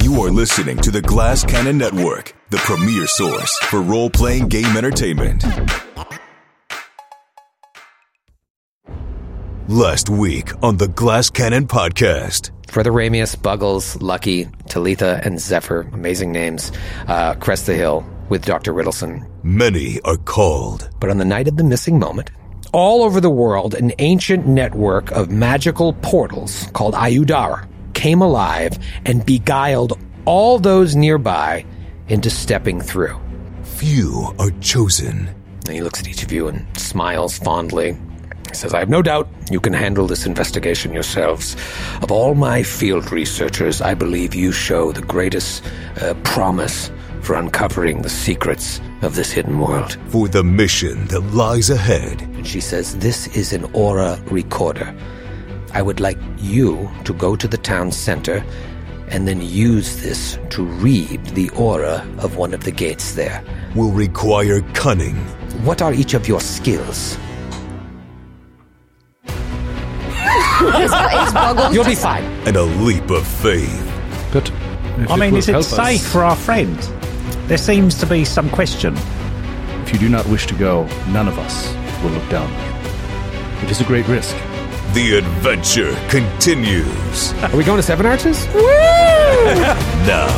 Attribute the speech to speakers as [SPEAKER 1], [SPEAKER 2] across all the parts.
[SPEAKER 1] You are listening to the Glass Cannon Network, the premier source for role playing game entertainment. Last week on the Glass Cannon Podcast.
[SPEAKER 2] Brother Ramius, Buggles, Lucky, Talitha, and Zephyr, amazing names, uh, crest the hill with Dr. Riddleson.
[SPEAKER 1] Many are called.
[SPEAKER 2] But on the night of the missing moment, all over the world, an ancient network of magical portals called Ayudara came alive and beguiled all those nearby into stepping through.
[SPEAKER 1] Few are chosen.
[SPEAKER 2] And he looks at each of you and smiles fondly. He says, I have no doubt you can handle this investigation yourselves. Of all my field researchers, I believe you show the greatest uh, promise for uncovering the secrets of this hidden world.
[SPEAKER 1] For the mission that lies ahead,
[SPEAKER 2] And she says, This is an aura recorder. I would like you to go to the town center and then use this to read the aura of one of the gates there.
[SPEAKER 1] will require cunning.
[SPEAKER 2] What are each of your skills? You'll be fine.
[SPEAKER 1] and a leap of faith.
[SPEAKER 3] But if
[SPEAKER 4] I mean,
[SPEAKER 3] will
[SPEAKER 4] is it
[SPEAKER 3] help
[SPEAKER 4] safe
[SPEAKER 3] us,
[SPEAKER 4] for our friend? There seems to be some question.
[SPEAKER 3] If you do not wish to go, none of us will look down on you. It is a great risk.
[SPEAKER 1] The adventure continues
[SPEAKER 2] Are we going to Seven Arches?
[SPEAKER 1] now.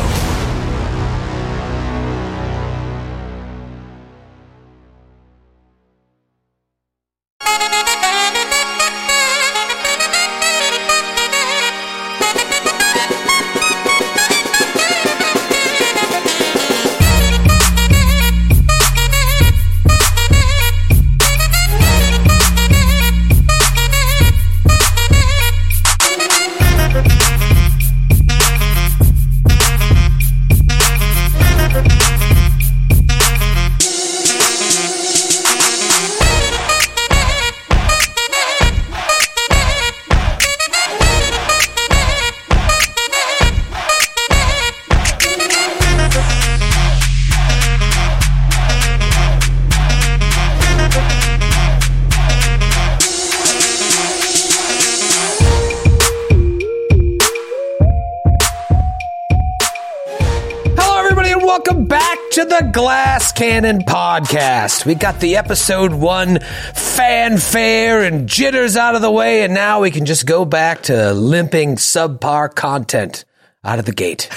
[SPEAKER 2] Hello, everybody, and welcome back to the Glass Cannon Podcast. We got the episode one fanfare and jitters out of the way, and now we can just go back to limping subpar content out of the gate.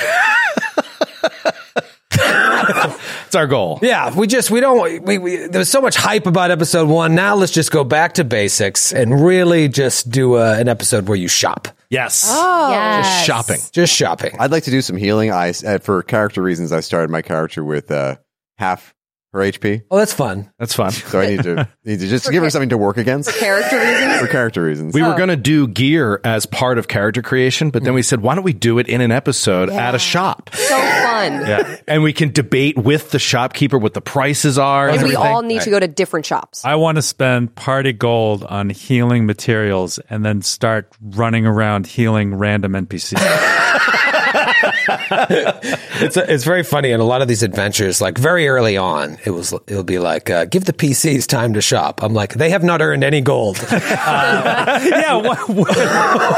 [SPEAKER 3] It's our goal.
[SPEAKER 2] Yeah, we just we don't we, we there was so much hype about episode 1. Now let's just go back to basics and really just do uh an episode where you shop.
[SPEAKER 3] Yes.
[SPEAKER 5] Yes.
[SPEAKER 3] Shopping.
[SPEAKER 2] Just shopping.
[SPEAKER 6] I'd like to do some healing. I uh, for character reasons, I started my character with uh, half her HP,
[SPEAKER 2] Oh, that's fun.
[SPEAKER 3] That's fun.
[SPEAKER 6] so I need to need to just give her something to work against for
[SPEAKER 5] Character reasons. Oh,
[SPEAKER 6] character reasons.
[SPEAKER 3] We were going to do gear as part of character creation, but then we said, why don't we do it in an episode at a shop?
[SPEAKER 5] So fun.
[SPEAKER 3] Yeah. and we can debate with the shopkeeper what the prices are.
[SPEAKER 5] And we
[SPEAKER 3] everything.
[SPEAKER 5] all need to go to different shops.
[SPEAKER 7] I want to spend party gold on healing materials and then start running around healing random NPCs.
[SPEAKER 2] It's it's very funny in a lot of these adventures. Like very early on, it was it'll be like uh, give the PCs time to shop. I'm like they have not earned any gold.
[SPEAKER 7] yeah, what,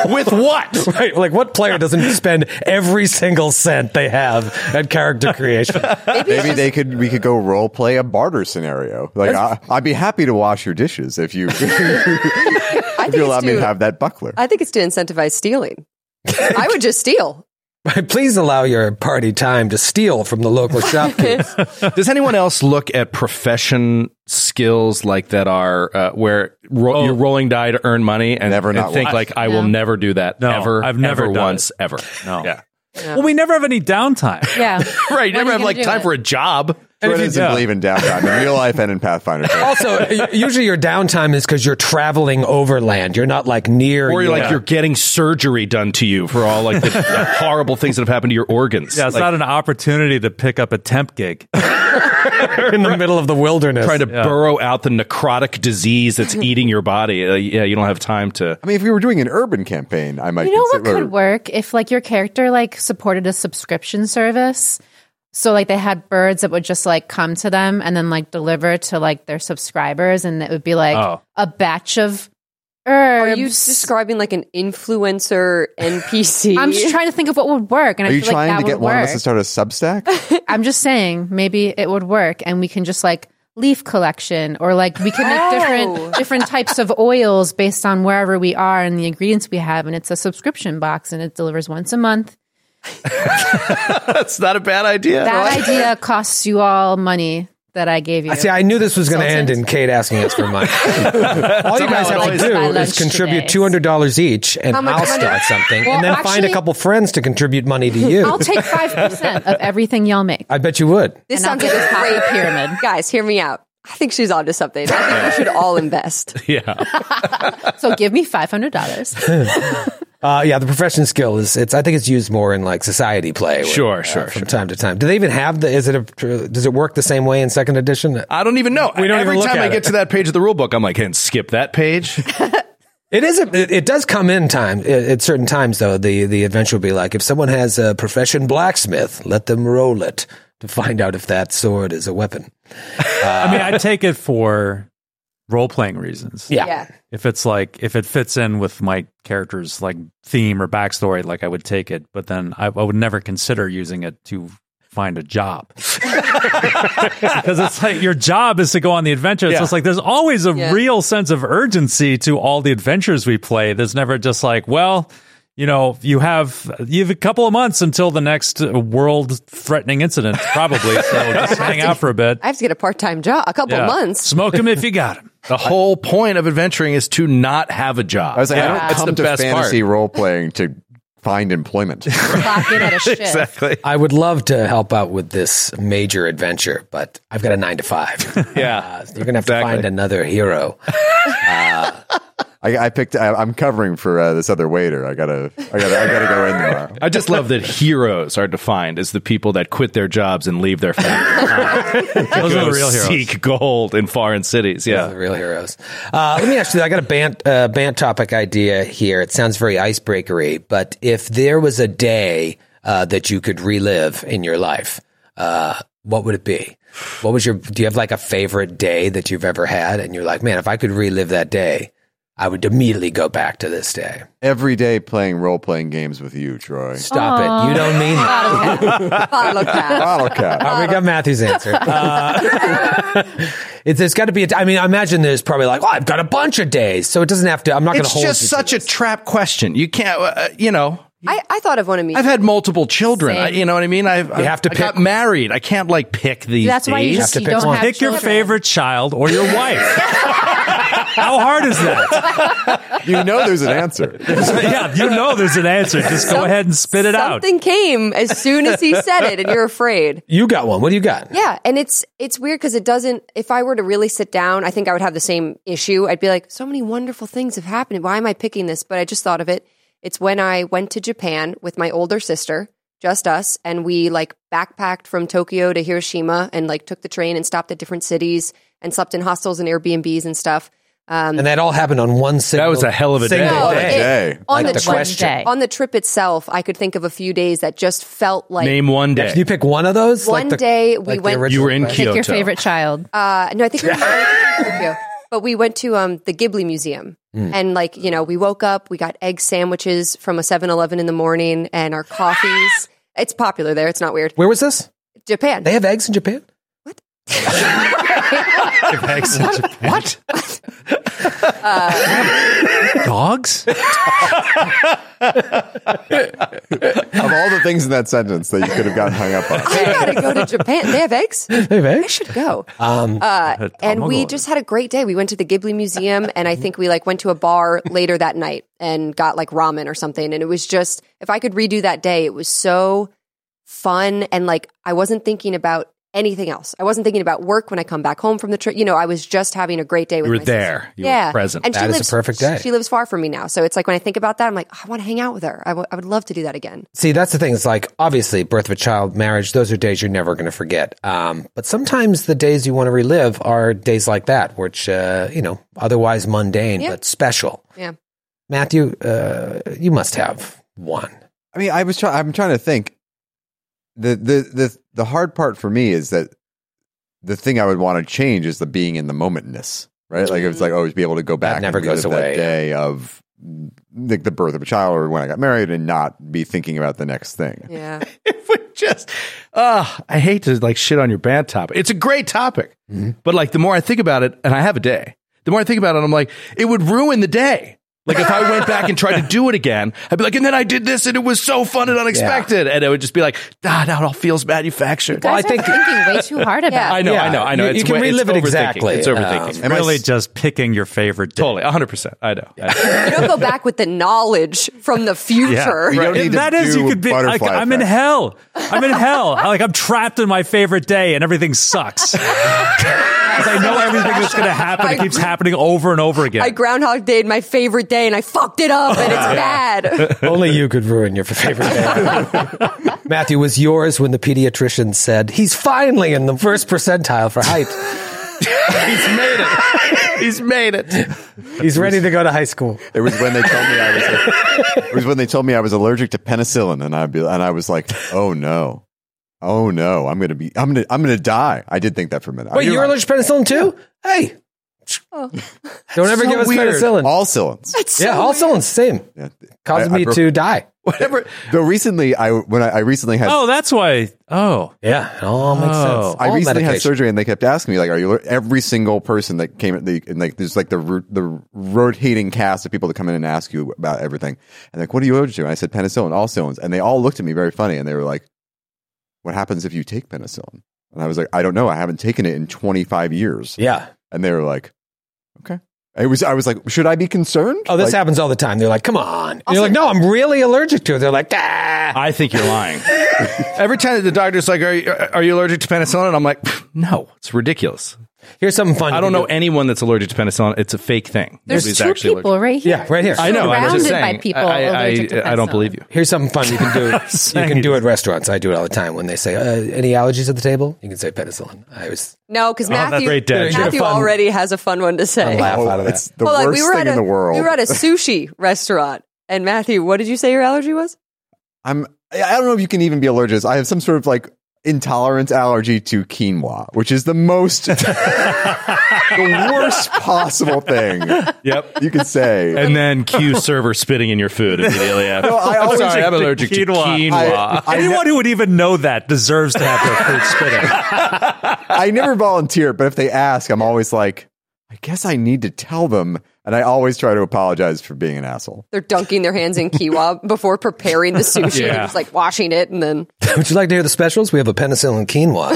[SPEAKER 3] With what?
[SPEAKER 2] right? Like what player doesn't spend every single cent they have at character creation?
[SPEAKER 6] Maybe they could we could go role play a barter scenario. Like I, I'd be happy to wash your dishes if you if
[SPEAKER 5] I think,
[SPEAKER 6] you
[SPEAKER 5] it's
[SPEAKER 6] allow me
[SPEAKER 5] to,
[SPEAKER 6] to have that buckler.
[SPEAKER 5] I think it's to incentivize stealing. I would just steal.
[SPEAKER 2] Please allow your party time to steal from the local shopkeepers.
[SPEAKER 3] Does anyone else look at profession skills like that are uh, where ro- you're rolling die to earn money and,
[SPEAKER 6] Never
[SPEAKER 3] and
[SPEAKER 6] not
[SPEAKER 3] think
[SPEAKER 6] once.
[SPEAKER 3] like I will never do that
[SPEAKER 7] No,
[SPEAKER 3] ever.
[SPEAKER 7] I've never
[SPEAKER 3] ever
[SPEAKER 7] done
[SPEAKER 3] once
[SPEAKER 7] it.
[SPEAKER 3] ever.
[SPEAKER 7] No.
[SPEAKER 3] Yeah.
[SPEAKER 7] well, we never have any downtime.
[SPEAKER 8] Yeah.
[SPEAKER 3] Right. You
[SPEAKER 8] When
[SPEAKER 3] never
[SPEAKER 8] are
[SPEAKER 3] have
[SPEAKER 8] you
[SPEAKER 3] like
[SPEAKER 8] gonna do
[SPEAKER 3] time
[SPEAKER 8] it?
[SPEAKER 3] for a job.
[SPEAKER 6] Everyone doesn't
[SPEAKER 7] yeah.
[SPEAKER 6] believe in downtime in real life and in Pathfinder.
[SPEAKER 2] also, y- usually your downtime is because you're traveling overland. You're not like near.
[SPEAKER 3] Or you're
[SPEAKER 2] your-
[SPEAKER 3] like you're getting surgery done to you for all like the, the horrible things that have happened to your organs.
[SPEAKER 7] Yeah, it's
[SPEAKER 3] Like,
[SPEAKER 7] not an opportunity to pick up a temp gig.
[SPEAKER 2] in the middle of the wilderness.
[SPEAKER 3] trying to burrow out the necrotic disease that's eating your body. Uh, yeah, you don't have time to.
[SPEAKER 6] I mean, if we were doing an urban campaign, I might
[SPEAKER 8] You know what
[SPEAKER 6] consider.
[SPEAKER 8] could work if like your character like supported a subscription service. So like they had birds that would just like come to them and then like deliver to like their subscribers and it would be like
[SPEAKER 7] Oh.
[SPEAKER 8] a batch of
[SPEAKER 9] herbs.
[SPEAKER 5] Are you describing like an influencer NPC?
[SPEAKER 9] I'm just trying to think of what would work, and
[SPEAKER 6] Are
[SPEAKER 9] I
[SPEAKER 6] you
[SPEAKER 9] feel
[SPEAKER 6] trying
[SPEAKER 9] like that
[SPEAKER 6] to get
[SPEAKER 9] would
[SPEAKER 6] one
[SPEAKER 9] work.
[SPEAKER 6] of us to start a Substack?
[SPEAKER 9] I'm just saying, maybe it would work, and we can just like leaf collection, or like we can make different
[SPEAKER 5] Oh.
[SPEAKER 9] different types of oils based on wherever we are and the ingredients we have, and it's a subscription box, and it delivers once a month.
[SPEAKER 10] That's not a bad idea.
[SPEAKER 9] That idea costs you all money that I gave you.
[SPEAKER 2] See, I knew this was going to end in
[SPEAKER 9] Consultant.
[SPEAKER 2] Kate asking us for money. All you
[SPEAKER 9] Somehow
[SPEAKER 2] guys have
[SPEAKER 9] it
[SPEAKER 2] to
[SPEAKER 9] always
[SPEAKER 2] do
[SPEAKER 9] happens.
[SPEAKER 2] is contribute
[SPEAKER 9] Lunch
[SPEAKER 2] two hundred dollars each, and
[SPEAKER 5] How much
[SPEAKER 2] I'll
[SPEAKER 5] money?
[SPEAKER 2] start something,
[SPEAKER 9] Well,
[SPEAKER 2] and then find a
[SPEAKER 9] actually-
[SPEAKER 2] couple friends to contribute money to you.
[SPEAKER 9] I'll take five percent of everything y'all make.
[SPEAKER 2] I bet you would.
[SPEAKER 5] this
[SPEAKER 9] And I'll
[SPEAKER 5] sounds like
[SPEAKER 9] get
[SPEAKER 5] a
[SPEAKER 9] the
[SPEAKER 5] great
[SPEAKER 9] copper pyramid.
[SPEAKER 5] Guys, hear me out. I think she's onto something. I think we should all invest.
[SPEAKER 9] So give me five hundred dollars.
[SPEAKER 2] Uh, yeah, the profession skill is it's. I think it's used more in like society play. where,
[SPEAKER 10] Sure,
[SPEAKER 2] uh,
[SPEAKER 10] sure,
[SPEAKER 2] From time to time, do they even have the? Is it a? Does it work the same way in second edition?
[SPEAKER 10] I don't even know.
[SPEAKER 2] We don't
[SPEAKER 10] Every
[SPEAKER 2] even look
[SPEAKER 10] time I
[SPEAKER 2] at
[SPEAKER 10] get
[SPEAKER 2] it.
[SPEAKER 10] to that page of the rule book, I'm like, can skip that page.
[SPEAKER 2] It is. A, it, it does come in time at, at certain times, though. The the adventure will be like if someone has a profession blacksmith, let them roll it to find out if that sword is a weapon.
[SPEAKER 8] I mean, I take it for role playing reasons.
[SPEAKER 2] Yeah.
[SPEAKER 5] Yeah.
[SPEAKER 8] If it's like if it fits in with my character's like theme or backstory, like I would take it. But then I, I would never consider using it to find a job because it's like your job is to go on the adventure. So it's like there's always a
[SPEAKER 5] Yeah.
[SPEAKER 8] real sense of urgency to all the adventures we play. There's never just like well. You know, you have you have a couple of months until the next world-threatening incident, probably. So just hang out for a bit.
[SPEAKER 5] I have to get a part time job, a couple
[SPEAKER 8] Yeah.
[SPEAKER 5] months.
[SPEAKER 8] Smoke them if you got them.
[SPEAKER 10] The whole point of adventuring is to not have a job.
[SPEAKER 6] I was like,
[SPEAKER 10] Yeah.
[SPEAKER 6] I don't
[SPEAKER 10] That's
[SPEAKER 6] come
[SPEAKER 10] the
[SPEAKER 6] to
[SPEAKER 10] best part.
[SPEAKER 6] fantasy role playing to find employment.
[SPEAKER 9] Clock in at a shift.
[SPEAKER 10] Exactly.
[SPEAKER 2] I would love to help out with this major adventure, but I've got a nine to five.
[SPEAKER 10] Yeah.
[SPEAKER 2] Uh, you're gonna have to
[SPEAKER 10] Exactly.
[SPEAKER 2] find another hero.
[SPEAKER 6] I, I picked. I, I'm covering for uh, this other waiter. I gotta. I gotta. I gotta go in there.
[SPEAKER 10] I just love that heroes are defined as the people that quit their jobs and leave their families.
[SPEAKER 8] Those are the real heroes.
[SPEAKER 10] Seek gold in foreign cities.
[SPEAKER 2] Those are
[SPEAKER 10] Yeah.
[SPEAKER 2] the real heroes. Uh, let me ask you. I got a band uh, band topic idea here. It sounds very icebreakery, but if there was a day uh, that you could relive in your life, uh, what would it be? What was your? Do you have like a favorite day that you've ever had? And you're like, man, if I could relive that day, I would immediately go back to this day.
[SPEAKER 6] Every day playing role playing games with you, Troy.
[SPEAKER 2] Stop it! You don't mean that.
[SPEAKER 5] Bottle cap.
[SPEAKER 6] Bottle cap.
[SPEAKER 2] Oh, we got Matthew's answer. Uh, it's there's got to be. A, t- I mean, I imagine there's probably like, oh, I've got a bunch of days, so it doesn't have to. I'm not going to
[SPEAKER 10] It's
[SPEAKER 2] hold.
[SPEAKER 10] just
[SPEAKER 2] you to
[SPEAKER 10] such a
[SPEAKER 2] this.
[SPEAKER 10] trap question. You can't, uh, you know.
[SPEAKER 5] I, I thought of one of me.
[SPEAKER 10] I've had multiple children.
[SPEAKER 9] Same.
[SPEAKER 10] I, you know what I mean? I've,
[SPEAKER 2] have to
[SPEAKER 10] I got
[SPEAKER 2] pick-
[SPEAKER 10] married. I can't like pick these.
[SPEAKER 9] That's why you
[SPEAKER 10] days.
[SPEAKER 9] just
[SPEAKER 2] to
[SPEAKER 9] you
[SPEAKER 2] pick
[SPEAKER 9] don't
[SPEAKER 2] one.
[SPEAKER 9] have
[SPEAKER 8] Pick your
[SPEAKER 9] children.
[SPEAKER 8] favorite child or your wife. How hard is that?
[SPEAKER 6] You know there's an answer.
[SPEAKER 8] yeah, you know there's an answer. Just go ahead and spit it out.
[SPEAKER 5] Something came as soon as he said it, and you're afraid.
[SPEAKER 2] You got one. What do you got?
[SPEAKER 5] Yeah, and it's it's weird because it doesn't. If I were to really sit down, I think I would have the same issue. I'd be like, so many wonderful things have happened. Why am I picking this? But I just thought of it. It's when I went to Japan with my older sister, just us, and we like backpacked from Tokyo to Hiroshima and like took the train and stopped at different cities and slept in hostels and Airbnbs and stuff. Um,
[SPEAKER 2] And that all happened on one single.
[SPEAKER 10] That was a hell of a
[SPEAKER 2] single
[SPEAKER 10] day.
[SPEAKER 5] No,
[SPEAKER 2] day.
[SPEAKER 5] it-
[SPEAKER 6] Day.
[SPEAKER 5] on
[SPEAKER 2] Like
[SPEAKER 5] the,
[SPEAKER 2] the
[SPEAKER 5] trip,
[SPEAKER 2] question.
[SPEAKER 9] Day.
[SPEAKER 5] on the trip itself, I could think of a few days that just felt like
[SPEAKER 10] Name one day.
[SPEAKER 2] Did you pick one of those?
[SPEAKER 5] One day we
[SPEAKER 2] like the
[SPEAKER 5] went-
[SPEAKER 2] original
[SPEAKER 10] You were in
[SPEAKER 2] question?
[SPEAKER 10] Kyoto.
[SPEAKER 9] Pick your favorite child.
[SPEAKER 5] Uh, no, I think we went to Tokyo, but we went to um, the Ghibli Museum.
[SPEAKER 2] Hmm.
[SPEAKER 5] And like, you know, we woke up, we got egg sandwiches from a 7-Eleven in the morning and our coffees. it's popular there. It's not weird.
[SPEAKER 2] Where was this?
[SPEAKER 5] Japan.
[SPEAKER 2] They have eggs in Japan.
[SPEAKER 10] What?
[SPEAKER 8] Dogs?
[SPEAKER 6] Of all the things in that sentence that you could have gotten hung up on.
[SPEAKER 5] I gotta go to Japan. They have eggs? They
[SPEAKER 2] have eggs?
[SPEAKER 5] I should go. uh, and we just had a great day. We went to the Ghibli Museum and I think we like went to a bar later that night and got like ramen or something. And it was just, if I could redo that day, it was so fun. And like, I wasn't thinking about anything else. I wasn't thinking about work when I come back home from the trip. You know, I was just having a great day with
[SPEAKER 10] You were
[SPEAKER 5] my sister.
[SPEAKER 10] there. You were
[SPEAKER 5] yeah.
[SPEAKER 10] present.
[SPEAKER 5] And
[SPEAKER 2] That
[SPEAKER 5] she
[SPEAKER 2] is a
[SPEAKER 5] lives,
[SPEAKER 2] perfect day.
[SPEAKER 5] She lives far from me now. So it's like when I think about that, I'm like, "Oh, I want to hang out with her. I, w- I would love to do that again.
[SPEAKER 2] See, that's the thing. It's like obviously birth of a child, marriage. Those are days you're never going to forget. Um, but sometimes the days you want to relive are days like that, which uh, you know otherwise mundane
[SPEAKER 5] Yeah.
[SPEAKER 2] but special.
[SPEAKER 5] Yeah.
[SPEAKER 2] Matthew, uh, you must have one.
[SPEAKER 6] I mean, I was trying. I'm trying to think. The, the the the hard part for me is that the thing I would want to change is the being in the momentness. right? Like it's like always be able to go back
[SPEAKER 2] never
[SPEAKER 6] and relive
[SPEAKER 2] goes
[SPEAKER 6] that
[SPEAKER 2] away.
[SPEAKER 6] day of like the birth of a child or when I got married and not be thinking about the next thing.
[SPEAKER 5] Yeah.
[SPEAKER 3] if we just uh i hate to like shit on your bad topic it's a great topic
[SPEAKER 2] Mm-hmm.
[SPEAKER 3] but like the more i think about it and i have a day the more i think about it i'm like it would ruin the day like if i went back and tried to do it again i'd be like and then i did this and it was so fun and unexpected and it would just be like ah, now it all feels manufactured
[SPEAKER 8] Guys
[SPEAKER 2] I
[SPEAKER 8] I
[SPEAKER 2] think-
[SPEAKER 8] think thinking way too hard about.
[SPEAKER 3] i know i know i know
[SPEAKER 2] you- you can
[SPEAKER 3] way-
[SPEAKER 2] relive it
[SPEAKER 3] overthinking.
[SPEAKER 2] exactly. Um,
[SPEAKER 3] it's overthinking
[SPEAKER 6] Am I
[SPEAKER 7] really
[SPEAKER 6] s-
[SPEAKER 7] just picking your favorite day.
[SPEAKER 3] totally 100% i know, I know.
[SPEAKER 5] You don't go back with the knowledge from the future.
[SPEAKER 6] You don't need
[SPEAKER 7] If
[SPEAKER 6] to
[SPEAKER 7] that is, you
[SPEAKER 6] do
[SPEAKER 7] could be like,
[SPEAKER 6] butterfly
[SPEAKER 7] I'm in
[SPEAKER 6] effect.
[SPEAKER 7] hell. I'm in hell. like I'm trapped in my favorite day, and everything sucks. 'Cause I know everything that's going to happen. It keeps happening over and over again.
[SPEAKER 5] I groundhog dayed my favorite day and I fucked it up and it's bad.
[SPEAKER 2] Only you could ruin your favorite day. Matthew, was yours when the pediatrician said, he's finally in the first percentile for height.
[SPEAKER 3] he's made it he's made it
[SPEAKER 2] He's ready to go to high school.
[SPEAKER 6] It was when they told me I was. it was when they told me I was allergic to penicillin, and I be, and I was like, oh no, oh no, I'm gonna be, I'm gonna, I'm gonna die. I did think that for a minute.
[SPEAKER 2] Wait,
[SPEAKER 6] You're
[SPEAKER 2] you're
[SPEAKER 6] right.
[SPEAKER 2] allergic to penicillin too? Hey. Don't ever
[SPEAKER 6] Oh. So
[SPEAKER 2] give us
[SPEAKER 6] weird.
[SPEAKER 2] penicillin.
[SPEAKER 6] All cylinders.
[SPEAKER 2] yeah, all cylinders, same. Caused
[SPEAKER 6] I- I
[SPEAKER 2] me
[SPEAKER 6] broke-
[SPEAKER 2] to die.
[SPEAKER 3] whatever
[SPEAKER 6] Though recently, I when I, I recently had.
[SPEAKER 7] oh, that's why. Oh,
[SPEAKER 2] Yeah, it all makes
[SPEAKER 7] Oh.
[SPEAKER 2] sense.
[SPEAKER 6] I
[SPEAKER 2] All
[SPEAKER 6] recently had
[SPEAKER 2] medication.
[SPEAKER 6] surgery and they kept asking me like, "Are you aller-" every single person that came at the and like there's like the ro- the rotating cast of people that come in and ask you about everything and like, what are you allergic to? And I said penicillin, all cylinders, and they all looked at me very funny and they were like, "What happens if you take penicillin?" And I was like, "I don't know. I haven't taken it in 25 years."
[SPEAKER 2] Yeah.
[SPEAKER 6] And they were like, "Okay." It was I was like, "Should I be concerned?"
[SPEAKER 2] Oh, this
[SPEAKER 6] Like,
[SPEAKER 2] happens all the time. They're like, come on. you're like, no, I'm really allergic to it. They're like, ah.
[SPEAKER 3] I think you're lying. Every time that the doctor's like, "Are you are you allergic to penicillin?" I'm like, "No, it's ridiculous.
[SPEAKER 2] Here's something fun.
[SPEAKER 3] I
[SPEAKER 2] you
[SPEAKER 3] don't
[SPEAKER 2] can
[SPEAKER 3] know
[SPEAKER 2] do.
[SPEAKER 3] anyone that's allergic to penicillin. It's a fake thing.
[SPEAKER 8] There's
[SPEAKER 3] Nobody's
[SPEAKER 8] two
[SPEAKER 3] actually
[SPEAKER 8] people right here.
[SPEAKER 2] Yeah, right here.
[SPEAKER 3] I know. I'm just
[SPEAKER 8] surrounded by
[SPEAKER 3] saying.
[SPEAKER 8] people
[SPEAKER 3] I, I,
[SPEAKER 8] allergic to
[SPEAKER 3] I, I don't
[SPEAKER 8] penicillin.
[SPEAKER 3] believe you.
[SPEAKER 2] Here's something fun you can do. you can do at restaurants. I do it all the time when they say, uh, "Any allergies at the table?" You can say penicillin. I was
[SPEAKER 5] No, because
[SPEAKER 7] that's
[SPEAKER 5] Matthew,
[SPEAKER 7] great, Dan.
[SPEAKER 2] You're
[SPEAKER 5] Matthew
[SPEAKER 2] fun.
[SPEAKER 5] already has a fun one to say.
[SPEAKER 2] laugh out of that.
[SPEAKER 6] oh, it's the
[SPEAKER 5] Well, like,
[SPEAKER 6] worst thing
[SPEAKER 5] at a,
[SPEAKER 6] in the world.
[SPEAKER 5] We were at a sushi restaurant. And Matthew, what did you say your allergy was?
[SPEAKER 6] I'm I I don't know if you can even be allergic. I have some sort of like intolerance allergy to quinoa, which is the most the worst possible thing
[SPEAKER 3] Yep.
[SPEAKER 6] you could say.
[SPEAKER 3] And then cue server spitting in your food immediately after.
[SPEAKER 6] No, I always-
[SPEAKER 3] Sorry, I'm allergic
[SPEAKER 7] Allergic
[SPEAKER 3] to
[SPEAKER 7] to
[SPEAKER 3] quinoa.
[SPEAKER 7] quinoa.
[SPEAKER 6] I, I,
[SPEAKER 7] anyone who would even know that deserves to have their food spitting.
[SPEAKER 6] I never volunteer, but if they ask, I'm always like, I guess I need to tell them. And I always try to apologize for being an asshole.
[SPEAKER 5] They're dunking their hands in kiwa before preparing the sushi. and just like washing it and then
[SPEAKER 2] Would you like to hear the specials? We have a penicillin quinoa.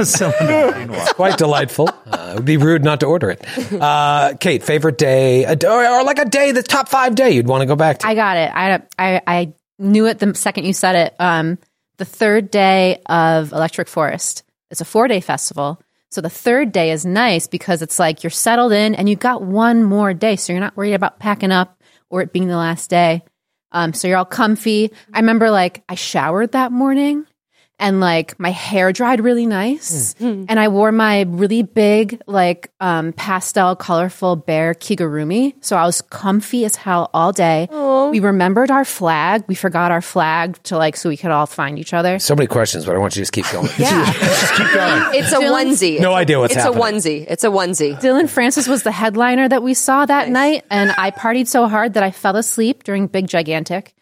[SPEAKER 2] It's quite delightful. Uh, it would be rude not to order it. Uh, Kate, favorite day, a, d- or, or like a day, the top five day you'd want to go back to.
[SPEAKER 8] I got it. I, I I knew it the second you said it. Um, the third day of Electric Forest. It's a four day festival. So the third day is nice because it's like you're settled in and you got one more day. So you're not worried about packing up or it being the last day. Um, so you're all comfy. I remember like I showered that morning and like my hair dried really nice and i wore my really big like um, pastel colorful bear kigurumi so i was comfy as hell all day we remembered our flag we forgot our flag to like so we could all find each other
[SPEAKER 2] so many questions, but I want you to just keep going.
[SPEAKER 8] yeah
[SPEAKER 5] it's a onesie.
[SPEAKER 2] No
[SPEAKER 5] It's a-
[SPEAKER 2] idea what's
[SPEAKER 5] It's
[SPEAKER 2] happening.
[SPEAKER 5] a onesie. It's a onesie.
[SPEAKER 8] dylan francis was the headliner that we saw that night and i partied so hard that i fell asleep during big gigantic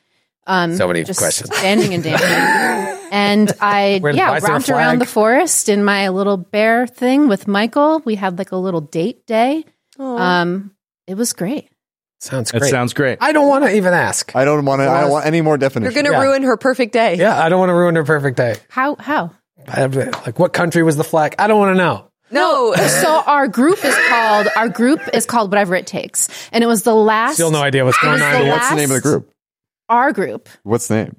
[SPEAKER 2] so many
[SPEAKER 8] just
[SPEAKER 2] questions.
[SPEAKER 8] standing and dancing. and I
[SPEAKER 2] Where- why
[SPEAKER 8] yeah
[SPEAKER 2] is there a
[SPEAKER 8] romped around
[SPEAKER 2] flag?
[SPEAKER 8] the forest in my little bear thing with Michael. We had like a little date day. Um, it was great.
[SPEAKER 2] Sounds
[SPEAKER 3] That
[SPEAKER 2] great.
[SPEAKER 3] sounds great.
[SPEAKER 2] I don't want to even ask.
[SPEAKER 6] I don't want to, I don't want any more
[SPEAKER 5] You're
[SPEAKER 6] definition.
[SPEAKER 5] going to
[SPEAKER 2] Yeah.
[SPEAKER 5] ruin her perfect day.
[SPEAKER 2] yeah, I don't want to ruin her perfect day.
[SPEAKER 8] How how?
[SPEAKER 2] I- like, what country was the flag? I don't want to know.
[SPEAKER 5] No.
[SPEAKER 8] So our group is called our group is called whatever it takes, and it was the last.
[SPEAKER 2] Still no idea what's
[SPEAKER 8] it was
[SPEAKER 2] going on.
[SPEAKER 8] the
[SPEAKER 6] What's the name of the
[SPEAKER 8] last-
[SPEAKER 6] group?
[SPEAKER 8] Our group
[SPEAKER 6] What's the name?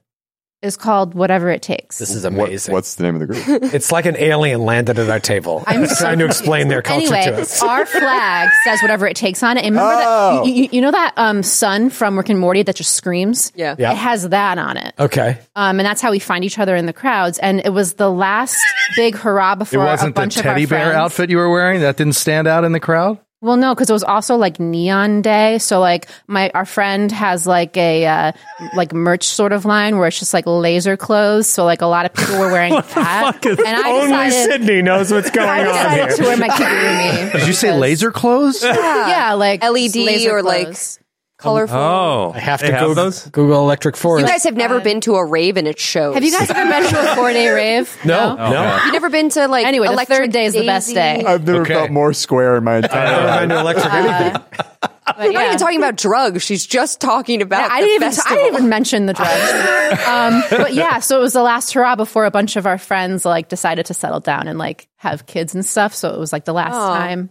[SPEAKER 8] is called whatever it takes.
[SPEAKER 2] This is
[SPEAKER 6] What,
[SPEAKER 2] amazing.
[SPEAKER 6] what's the name of the group?
[SPEAKER 2] It's like an alien landed at our table. I'm
[SPEAKER 8] so
[SPEAKER 2] trying to explain their culture
[SPEAKER 8] anyway,
[SPEAKER 2] to us.
[SPEAKER 8] our flag says whatever it takes on it. And remember
[SPEAKER 6] Oh.
[SPEAKER 8] that you, you, you know that um, sun from Rick and Morty that just screams.
[SPEAKER 5] Yeah.
[SPEAKER 2] Yeah.
[SPEAKER 8] it has that on it.
[SPEAKER 2] Okay.
[SPEAKER 8] Um, and that's how we find each other in the crowds. And it was the last big hurrah
[SPEAKER 3] It
[SPEAKER 8] before a
[SPEAKER 3] wasn't the
[SPEAKER 8] bunch of our
[SPEAKER 3] teddy bear
[SPEAKER 8] friends.
[SPEAKER 3] outfit you were wearing that didn't stand out in the crowd.
[SPEAKER 8] Well, no, because it was also like Neon Day. So like my our friend has like a uh, like merch sort of line where it's just like laser clothes. So like a lot of people were wearing that.
[SPEAKER 10] Fuck it.
[SPEAKER 8] and I
[SPEAKER 10] Only
[SPEAKER 8] decided,
[SPEAKER 10] Sydney knows what's going
[SPEAKER 8] I
[SPEAKER 10] on
[SPEAKER 8] decided
[SPEAKER 10] here.
[SPEAKER 8] to wear my kigurumi.
[SPEAKER 3] Did you say
[SPEAKER 8] because-
[SPEAKER 3] laser clothes?
[SPEAKER 8] Yeah, like
[SPEAKER 5] LED
[SPEAKER 8] laser
[SPEAKER 5] E or, like,
[SPEAKER 8] clothes.
[SPEAKER 5] Colorful.
[SPEAKER 7] Oh,
[SPEAKER 10] I have
[SPEAKER 7] they
[SPEAKER 10] to go
[SPEAKER 7] those.
[SPEAKER 2] Google Electric
[SPEAKER 5] You
[SPEAKER 2] Forest.
[SPEAKER 5] guys have never been to a rave and it shows.
[SPEAKER 8] Have you guys ever been to a four day rave?
[SPEAKER 2] no, no.
[SPEAKER 5] You've never been to like
[SPEAKER 8] Anyway, the
[SPEAKER 5] Electric
[SPEAKER 8] third day is the best
[SPEAKER 5] Daisy?
[SPEAKER 8] day.
[SPEAKER 6] I've never
[SPEAKER 3] Okay.
[SPEAKER 6] felt more square in my entire life.
[SPEAKER 10] I've been to electric
[SPEAKER 8] Uh,
[SPEAKER 10] anything.
[SPEAKER 8] But,
[SPEAKER 5] We're not
[SPEAKER 8] yeah.
[SPEAKER 5] even talking about drugs. She's just talking about. the
[SPEAKER 8] I didn't even I
[SPEAKER 5] festival.
[SPEAKER 8] didn't even mention the drugs. um, but yeah, so it was the last hurrah before a bunch of our friends like decided to settle down and like have kids and stuff. So it was like the last
[SPEAKER 5] Aw.
[SPEAKER 8] time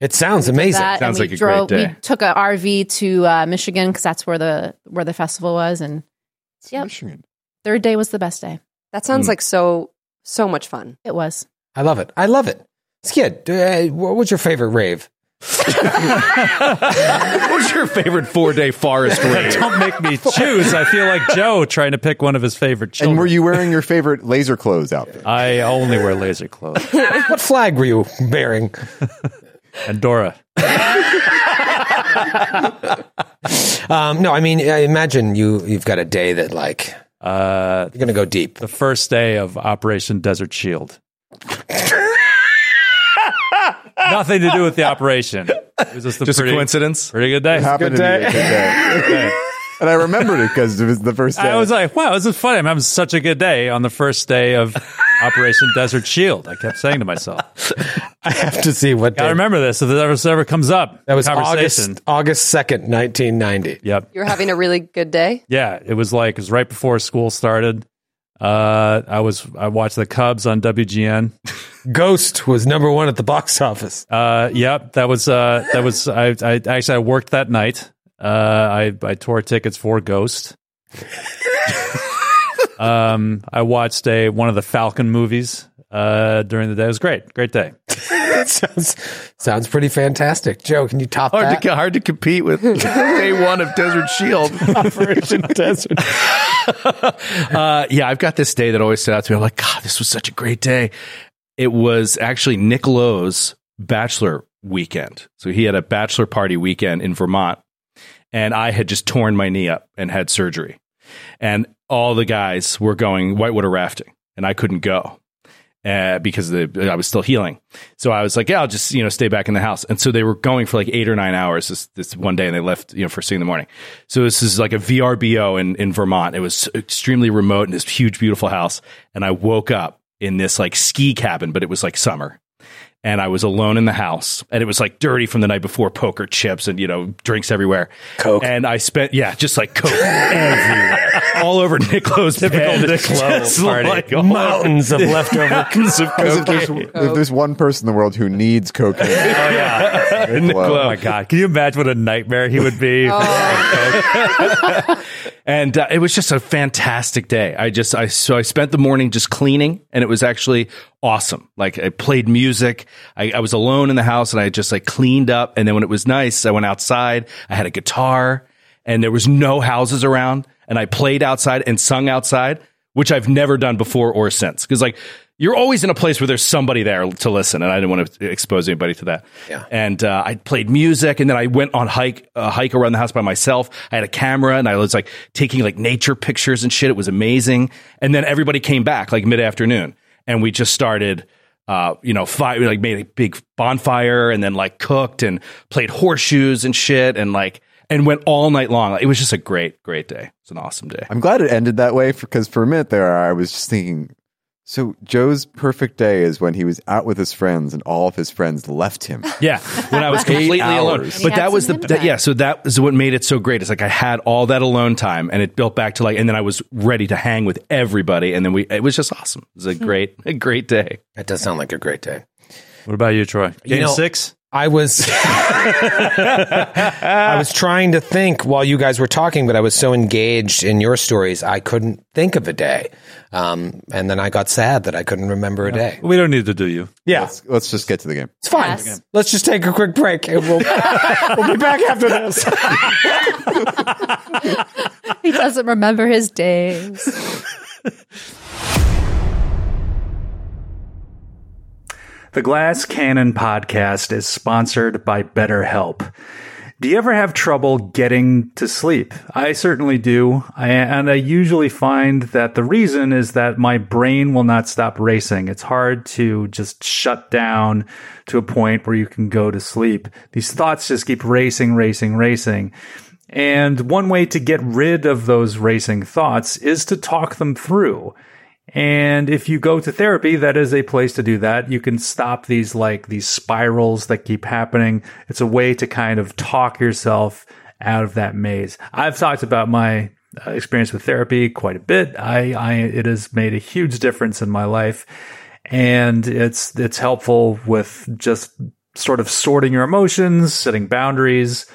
[SPEAKER 2] It sounds amazing.
[SPEAKER 8] that
[SPEAKER 3] Sounds like
[SPEAKER 8] and
[SPEAKER 3] a
[SPEAKER 8] we
[SPEAKER 3] great
[SPEAKER 8] drove.
[SPEAKER 3] day.
[SPEAKER 8] We took an RV to uh, Michigan because that's where the where the festival was, and Yep.
[SPEAKER 6] Michigan.
[SPEAKER 8] third day was the best day.
[SPEAKER 5] That
[SPEAKER 7] Hmm.
[SPEAKER 5] sounds like so so much fun.
[SPEAKER 8] It was.
[SPEAKER 2] I love it. I love it. Skid, uh, what was your favorite rave?
[SPEAKER 3] What's your favorite four day forest rave?
[SPEAKER 7] Don't make me choose. I feel like Joe trying to pick one of his favorite children.
[SPEAKER 6] And were you wearing your favorite laser clothes outfit?
[SPEAKER 7] I only wear laser clothes.
[SPEAKER 2] What flag were you bearing?
[SPEAKER 7] And Dora.
[SPEAKER 2] Um, no, I mean, I imagine you you've got a day that like
[SPEAKER 7] Uh,
[SPEAKER 2] you're gonna go deep.
[SPEAKER 7] the first day of Operation Desert Shield. Nothing to do with the operation. It was just a,
[SPEAKER 3] Just a
[SPEAKER 7] pretty,
[SPEAKER 3] coincidence?
[SPEAKER 7] pretty good day.
[SPEAKER 6] Happened to be a good day. and I remembered it because it was the first day.
[SPEAKER 7] I was like, wow, this is funny. I'm having such a good day on the first day of Operation Desert Shield. I kept saying to myself,
[SPEAKER 2] I have to see what
[SPEAKER 7] I
[SPEAKER 2] day-
[SPEAKER 7] remember this. If this ever, ever comes up,
[SPEAKER 2] That was
[SPEAKER 7] conversation.
[SPEAKER 2] August August second, nineteen ninety.
[SPEAKER 7] Yep.
[SPEAKER 5] You're having a really good day.
[SPEAKER 7] Yeah, it was like it was right before school started. Uh, I was I watched the Cubs on WGN.
[SPEAKER 2] Ghost was number one at the box office.
[SPEAKER 7] Uh, yep, that was uh, that was I, I actually I worked that night. Uh, I I tore tickets for Ghost. um, I watched a one of the Falcon movies uh, during the day. It was great, great day.
[SPEAKER 2] that sounds sounds pretty fantastic. Joe, can you top
[SPEAKER 3] Hard
[SPEAKER 2] that?
[SPEAKER 3] to, hard to compete with day one of Desert Shield.
[SPEAKER 2] Operation Desert.
[SPEAKER 3] Uh, yeah, I've got this day that always stood out to me. I'm like, God, this was such a great day. It was actually Nick Lowe's bachelor weekend. So he had a bachelor party weekend in Vermont, and I had just torn my knee up and had surgery. And all the guys were going whitewater rafting, and I couldn't go uh, because the, I was still healing. So I was like, yeah, I'll just, you know, stay back in the house. And so they were going for like eight or nine hours this, this one day and they left, you know, first thing in the morning. So this is like a VRBO in, in Vermont. It was extremely remote in this huge, beautiful house. And I woke up in this like ski cabin, but it was like summer. And I was alone in the house and it was like dirty from the night before poker chips and, you know, drinks everywhere.
[SPEAKER 2] Coke.
[SPEAKER 3] And I spent, yeah, just like Coke everywhere, all over Nicolo's Typical Nicolo
[SPEAKER 7] party.
[SPEAKER 2] Mountains of leftover.
[SPEAKER 6] Because if there's, if there's one person in the world who needs cocaine, oh yeah,
[SPEAKER 7] Oh my god, can you imagine what a nightmare he would be?
[SPEAKER 3] and uh, it was just a fantastic day. I just I so I spent the morning just cleaning, and it was actually awesome. Like I played music. I, I was alone in the house, and I just like cleaned up. And then when it was nice, I went outside. I had a guitar, and there was no houses around, and I played outside and sung outside, which I've never done before or since. Because like you're always in a place where there's somebody there to listen, and I didn't want to expose anybody to that.
[SPEAKER 2] Yeah.
[SPEAKER 3] And uh, I played music, and then I went on hike a hike around the house by myself. I had a camera, and I was like taking like nature pictures and shit. It was amazing. And then everybody came back like mid afternoon, and we just started. Uh, you know, fire, like made a big bonfire and then like cooked and played horseshoes and shit and like, and went all night long. It was just a great, great day. It's an awesome day.
[SPEAKER 6] I'm glad it ended that way because for a minute there, I was just thinking. So Joe's perfect day is when he was out with his friends and all of his friends left him.
[SPEAKER 3] Yeah, when I was completely alone.
[SPEAKER 6] hours.
[SPEAKER 8] And he
[SPEAKER 3] But
[SPEAKER 8] had
[SPEAKER 3] that was the
[SPEAKER 8] some
[SPEAKER 3] that, yeah. So that is what made it so great. It's like I had all that alone time, and it built back to like, and then I was ready to hang with everybody, and then we. It was just awesome. It was
[SPEAKER 8] Hmm.
[SPEAKER 3] a great, a great day.
[SPEAKER 2] That does sound like a great day.
[SPEAKER 7] what about you, Troy? Game
[SPEAKER 2] know-
[SPEAKER 7] six.
[SPEAKER 2] I was I was trying to think while you guys were talking, but I was so engaged in your stories I couldn't think of a day. Um, and then I got sad that I couldn't remember a day.
[SPEAKER 7] We don't need to do you.
[SPEAKER 2] Yeah.
[SPEAKER 6] Let's, let's just get to the game.
[SPEAKER 2] It's fine.
[SPEAKER 8] Yes.
[SPEAKER 2] Let's just take a quick break and we'll, we'll be back after this.
[SPEAKER 8] He doesn't remember his days.
[SPEAKER 11] The
[SPEAKER 10] The Glass Cannon podcast is sponsored by BetterHelp. Do you ever have trouble getting to sleep? I certainly do. I, and I usually find that the reason is that my brain will not stop racing. It's hard to just shut down to a point where you can go to sleep. These thoughts just keep racing, racing, racing. And one way to get rid of those racing thoughts is to talk them through. And if you go to therapy, that is a place to do that. You can stop these like these spirals that keep happening. It's a way to kind of talk yourself out of that maze. I've talked about my uh, experience with therapy quite a bit. I, I it has made a huge difference in my life, and it's it's helpful with just sort of sorting your emotions, setting boundaries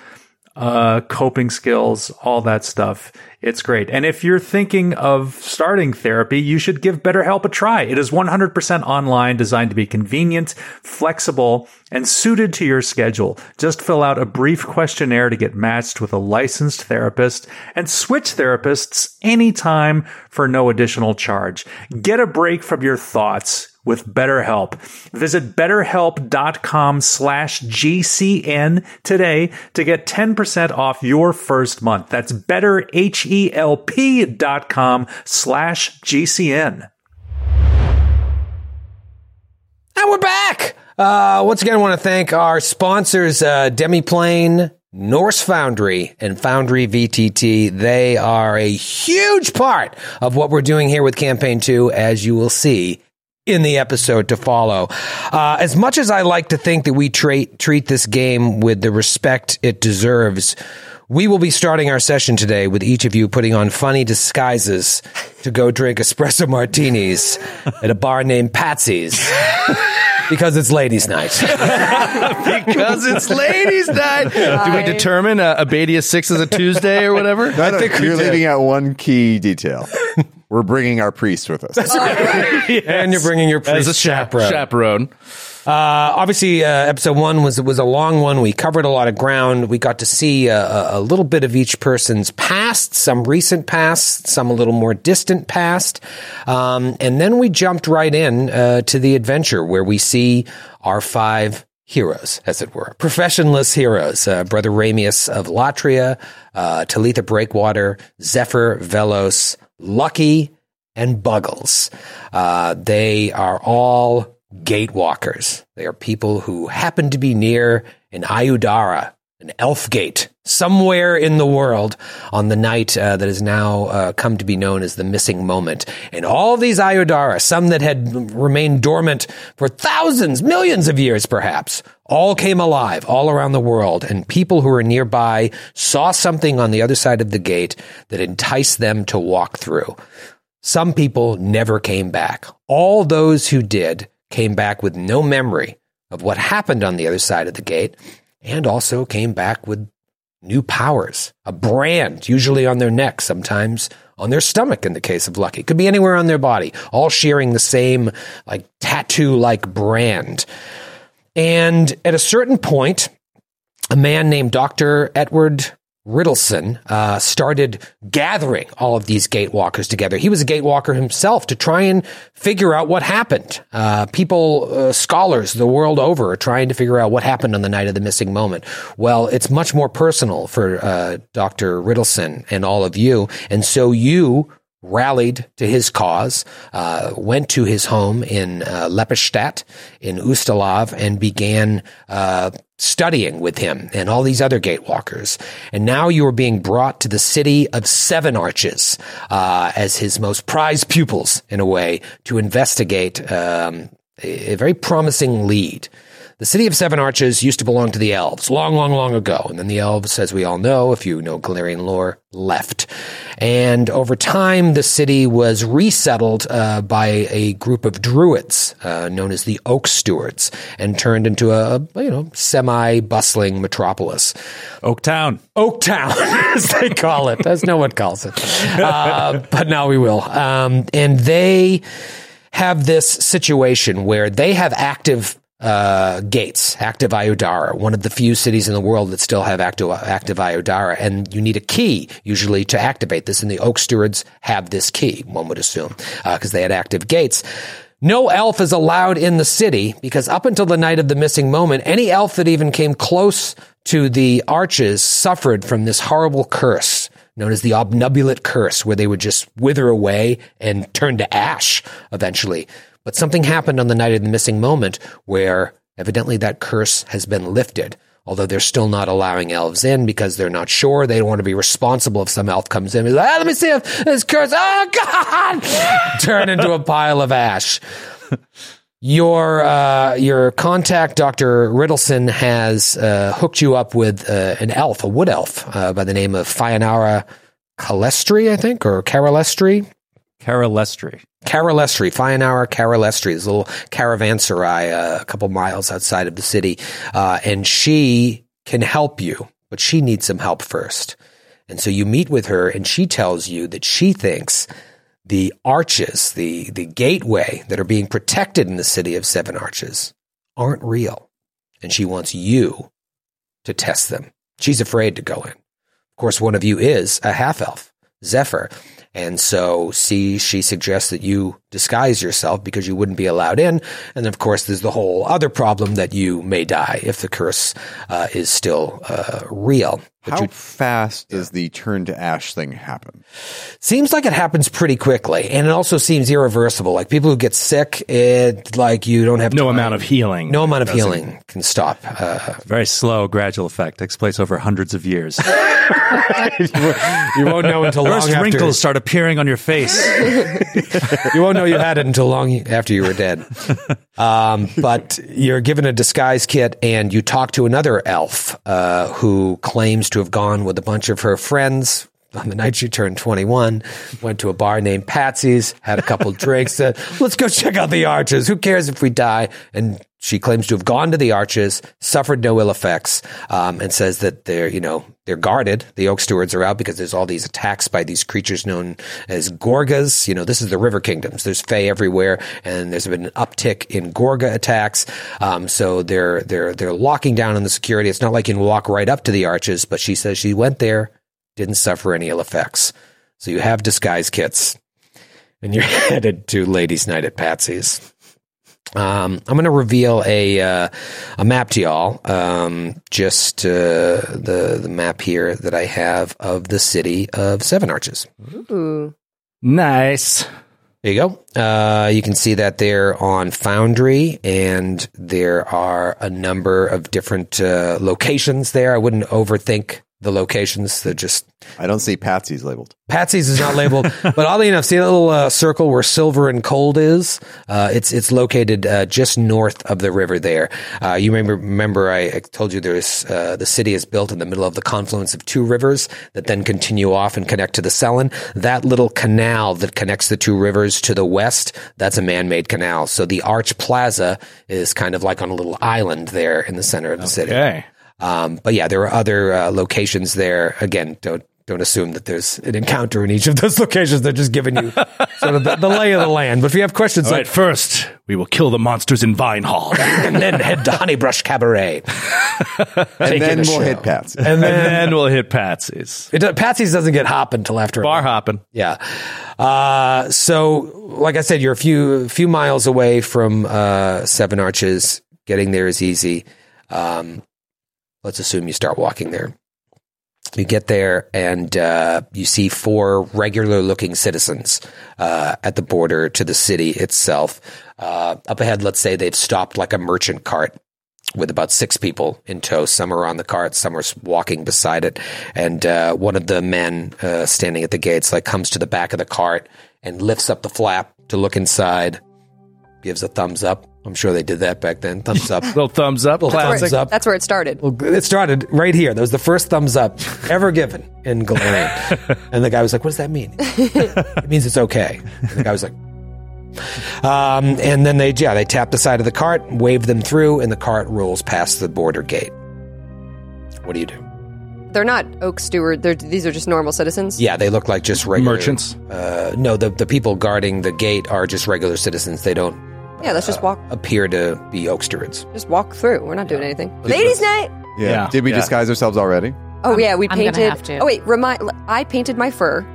[SPEAKER 10] uh, coping skills, all that stuff. It's great. And if you're thinking of starting therapy, you should give BetterHelp a try. It is 100% online, designed to be convenient, flexible, and suited to your schedule. Just fill out a brief questionnaire to get matched with a licensed therapist and switch therapists anytime for no additional charge. Get a break from your thoughts with BetterHelp. Visit betterhelp.com slash GCN today to get 10% off your first month. That's betterhelp.com slash GCN.
[SPEAKER 2] And we're back. Uh, once again, I want to thank our sponsors, uh, Demiplane, Norse Foundry, and Foundry VTT. They are a huge part of what we're doing here with Campaign 2, as you will see in the episode to follow. Uh, as much as I like to think that we treat treat this game with the respect it deserves, we will be starting our session today with each of you putting on funny disguises to go drink espresso martinis at a bar named Patsy's. Because it's ladies' night.
[SPEAKER 3] because it's ladies' night. Do we determine a, a Badia six is a Tuesday or whatever?
[SPEAKER 6] No, no, you're leaving out one key detail. We're bringing our priest with us.
[SPEAKER 2] And you're bringing your priest
[SPEAKER 3] As a chaperone. chaperone.
[SPEAKER 2] Uh, obviously, uh, episode one was was a long one. We covered a lot of ground. We got to see a, a, a little bit of each person's past, some recent past, some a little more distant past, um, and then we jumped right in uh, to the adventure where we see our five heroes, as it were, professionless heroes: uh, Brother Ramius of Latria, uh, Talitha Breakwater, Zephyr Velos, Lucky, and Buggles. Uh, they are all gatewalkers. They are people who happen to be near an Ayudara, an elf gate, somewhere in the world on the night uh, that has now uh, come to be known as the missing moment. And all these Ayudara, some that had remained dormant for thousands, millions of years perhaps, all came alive all around the world. And people who were nearby saw something on the other side of the gate that enticed them to walk through. Some people never came back. All those who did came back with no memory of what happened on the other side of the gate and also came back with new powers, a brand, usually on their neck, sometimes on their stomach in the case of Lucky. Could be anywhere on their body, all sharing the same like tattoo like brand. And at a certain point, a man named Dr. Edward Riddleson uh, started gathering all of these gatewalkers together. He was a gatewalker himself to try and figure out what happened. Uh, people, uh, scholars the world over, are trying to figure out what happened on the night of the missing moment. Well, it's much more personal for uh, Dr. Riddleson and all of you. And so you rallied to his cause, uh, went to his home in uh, Lepestadt in Ustalav and began uh, studying with him and all these other gatewalkers. And now you are being brought to the city of Seven Arches uh, as his most prized pupils, in a way, to investigate um, a a very promising lead. The city of Seven Arches used to belong to the elves long, long, long ago. And then the elves, as we all know, if you know Galarian lore, left. And over time, the city was resettled uh, by a group of druids uh, known as the Oak Stewards and turned into a, a, you know, semi bustling metropolis.
[SPEAKER 7] Oaktown.
[SPEAKER 2] Oaktown, as they call it, as no one calls it. Uh, but now we will. Um, and they have this situation where they have active uh, gates, active Iodara, one of the few cities in the world that still have active, active Iodara, and you need a key usually to uh, activate this. And the Oak Stewards have this key, one would assume, because they had active gates. No elf is allowed in the city because up until the night of the missing moment, any elf that even came close to the arches suffered from this horrible curse known as the obnubulate curse, where they would just wither away and turn to ash eventually. But something happened on the night of the missing moment where evidently that curse has been lifted. Although they're still not allowing elves in because they're not sure. They don't want to be responsible if some elf comes in and is like, ah, let me see if this curse, oh God, turn into a pile of ash. Your uh, your contact, Doctor Riddleson, has uh, hooked you up with uh, an elf, a wood elf, uh, by the name of Fianara Calestri, I think, or Carolestri.
[SPEAKER 7] Kara Lestry.
[SPEAKER 2] Carolestri, Fianara Carolestri, this little caravanserai uh, a couple miles outside of the city, uh, and she can help you, but she needs some help first. And so you meet with her, and she tells you that she thinks the arches, the the gateway that are being protected in the city of Seven Arches, aren't real, and she wants you to test them. She's afraid to go in. Of course, one of you is a half elf, Zephyr. And so see, she suggests that you disguise yourself because you wouldn't be allowed in. And of course, there's the whole other problem that you may die if the curse uh, is still uh, real. But
[SPEAKER 6] How
[SPEAKER 2] you-
[SPEAKER 6] fast does the turn to ash thing happen?
[SPEAKER 2] seems like it happens pretty quickly, and it also seems irreversible. Like people who get sick, it like you don't have
[SPEAKER 3] No
[SPEAKER 2] time.
[SPEAKER 3] amount of healing.
[SPEAKER 2] no amount of healing can stop. Uh,
[SPEAKER 7] Very slow, gradual effect. Takes place over hundreds of years.
[SPEAKER 2] you won't know until
[SPEAKER 7] First wrinkles start appearing on your face.
[SPEAKER 2] you won't know you had it until long after you were dead. Um, but you're given a disguise kit, and you talk to another elf uh, who claims to have gone with a bunch of her friends. On the night she turned 21, went to a bar named Patsy's, had a couple drinks, said, let's go check out the arches. Who cares if we die? And she claims to have gone to the arches, suffered no ill effects, um, and says that they're, you know, they're guarded. The oak stewards are out because there's all these attacks by these creatures known as gorgas. You know, this is the river kingdoms. There's fey everywhere, and there's been an uptick in gorga attacks. Um, so they're they're they're locking down on the security. It's not like you can walk right up to the arches, but she says she went there, didn't suffer any ill effects. So you have disguise kits, and you're headed to ladies' night at Patsy's. Um, I'm going to reveal a uh, a map to y'all. Um, just uh, the the map here that I have of the city of Seven Arches.
[SPEAKER 5] Ooh.
[SPEAKER 3] Nice.
[SPEAKER 2] There you go. Uh, you can see that there on Foundry, and there are a number of different uh, locations there. I wouldn't overthink the locations. They're just
[SPEAKER 6] I don't see Patsy's labeled.
[SPEAKER 2] Patsy's is not labeled, but oddly enough, see that little uh, circle where Silver and Cold is? Uh, it's it's located uh, just north of the river there. Uh, you may remember I, I told you there's uh, the city is built in the middle of the confluence of two rivers that then continue off and connect to the Selin. That little canal that connects the two rivers to the west, that's a man-made canal. So the Arch Plaza is kind of like on a little island there in the center of the city.
[SPEAKER 3] Okay.
[SPEAKER 2] Um, but yeah, there are other uh, locations there. Again, don't don't assume that there's an encounter in each of those locations. They're just giving you sort of the, the lay of the land. But if you have questions,
[SPEAKER 3] All
[SPEAKER 2] like
[SPEAKER 3] right, first, we will kill the monsters in Vine Hall.
[SPEAKER 2] and then head to Honeybrush Cabaret,
[SPEAKER 6] And
[SPEAKER 2] in
[SPEAKER 6] then
[SPEAKER 2] a
[SPEAKER 6] we'll
[SPEAKER 2] show.
[SPEAKER 6] hit Patsy.
[SPEAKER 3] and then we'll hit Patsy's.
[SPEAKER 2] it, do- Patsy's doesn't get hop until after
[SPEAKER 3] Bar hopping.
[SPEAKER 2] Yeah. Uh, so, like I said, you're a few few miles away from uh, Seven Arches. Getting there is easy. Um, let's assume you start walking there. You get there and uh, you see four regular looking citizens uh, at the border to the city itself. Uh, up ahead, let's say they've stopped like a merchant cart with about six people in tow. Some are on the cart, some are walking beside it, and uh, one of the men uh, standing at the gates like comes to the back of the cart and lifts up the flap to look inside, gives a thumbs up. I'm sure they did that back then. Thumbs up.
[SPEAKER 3] Little thumbs up.
[SPEAKER 5] That's
[SPEAKER 2] Thumbs
[SPEAKER 5] where,
[SPEAKER 2] up.
[SPEAKER 5] it, that's where it started.
[SPEAKER 2] Well, it started right here. That was the first thumbs up ever given in Galarian. and the guy was like, "What does that mean?" it means it's okay. And the guy was like, um, and then they yeah they tap the side of the cart, wave them through, and the cart rolls past the border gate. What do you do?
[SPEAKER 5] They're not oak steward. They're, these are just normal citizens.
[SPEAKER 2] Yeah, they look like just regular
[SPEAKER 3] Merchants.
[SPEAKER 2] Uh, no, the the people guarding the gate are just regular citizens. They don't
[SPEAKER 5] Yeah, let's just walk.
[SPEAKER 2] appear to be Oaksterds.
[SPEAKER 5] Just walk through. We're not doing anything. Ladies' night.
[SPEAKER 6] Yeah.
[SPEAKER 3] Yeah.
[SPEAKER 6] Did we
[SPEAKER 3] Yeah.
[SPEAKER 6] disguise ourselves already?
[SPEAKER 5] Oh yeah, we
[SPEAKER 8] I'm gonna
[SPEAKER 5] painted.
[SPEAKER 8] have to.
[SPEAKER 5] Oh wait, remind. I painted my fur,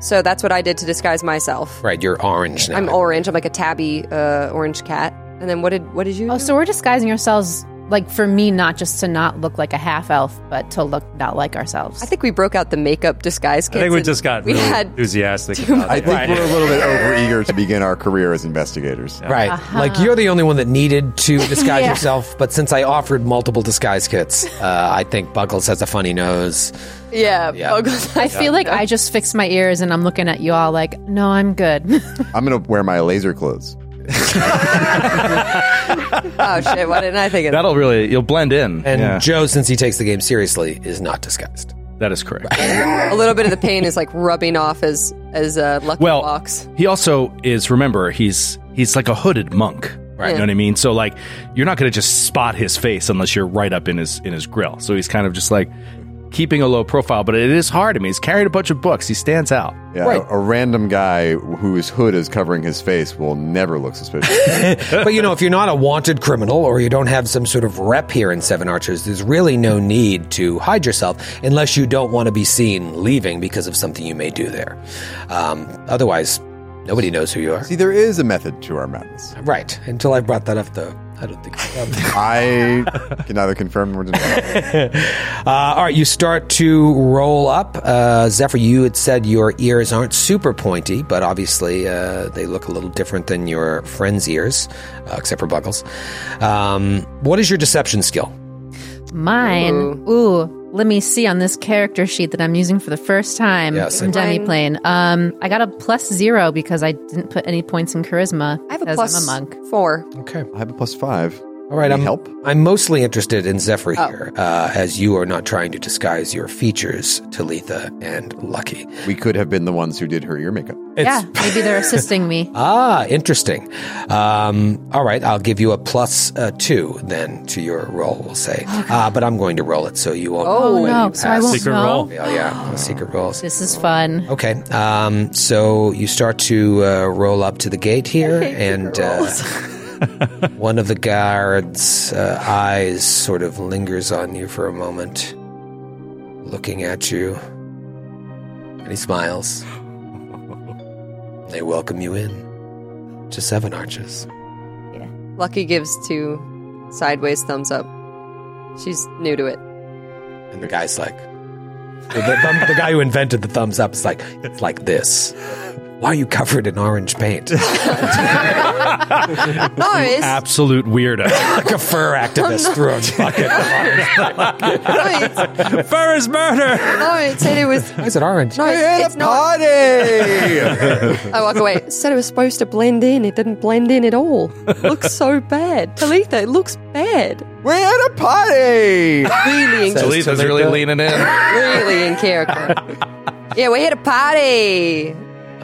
[SPEAKER 5] So that's what I did to disguise myself.
[SPEAKER 2] Right, you're orange now.
[SPEAKER 5] I'm orange. I'm like a tabby uh, orange cat. And then what did what did you?
[SPEAKER 8] Oh,
[SPEAKER 5] do?
[SPEAKER 8] so we're disguising ourselves, like for me, not just to not look like a half elf, but to look not like ourselves.
[SPEAKER 5] I think we broke out the makeup disguise
[SPEAKER 7] I
[SPEAKER 5] kits.
[SPEAKER 7] think we
[SPEAKER 5] and
[SPEAKER 7] just got
[SPEAKER 5] we
[SPEAKER 7] really
[SPEAKER 5] had
[SPEAKER 7] enthusiastic.
[SPEAKER 5] too
[SPEAKER 7] About
[SPEAKER 6] I
[SPEAKER 7] it.
[SPEAKER 6] think we're a little bit overeager to begin our career as investigators.
[SPEAKER 2] Right. Like you're the only one that needed to disguise yourself, but since I offered multiple disguise kits, uh, I think Buckles has a funny nose.
[SPEAKER 5] yeah.
[SPEAKER 2] Yeah.
[SPEAKER 5] Oh, God.
[SPEAKER 8] I feel like I just fixed my ears and I'm looking at you all like, no, I'm good.
[SPEAKER 6] I'm gonna wear my laser clothes.
[SPEAKER 5] oh shit! Why didn't I think of that?
[SPEAKER 3] That'll really you'll blend in.
[SPEAKER 2] And
[SPEAKER 3] Yeah.
[SPEAKER 2] Joe, since he takes the game seriously, is not disguised.
[SPEAKER 3] that is correct.
[SPEAKER 5] A little bit of the pain is like rubbing off as as a lucky
[SPEAKER 3] Well,
[SPEAKER 5] box.
[SPEAKER 3] he also is. Remember, he's he's like a hooded monk. Right. You know what I mean? So like, you're not going to just spot his face unless you're right up in his in his grill. So he's kind of just like keeping a low profile. But it is hard. I mean, he's carried a bunch of books. He stands out.
[SPEAKER 6] Yeah,
[SPEAKER 2] Right.
[SPEAKER 6] a, a random guy whose hood is covering his face will never look suspicious.
[SPEAKER 2] but you know, if you're not a wanted criminal or you don't have some sort of rep here in Seven Archers, there's really no need to hide yourself unless you don't want to be seen leaving because of something you may do there. Um, otherwise, nobody knows who you are.
[SPEAKER 6] See, there is a method to our madness.
[SPEAKER 2] Right. Until I brought that up, though. I don't think.
[SPEAKER 6] I can neither confirm nor deny.
[SPEAKER 2] Uh, all right, you start to roll up. Uh, Zephyr, you had said your ears aren't super pointy, but obviously uh, they look a little different than your friend's ears, uh, except for Buckles. Um, what is your deception skill?
[SPEAKER 8] Mine. Ooh. let me see on this character sheet that I'm using for the first time
[SPEAKER 2] Yes,
[SPEAKER 8] from
[SPEAKER 5] I-
[SPEAKER 8] Demiplane. Um, I got a plus zero because I didn't put any points in charisma.
[SPEAKER 5] I have a
[SPEAKER 8] because
[SPEAKER 5] plus
[SPEAKER 8] I'm a monk.
[SPEAKER 5] four.
[SPEAKER 2] Okay.
[SPEAKER 6] I have a plus five.
[SPEAKER 2] All right,
[SPEAKER 6] Need
[SPEAKER 2] I'm
[SPEAKER 6] help?
[SPEAKER 2] I'm mostly interested in Zephyr here, uh, as you are not trying to disguise your features, Talitha and Lucky.
[SPEAKER 6] We could have been the ones who did her ear makeup.
[SPEAKER 8] yeah, maybe they're assisting me.
[SPEAKER 2] Ah, interesting. Um, all right, I'll give you a plus uh, two then to your roll. We'll say, uh, but I'm going to roll it so you won't.
[SPEAKER 5] Oh,
[SPEAKER 2] know whether
[SPEAKER 8] no,
[SPEAKER 2] you
[SPEAKER 8] so I
[SPEAKER 2] pass.
[SPEAKER 8] won't
[SPEAKER 7] Secret
[SPEAKER 8] know.
[SPEAKER 7] roll.
[SPEAKER 2] Yeah, yeah, secret rolls.
[SPEAKER 8] This is fun.
[SPEAKER 2] Okay, um, so you start to uh, roll up to the gate here, and uh, one of the guards' uh, eyes sort of lingers on you for a moment, looking at you, and he smiles. They welcome you in to Seven Arches.
[SPEAKER 5] Lucky gives two sideways thumbs up. She's new to it.
[SPEAKER 2] And the guy's like, the, the thumb- the guy who invented the thumbs up is like, it's like this. Why are you covered in orange paint?
[SPEAKER 5] Nice.
[SPEAKER 3] Absolute weirdo.
[SPEAKER 2] like a fur activist threw a bucket of orange.
[SPEAKER 5] nice.
[SPEAKER 7] Fur is murder.
[SPEAKER 5] Nice. Said it was
[SPEAKER 2] Why is it orange?
[SPEAKER 5] nice. It's not.
[SPEAKER 6] Party!
[SPEAKER 5] I walk away. Said it was supposed to blend in. It didn't blend in at all. Looks so bad. Talitha, it looks bad.
[SPEAKER 6] We're at a party!
[SPEAKER 5] Really in,
[SPEAKER 3] Talitha's really leaning in.
[SPEAKER 5] really in character. Yeah, we're here to party.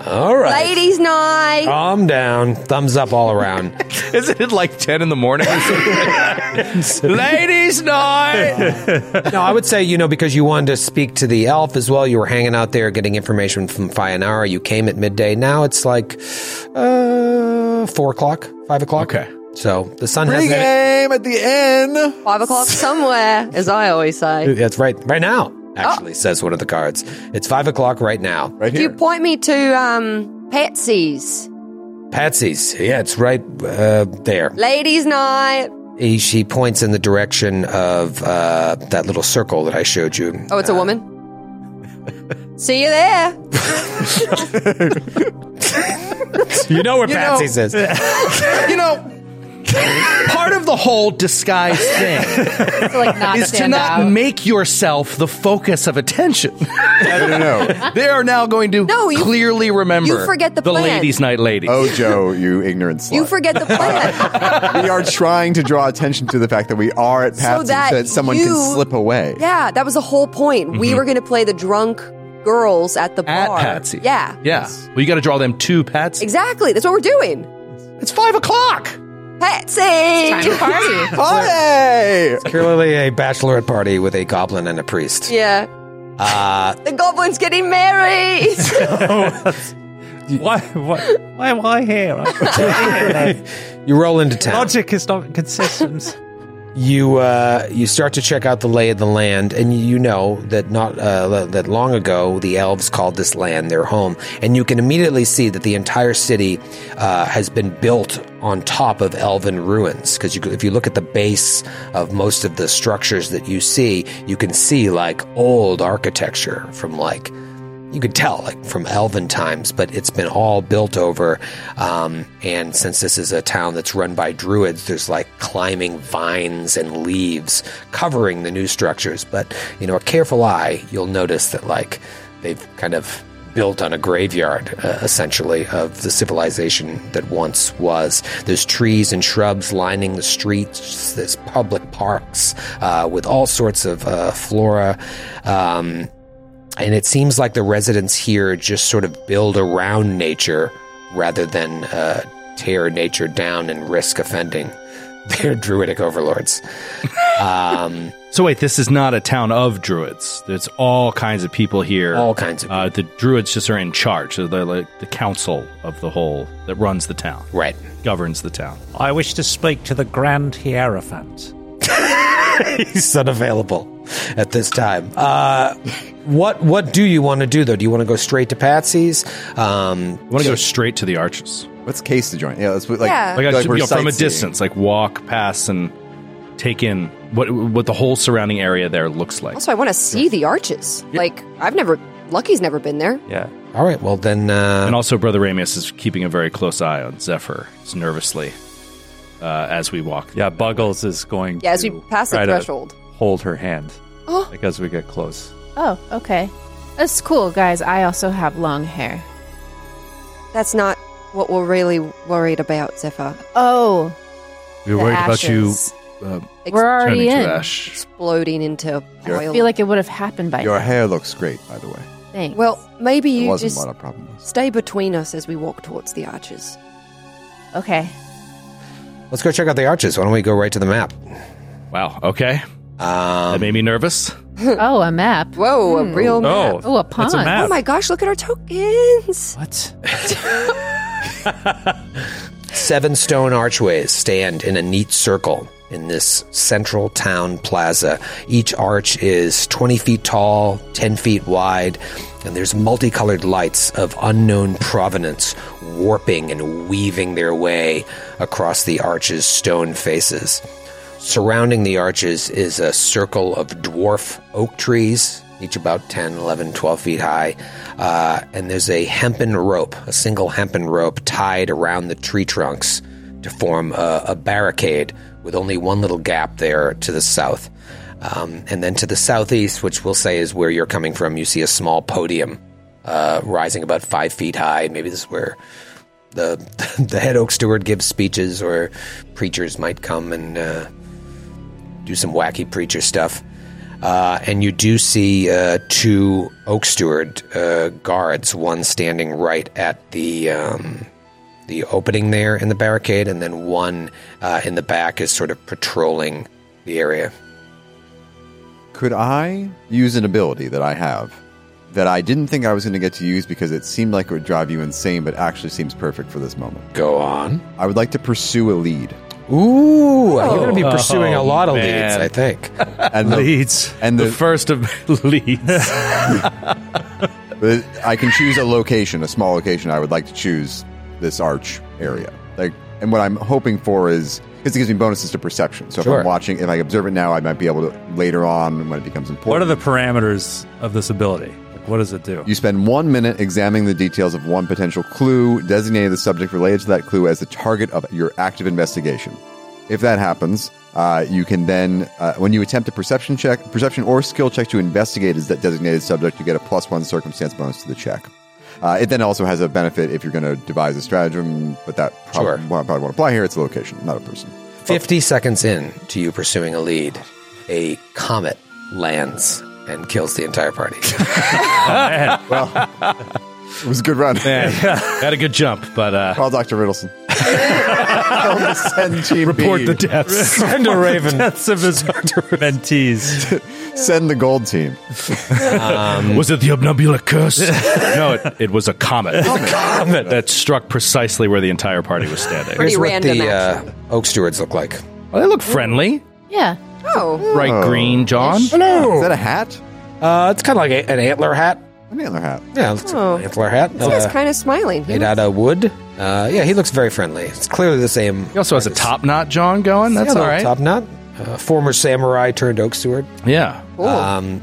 [SPEAKER 2] All right.
[SPEAKER 5] Ladies' night.
[SPEAKER 2] Calm down. Thumbs up all around.
[SPEAKER 3] Isn't it like ten in the morning? Ladies' night.
[SPEAKER 2] no, I would say, you know, because you wanted to speak to the elf as well, you were hanging out there getting information from Fayanara. You came at midday. Now it's like uh, 4 o'clock, 5 o'clock.
[SPEAKER 3] Okay.
[SPEAKER 2] So the sun
[SPEAKER 6] Free
[SPEAKER 2] has.
[SPEAKER 6] game at the end!
[SPEAKER 5] Five o'clock somewhere, as I always say.
[SPEAKER 2] That's right. Right now, actually, says one of the cards. It's 5 o'clock right now.
[SPEAKER 6] Right
[SPEAKER 5] Do you
[SPEAKER 6] here.
[SPEAKER 5] point me to um, Patsy's
[SPEAKER 2] Patsy's. Yeah, it's right uh, there.
[SPEAKER 5] ladies' night?
[SPEAKER 2] He, she points in the direction of uh, that little circle that I showed you.
[SPEAKER 5] Oh, it's a woman. See you there.
[SPEAKER 2] You know where
[SPEAKER 3] You know-
[SPEAKER 2] Patsy's is.
[SPEAKER 3] You know, part of the whole disguise thing
[SPEAKER 8] To, like not
[SPEAKER 3] is to
[SPEAKER 8] stand
[SPEAKER 3] not
[SPEAKER 8] out.
[SPEAKER 3] make yourself the focus of attention.
[SPEAKER 6] No, no, no.
[SPEAKER 3] They are now going to
[SPEAKER 5] No, you-
[SPEAKER 3] clearly remember.
[SPEAKER 5] you forget the
[SPEAKER 3] the
[SPEAKER 5] plan.
[SPEAKER 3] ladies' night ladies.
[SPEAKER 6] Oh, Joe, you ignorant slut.
[SPEAKER 5] You forget the plan.
[SPEAKER 6] we are trying to draw attention to the fact that we are at Patsy so that,
[SPEAKER 5] that
[SPEAKER 6] someone
[SPEAKER 5] you-
[SPEAKER 6] can slip away.
[SPEAKER 5] yeah, that was the whole point. We were going to play the drunk girls at the
[SPEAKER 3] At
[SPEAKER 5] bar.
[SPEAKER 3] Patsy.
[SPEAKER 5] Yeah.
[SPEAKER 3] Yeah. Well, you got to draw them two Patsy.
[SPEAKER 5] Exactly. That's what we're doing.
[SPEAKER 3] It's five o'clock.
[SPEAKER 8] Time
[SPEAKER 5] Patsy.
[SPEAKER 8] to party.
[SPEAKER 6] Party!
[SPEAKER 2] Clearly a bachelorette party with a goblin and a priest.
[SPEAKER 5] Yeah.
[SPEAKER 2] Uh,
[SPEAKER 5] The goblin's getting married.
[SPEAKER 4] Uh,
[SPEAKER 7] why, why? Why am I here?
[SPEAKER 2] you roll into town.
[SPEAKER 7] Logic is not consistent.
[SPEAKER 2] you uh, you start to check out the lay of the land, and you know that not uh, that long ago the elves called this land their home, and you can immediately see that the entire city uh, has been built on top of elven ruins. Because if you look at the base of most of the structures that you see, you can see like old architecture from like you could tell like from elven times but it's been all built over um, and since this is a town that's run by druids there's like climbing vines and leaves covering the new structures but you know a careful eye you'll notice that like they've kind of built on a graveyard uh, essentially of the civilization that once was there's trees and shrubs lining the streets there's public parks uh, with all sorts of uh, flora um, and it seems like the residents here just sort of build around nature rather than uh, tear nature down and risk offending their druidic overlords. Um,
[SPEAKER 3] So wait, this is not a town of druids. There's all kinds of people here.
[SPEAKER 2] All kinds of
[SPEAKER 3] Uh, the druids just are in charge. So they're like the council of the whole that runs the town,
[SPEAKER 2] right.
[SPEAKER 3] governs the town.
[SPEAKER 4] I wish to speak to the Grand Hierophant.
[SPEAKER 2] He's unavailable at this time. Uh, what what do you want to do though? Do you want to go straight to Patsy's? Um,
[SPEAKER 3] You want to go straight to the arches,
[SPEAKER 6] What's case to join? Yeah, let's put, like,
[SPEAKER 5] Yeah.
[SPEAKER 3] like, I
[SPEAKER 6] Like
[SPEAKER 3] should-
[SPEAKER 6] we're
[SPEAKER 3] you know, from a
[SPEAKER 6] sightseeing.
[SPEAKER 3] distance, like walk past and take in what what the whole surrounding area there looks like.
[SPEAKER 5] Also, I want to see the arches. Like, I've never, Lucky's never been there.
[SPEAKER 7] Yeah.
[SPEAKER 2] all right. Well then,
[SPEAKER 3] And
[SPEAKER 2] uh,
[SPEAKER 3] also, Brother Ramius is keeping a very close eye on Zephyr just nervously uh, as we walk.
[SPEAKER 7] Yeah, Buggles is going
[SPEAKER 5] Yeah, as
[SPEAKER 7] to
[SPEAKER 5] we pass the
[SPEAKER 7] try to
[SPEAKER 5] threshold.
[SPEAKER 7] hold her hand
[SPEAKER 5] Oh.
[SPEAKER 7] like as we get close.
[SPEAKER 8] Oh, okay. That's cool, guys. I also have long hair.
[SPEAKER 5] That's not what we're really worried about, Zephyr.
[SPEAKER 8] Oh,
[SPEAKER 11] We're
[SPEAKER 8] the
[SPEAKER 11] worried
[SPEAKER 8] ashes.
[SPEAKER 11] about you uh,
[SPEAKER 5] Ex-
[SPEAKER 8] We're already
[SPEAKER 11] turning
[SPEAKER 8] in.
[SPEAKER 11] to ash.
[SPEAKER 5] Exploding into
[SPEAKER 6] Yeah.
[SPEAKER 8] I
[SPEAKER 5] oil.
[SPEAKER 8] feel like it would have happened by
[SPEAKER 6] Your
[SPEAKER 8] now.
[SPEAKER 6] hair looks great, by the way.
[SPEAKER 8] Thanks.
[SPEAKER 5] well, maybe
[SPEAKER 6] It
[SPEAKER 5] you
[SPEAKER 6] wasn't
[SPEAKER 5] just
[SPEAKER 6] what our problem was.
[SPEAKER 5] stay between us as we walk towards the arches.
[SPEAKER 8] okay.
[SPEAKER 2] let's go check out the arches. Why don't we go right to the map?
[SPEAKER 3] Wow. Okay. that made me nervous.
[SPEAKER 8] oh, a map.
[SPEAKER 5] Whoa, a real map.
[SPEAKER 7] Oh,
[SPEAKER 8] Oh, a pond.
[SPEAKER 7] It's a map.
[SPEAKER 5] Hmm. Oh my gosh, look at our tokens.
[SPEAKER 7] what?
[SPEAKER 2] Seven stone archways stand in a neat circle in this central town plaza. Each arch is 20 feet tall, 10 feet wide, and there's multicolored lights of unknown provenance warping and weaving their way across the arch's stone faces. Surrounding the arches is a circle of dwarf oak trees, each about 10, 11, 12 feet high. Uh, and there's a hempen rope, a single hempen rope tied around the tree trunks to form a, a barricade with only one little gap there to the south. Um, and then to the southeast, which we'll say is where you're coming from, you see a small podium uh, rising about five feet high. Maybe this is where the the head oak steward gives speeches, or preachers might come and uh, do some wacky preacher stuff. Uh, and you do see uh, two oak steward uh, guards, one standing right at the um, the opening there in the barricade, and then one uh, in the back is sort of patrolling the area.
[SPEAKER 6] Could I use an ability that I have that I didn't think I was going to get to use because it seemed like it would drive you insane, but actually seems perfect for this moment?
[SPEAKER 2] Go on.
[SPEAKER 6] I would like to pursue a lead.
[SPEAKER 2] Ooh, you're going to be pursuing a lot of
[SPEAKER 3] Oh, man.
[SPEAKER 2] leads, I think.
[SPEAKER 6] And the,
[SPEAKER 7] Leads.
[SPEAKER 6] And the,
[SPEAKER 3] Uh, The first of leads.
[SPEAKER 6] I can choose a location, a small location. I would like to choose this arch area. Like, and what I'm hoping for is because it gives me bonuses to perception. So if
[SPEAKER 2] Sure.
[SPEAKER 6] I'm watching, if I observe it now, I might be able to later on when it becomes important.
[SPEAKER 7] What are the parameters of this ability? Like, what does it do?
[SPEAKER 6] You spend one minute examining the details of one potential clue, designating the subject related to that clue as the target of your active investigation. If that happens, uh, you can then, uh, when you attempt a perception check, perception or skill check to investigate is that designated subject, you get a plus one circumstance bonus to the check. Uh, it then also has a benefit if you're going to devise a stratagem, but that prob-
[SPEAKER 2] Sure.
[SPEAKER 6] won't- probably won't apply here. It's a location, not a person.
[SPEAKER 2] 50 seconds in to you pursuing a lead, a comet lands and kills the entire party.
[SPEAKER 6] It was a good run.
[SPEAKER 3] Man, had a good jump, but uh,
[SPEAKER 6] Call Dr. Riddleson. Tell him to send Team B.
[SPEAKER 3] report the deaths.
[SPEAKER 7] Send a raven. Deaths of his mentees.
[SPEAKER 6] Send the gold team.
[SPEAKER 3] was it the obnubula curse? no, it, it was a comet. comet that struck precisely where the entire party was standing.
[SPEAKER 5] Pretty
[SPEAKER 2] Here's what
[SPEAKER 5] random,
[SPEAKER 2] the uh,
[SPEAKER 5] actually.
[SPEAKER 2] oak stewards look like.
[SPEAKER 3] Well, they look friendly.
[SPEAKER 8] Yeah.
[SPEAKER 5] Oh,
[SPEAKER 3] Bright
[SPEAKER 6] Oh.
[SPEAKER 3] green, John. Oh.
[SPEAKER 6] Is that
[SPEAKER 2] Hello.
[SPEAKER 6] a hat?
[SPEAKER 2] Uh, it's kind of like a, an antler hat.
[SPEAKER 6] An antler hat.
[SPEAKER 2] Yeah, it's
[SPEAKER 5] Oh.
[SPEAKER 2] an antler hat.
[SPEAKER 5] this guy's
[SPEAKER 2] uh,
[SPEAKER 5] kind of smiling. He
[SPEAKER 2] made
[SPEAKER 5] looks-
[SPEAKER 2] out of wood. Uh, yeah, he looks very friendly. It's clearly the same.
[SPEAKER 3] He also has a top knot, John, going. That's all right.
[SPEAKER 2] Top knot. Uh, former samurai turned oak steward.
[SPEAKER 3] Yeah.
[SPEAKER 5] cool.
[SPEAKER 2] Um,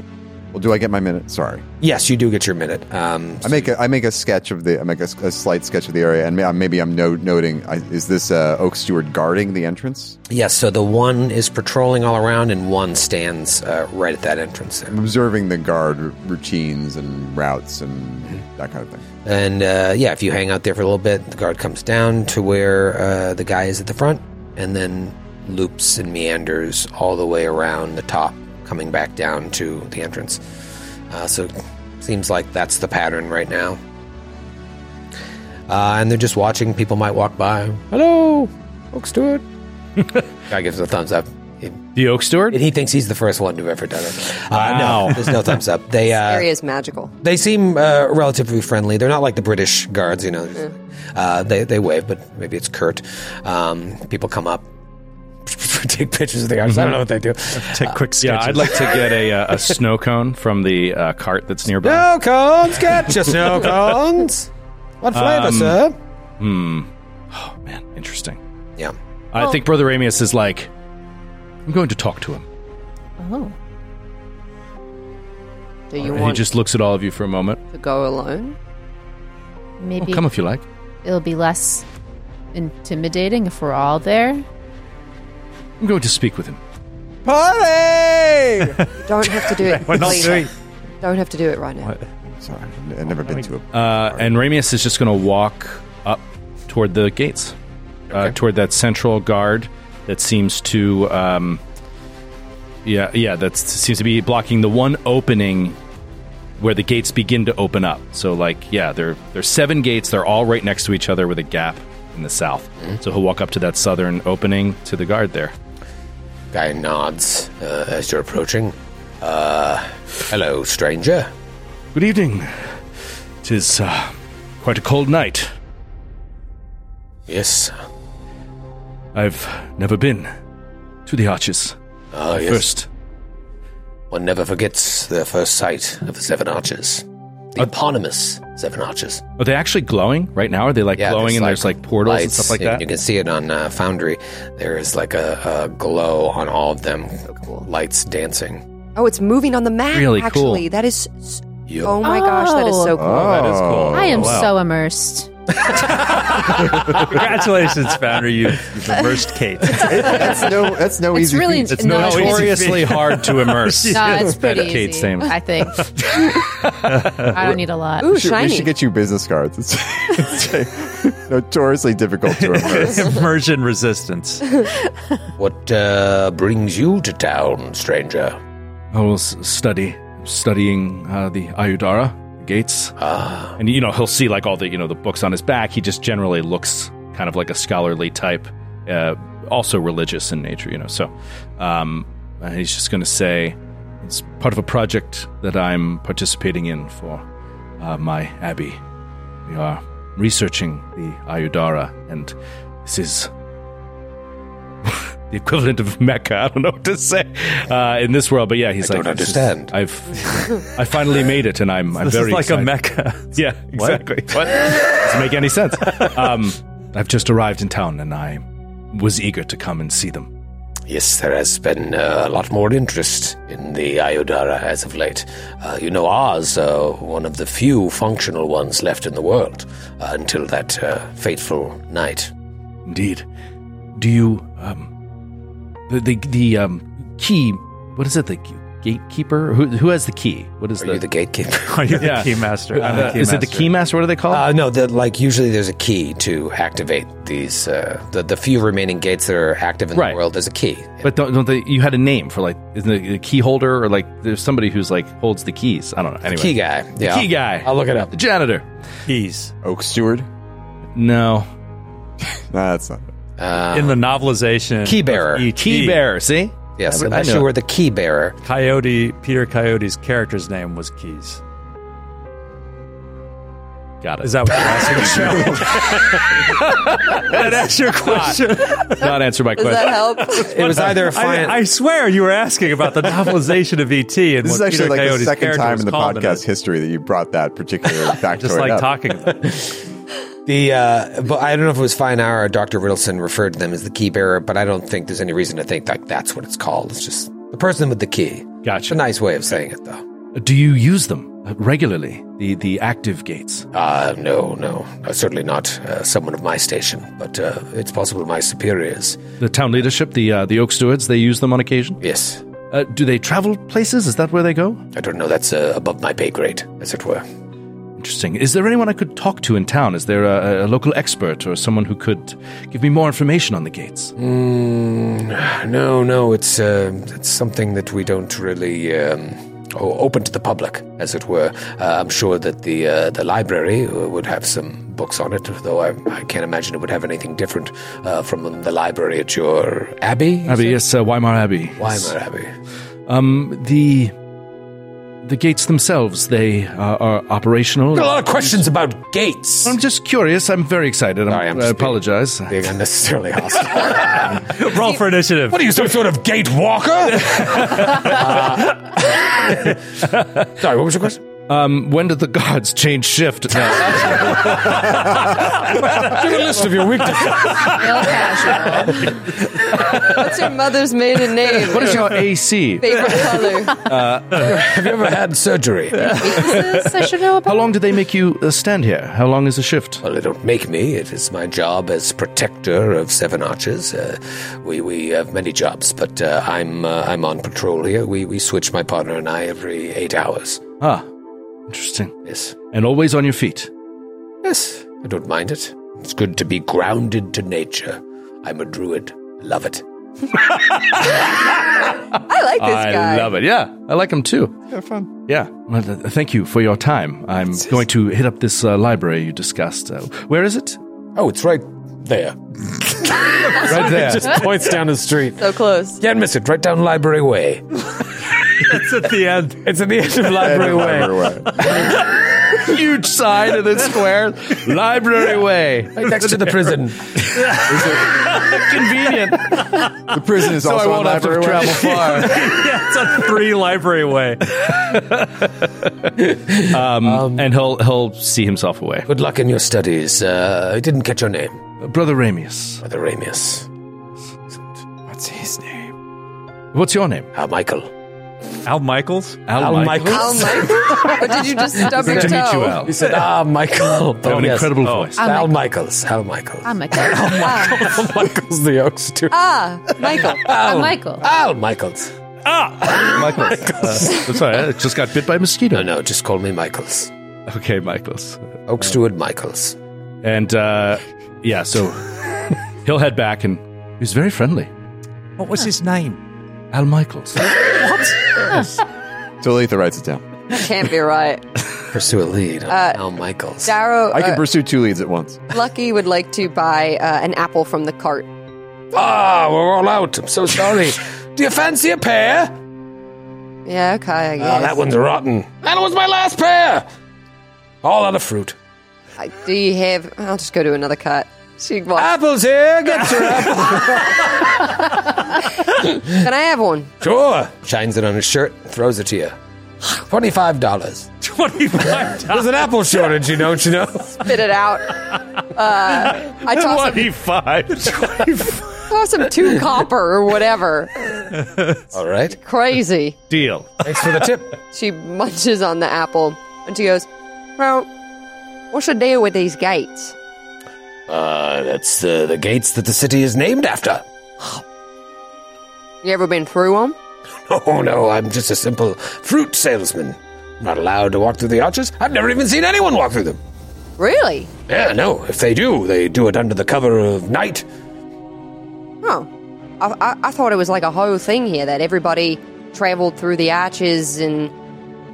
[SPEAKER 6] Well, do I get my minute? Sorry.
[SPEAKER 2] yes, you do get your minute. Um,
[SPEAKER 6] I make a, I make a sketch of the I make a, s- a slight sketch of the area, and ma- maybe I'm no, noting I, is this uh, Oak Steward guarding the entrance?
[SPEAKER 2] yes, so the one is patrolling all around, and one stands uh, right at that entrance. There.
[SPEAKER 6] I'm observing the guard r- routines and routes and that kind of thing.
[SPEAKER 2] And uh, yeah, if you hang out there for a little bit, the guard comes down to where uh, the guy is at the front, and then loops and meanders all the way around the top, coming back down to the entrance. Uh, so seems like that's the pattern right now. Uh, and they're just watching. People might walk by. Hello, Oak Stewart. guy gives a thumbs up. He,
[SPEAKER 3] The Oak Steward.
[SPEAKER 2] and he thinks he's the first one to have ever done it. Uh, No, there's no thumbs up. They uh,
[SPEAKER 5] area is magical.
[SPEAKER 2] they seem uh, relatively friendly. They're not like the British guards, you know. Uh, they they wave, but maybe it's curt. Um, people come up, take pictures of the guards. I don't know what they do.
[SPEAKER 3] Mm-hmm.
[SPEAKER 7] Take quick
[SPEAKER 3] Uh, Yeah,
[SPEAKER 7] sketches.
[SPEAKER 3] I'd like to get a, uh, a snow cone from the uh, cart that's nearby.
[SPEAKER 2] No cones, get your snow cones. What flavor, sir?
[SPEAKER 3] Oh, man, interesting.
[SPEAKER 2] Yeah.
[SPEAKER 3] I think Brother Amius is like, I'm going to talk to him.
[SPEAKER 8] Oh.
[SPEAKER 5] Do you
[SPEAKER 3] And he
[SPEAKER 5] want
[SPEAKER 3] just looks at all of you for a moment.
[SPEAKER 5] to go alone?
[SPEAKER 8] Maybe
[SPEAKER 3] Oh, come if you like.
[SPEAKER 8] it'll be less intimidating if we're all there.
[SPEAKER 3] I'm going to speak with him.
[SPEAKER 6] Party!
[SPEAKER 5] You don't have to do it.
[SPEAKER 7] We're not
[SPEAKER 5] please.
[SPEAKER 7] doing-
[SPEAKER 5] Don't have to do it right now.
[SPEAKER 6] Sorry, I've n- I've never been to a.
[SPEAKER 3] Uh, and Ramius is just going to walk up toward the gates, uh, toward that central guard that seems to, um, yeah, yeah, that seems to be blocking the one opening where the gates begin to open up. So, like, yeah, there there's seven gates. They're all right next to each other with a gap in the south. So he'll walk up to that southern opening to the guard there.
[SPEAKER 2] Guy nods uh, as you're approaching. Uh, hello, stranger.
[SPEAKER 3] Good evening. It is uh, quite a cold night.
[SPEAKER 2] Yes.
[SPEAKER 3] I've never been to the arches
[SPEAKER 2] Ah, yes.
[SPEAKER 3] first.
[SPEAKER 2] One never forgets their first sight of the Seven Arches. The eponymous Seven Arches.
[SPEAKER 3] Are they actually glowing right now? Are they like glowing and there's like portals and
[SPEAKER 2] lights,
[SPEAKER 3] stuff like that?
[SPEAKER 2] You can see it on uh, Foundry. There is like a, a glow on all of them.
[SPEAKER 5] cool.
[SPEAKER 2] Lights dancing.
[SPEAKER 5] Oh, it's moving on the map.
[SPEAKER 3] Really cool.
[SPEAKER 5] actually, that is. s-
[SPEAKER 2] Yeah.
[SPEAKER 5] Oh my gosh, that is so cool.
[SPEAKER 6] Oh, that is cool.
[SPEAKER 8] I am so immersed.
[SPEAKER 7] Congratulations, founder. You, you've immersed Kate.
[SPEAKER 6] that's no. That's no
[SPEAKER 8] It's
[SPEAKER 6] easy.
[SPEAKER 8] really
[SPEAKER 6] feat.
[SPEAKER 8] it's not
[SPEAKER 7] no,
[SPEAKER 8] it's,
[SPEAKER 7] Notoriously
[SPEAKER 3] hard to immerse.
[SPEAKER 8] no, it's pretty
[SPEAKER 3] That Kate's
[SPEAKER 8] easy.
[SPEAKER 3] same.
[SPEAKER 8] I think. I don't need a lot.
[SPEAKER 5] Ooh,
[SPEAKER 6] We should, we
[SPEAKER 5] shiny.
[SPEAKER 6] should get you business cards. It's, it's notoriously difficult to immerse.
[SPEAKER 7] Immersion resistance.
[SPEAKER 2] What uh, brings you to town, stranger?
[SPEAKER 3] I will s- study, studying uh, the Ayudara gates,
[SPEAKER 2] Ah,
[SPEAKER 3] and you know he'll see like all the you know the books on his back. He just generally looks kind of like a scholarly type, uh, also religious in nature. You know, so um, uh, he's just going to say it's part of a project that I'm participating in for uh, my abbey. We are researching the Ayudara, and this is the equivalent of Mecca. I don't know what to say uh, in this world, but yeah, he's
[SPEAKER 2] I
[SPEAKER 3] like,
[SPEAKER 2] don't
[SPEAKER 3] "This is-
[SPEAKER 2] understand."
[SPEAKER 3] I've I finally made it, and I'm I'm
[SPEAKER 7] This
[SPEAKER 3] very
[SPEAKER 7] is like a
[SPEAKER 3] excited."
[SPEAKER 7] mecca.
[SPEAKER 3] Yeah, exactly. What? Doesn't make any sense. Um, I've just arrived in town, and I was eager to come and see them.
[SPEAKER 2] yes, there has been uh, a lot more interest in the Iodara as of late. Uh, you know, ours are one of the few functional ones left in the world uh, until that uh, fateful night.
[SPEAKER 3] Indeed. Do you um the the, the um key? What is it? The g- gatekeeper? Who who has the key? What is
[SPEAKER 2] Are
[SPEAKER 3] the?
[SPEAKER 2] you the gatekeeper?
[SPEAKER 7] Are you the
[SPEAKER 3] Yeah.
[SPEAKER 7] keymaster? I'm
[SPEAKER 3] uh,
[SPEAKER 7] the keymaster.
[SPEAKER 3] is it the key master? What do they call
[SPEAKER 2] Uh,
[SPEAKER 3] it?
[SPEAKER 2] no, the, like usually there's a key to activate these uh, the the few remaining gates that are active in
[SPEAKER 3] Right.
[SPEAKER 2] the world. There's a key.
[SPEAKER 3] But don't, don't they? You had a name for like isn't it the key holder or like there's somebody who's like holds the keys. I don't know. Anyway,
[SPEAKER 2] Key guy. Yeah.
[SPEAKER 3] key guy.
[SPEAKER 2] I'll look it up.
[SPEAKER 3] the janitor.
[SPEAKER 7] keys?
[SPEAKER 6] Oak Steward.
[SPEAKER 3] No,
[SPEAKER 6] Nah, that's not.
[SPEAKER 2] Uh,
[SPEAKER 7] In the novelization.
[SPEAKER 2] Key bearer.
[SPEAKER 7] of E E.T.,
[SPEAKER 3] key bearer. See,
[SPEAKER 2] yes,
[SPEAKER 3] I
[SPEAKER 2] unless
[SPEAKER 3] know.
[SPEAKER 2] you were the key bearer.
[SPEAKER 7] Coyote, Peter Coyote's character's name was Keys.
[SPEAKER 11] Got it.
[SPEAKER 7] Is that what you're asking?
[SPEAKER 10] That's your question.
[SPEAKER 11] not answer my
[SPEAKER 5] Does
[SPEAKER 11] question?
[SPEAKER 5] that help?
[SPEAKER 2] It was either a
[SPEAKER 7] I,
[SPEAKER 2] fine.
[SPEAKER 7] I swear you were asking about the novelization of ET. And
[SPEAKER 6] This is
[SPEAKER 7] what Peter
[SPEAKER 6] actually like the
[SPEAKER 7] Coyote's
[SPEAKER 6] second
[SPEAKER 7] character
[SPEAKER 6] time
[SPEAKER 7] was
[SPEAKER 6] in the
[SPEAKER 7] called in
[SPEAKER 6] podcast
[SPEAKER 7] it.
[SPEAKER 6] history that you brought that particular factoid
[SPEAKER 7] Just like
[SPEAKER 6] up.
[SPEAKER 7] talking about it.
[SPEAKER 2] The uh, but I don't know if it was Fine Hour or Doctor Riddleson referred to them as the key bearer, but I don't think there's any reason to think that that's what it's called. It's just the person with the key. It's
[SPEAKER 11] Gotcha.
[SPEAKER 2] a nice way of saying it, though.
[SPEAKER 3] Do you use them uh, regularly? The the active gates.
[SPEAKER 2] Uh, no, no, uh, certainly not uh, someone of my station, but uh, it's possible my superiors.
[SPEAKER 3] The town leadership, the uh, the Oak Stewards, they use them on occasion.
[SPEAKER 2] Yes,
[SPEAKER 3] Uh, do they travel places? Is that where they go?
[SPEAKER 2] I don't know. That's uh, above my pay grade, as it were.
[SPEAKER 3] Interesting. Is there anyone I could talk to in town? Is there a, a local expert or someone who could give me more information on the gates?
[SPEAKER 2] Mm, no, no, it's uh, it's something that we don't really um, o- open to the public, as it were. Uh, I'm sure that the uh, the library uh, would have some books on it, though I, I can't imagine it would have anything different uh, from the library at your abbey.
[SPEAKER 3] Abbey, yes, uh, Weimar Abbey.
[SPEAKER 2] Weimar Abbey.
[SPEAKER 3] Um, the the gates themselves, they uh, are operational.
[SPEAKER 2] Got a lot of questions about gates.
[SPEAKER 3] I'm just curious. I'm very excited. I'm,
[SPEAKER 2] Sorry, I'm
[SPEAKER 3] I
[SPEAKER 2] just
[SPEAKER 3] apologize.
[SPEAKER 2] Being unnecessarily hostile.
[SPEAKER 7] Roll for initiative.
[SPEAKER 2] what are you, some sort of gate walker? Sorry, what was your question?
[SPEAKER 3] Um, when did the guards change shift? No.
[SPEAKER 2] Give a list of your weaknesses.
[SPEAKER 8] Real casual.
[SPEAKER 5] What's your mother's maiden name?
[SPEAKER 3] what is your AC?
[SPEAKER 5] favorite color?
[SPEAKER 2] Have you ever had surgery?
[SPEAKER 8] Weaknesses I should know about.
[SPEAKER 3] How long do they make you uh, stand here? How long is the shift?
[SPEAKER 2] Well, they don't make me. It is my job as protector of Seven Arches. Uh, we we have many jobs, but uh, I'm uh, I'm on patrol here. We we switch my partner and I every eight hours.
[SPEAKER 3] Ah, interesting.
[SPEAKER 2] Yes,
[SPEAKER 3] And always on your feet.
[SPEAKER 2] yes, I don't mind it. It's good to be grounded to nature. I'm a druid. I love it.
[SPEAKER 5] I like this guy.
[SPEAKER 3] I love it. Yeah, I like them too. Yeah, fun. Yeah. Well, th- thank you for your time. I'm going to hit up this uh, library you discussed. Uh, where is it?
[SPEAKER 2] Oh, it's right there.
[SPEAKER 3] Right there.
[SPEAKER 11] Points down the street.
[SPEAKER 5] So close.
[SPEAKER 2] Can't miss it. Right down Library Way.
[SPEAKER 7] It's at the end.
[SPEAKER 2] It's at the end of
[SPEAKER 6] Library
[SPEAKER 2] Library Way.
[SPEAKER 6] Way.
[SPEAKER 3] huge sign in the square. library way.
[SPEAKER 2] Right next to the prison.
[SPEAKER 3] Convenient.
[SPEAKER 6] The prison is
[SPEAKER 3] so I
[SPEAKER 6] also on
[SPEAKER 3] won't have to
[SPEAKER 6] Library Way.
[SPEAKER 3] travel far.
[SPEAKER 7] Yeah, it's a three library way.
[SPEAKER 3] Um, and he'll he'll see himself away.
[SPEAKER 2] Good luck in your studies. Uh, I didn't catch your name,
[SPEAKER 3] Brother Ramius,
[SPEAKER 2] Brother Ramius.
[SPEAKER 6] What's his name?
[SPEAKER 3] what's your name?
[SPEAKER 2] Ah, Michael.
[SPEAKER 7] Al Michaels.
[SPEAKER 3] Al Michaels.
[SPEAKER 5] Oh my! Or did you just stub your
[SPEAKER 3] Good to meet you,
[SPEAKER 5] toe?
[SPEAKER 3] Al.
[SPEAKER 2] He said, "Ah, Michael."
[SPEAKER 3] You
[SPEAKER 2] Oh,
[SPEAKER 3] have an
[SPEAKER 2] yes.
[SPEAKER 3] incredible voice.
[SPEAKER 8] Al
[SPEAKER 2] Al Michaels. Al Michaels.
[SPEAKER 8] I'm Michael.
[SPEAKER 5] Ah,
[SPEAKER 2] Al Michaels, the oaks too.
[SPEAKER 5] ah, Michael.
[SPEAKER 3] Oh.
[SPEAKER 8] I'm Michael.
[SPEAKER 2] Al Michaels.
[SPEAKER 3] Michaels. Uh, I'm sorry, I just got bit by a
[SPEAKER 2] No,
[SPEAKER 3] mosquito.
[SPEAKER 2] no, just call me Michaels.
[SPEAKER 3] Okay, Michaels.
[SPEAKER 2] Oak Steward Michaels.
[SPEAKER 3] And uh, yeah, so he'll head back and he's very friendly.
[SPEAKER 4] What was his name?
[SPEAKER 3] Al Michaels.
[SPEAKER 6] Talitha writes it down.
[SPEAKER 5] Can't be right.
[SPEAKER 2] Pursue a lead. on Al Michaels.
[SPEAKER 5] Darrow
[SPEAKER 6] I can
[SPEAKER 5] uh,
[SPEAKER 6] pursue two leads at once.
[SPEAKER 5] Lucky would like to buy uh, an apple from the cart.
[SPEAKER 2] Ah, we're all out. I'm so sorry. Do you fancy a pair?
[SPEAKER 5] Yeah, okay,
[SPEAKER 3] Oh,
[SPEAKER 5] I guess.
[SPEAKER 2] Ah, that one's rotten. That was my last pair. All out of fruit.
[SPEAKER 5] I- Do you have? I'll just go to another cart. She
[SPEAKER 3] Ah.
[SPEAKER 5] wants.
[SPEAKER 2] Apples here. Get your apple.
[SPEAKER 5] Can I have one?
[SPEAKER 2] Sure. Shines it on his shirt. Throws it to you. Twenty-five dollars.
[SPEAKER 7] Twenty-five.
[SPEAKER 2] There's an apple shortage, you don't you know?
[SPEAKER 5] Spit it out. Uh, I toss him, toss him two copper or whatever.
[SPEAKER 2] All right.
[SPEAKER 5] Crazy.
[SPEAKER 3] Deal.
[SPEAKER 2] Thanks for the tip.
[SPEAKER 5] She munches on the apple and she goes, "Well, what's the deal with these gates?"
[SPEAKER 2] Uh, that's the, the gates that the city is named after.
[SPEAKER 5] You ever been through them?
[SPEAKER 2] Oh no, I'm just a simple fruit salesman. I'm not allowed to walk through the arches. I've never even seen anyone walk through them.
[SPEAKER 5] Really?
[SPEAKER 2] Yeah, no, if they do, they do it under the cover of night.
[SPEAKER 5] Oh, I, I, I thought it was like a whole thing here that everybody traveled through the arches and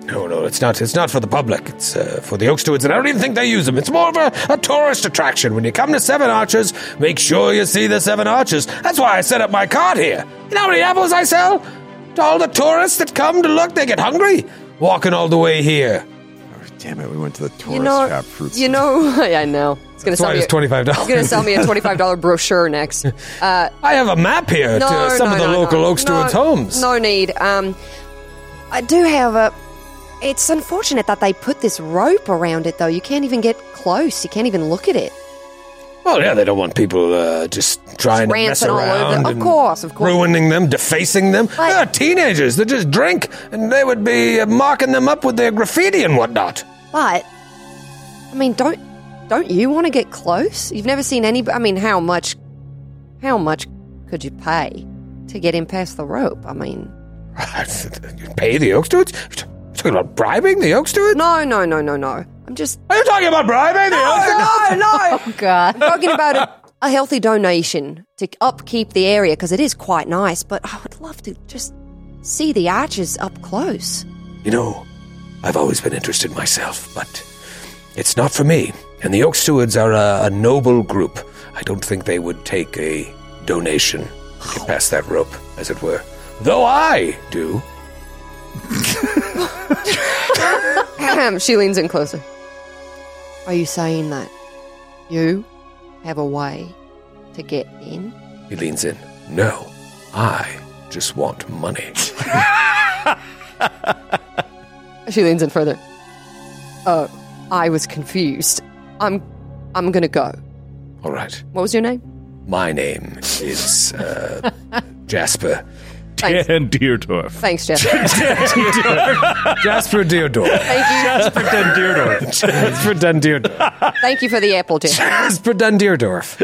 [SPEAKER 2] No, no, it's not. It's not for the public. It's uh, for the oak stewards, and I don't even think they use them. It's more of a, a tourist attraction. When you come to Seven Arches, make sure you see the Seven Arches. That's why I set up my cart here. You know how many apples I sell? To all the tourists that come to look, they get hungry walking all the way here.
[SPEAKER 6] oh, Damn it, we went to the tourist
[SPEAKER 5] You know,
[SPEAKER 6] trap fruit.
[SPEAKER 5] you know, I know. It's gonna
[SPEAKER 6] That's
[SPEAKER 5] sell
[SPEAKER 6] why
[SPEAKER 5] me
[SPEAKER 6] it's
[SPEAKER 5] a-
[SPEAKER 6] $25.
[SPEAKER 5] It's gonna sell me a twenty-five dollar brochure next. Uh,
[SPEAKER 2] I have a map here to uh, some of the local Oak Stewart's
[SPEAKER 5] no,
[SPEAKER 2] homes.
[SPEAKER 5] No need. Um, I do have a. It's unfortunate that they put this rope around it, though. You can't even get close. You can't even look at it.
[SPEAKER 2] Well, yeah, they don't want people uh, just trying to mess
[SPEAKER 5] Rancing all over.
[SPEAKER 2] around.
[SPEAKER 5] Of
[SPEAKER 2] and
[SPEAKER 5] course, of course.
[SPEAKER 2] Ruining them, defacing them.
[SPEAKER 5] But-
[SPEAKER 2] They're teenagers. They just drink, and they would be uh, marking them up with their graffiti and whatnot.
[SPEAKER 5] But I mean, don't don't you want to get close? You've never seen any. I mean, how much? How much could you pay to get him past the rope? I mean,
[SPEAKER 2] Pay the Oak Stewards? You're talking about bribing the Oak Stewards?
[SPEAKER 5] No, no, no, no, no. I'm just.
[SPEAKER 2] Are you talking about bribing the Oak Stewards?
[SPEAKER 5] no, no.
[SPEAKER 8] Oh God!
[SPEAKER 5] I'm talking about a, a healthy donation to upkeep the area because it is quite nice. But I would love to just see the arches up close.
[SPEAKER 2] You know, I've always been interested myself, but it's not for me. And the Oak Stewards are a, a noble group. I don't think they would take a donation to get past that rope, as it were. Though I do.
[SPEAKER 5] Ahem, she leans in closer. Are you saying that you have a way to get in?
[SPEAKER 2] He leans in. No, I just want money.
[SPEAKER 5] She leans in further. Oh, I was confused. I'm, I'm gonna go.
[SPEAKER 2] All right.
[SPEAKER 5] What was your name?
[SPEAKER 2] My name is uh, Jasper.
[SPEAKER 5] Thanks.
[SPEAKER 2] Dan Deerdorf.
[SPEAKER 5] Thanks, Jeff.
[SPEAKER 2] Jasper Deerdorf.
[SPEAKER 5] Thank you.
[SPEAKER 2] Dan Deerdorf. Jasper Dan Deerdorf.
[SPEAKER 5] Thank you for the apple, Jeff.
[SPEAKER 2] Jasper Dan Deerdorf.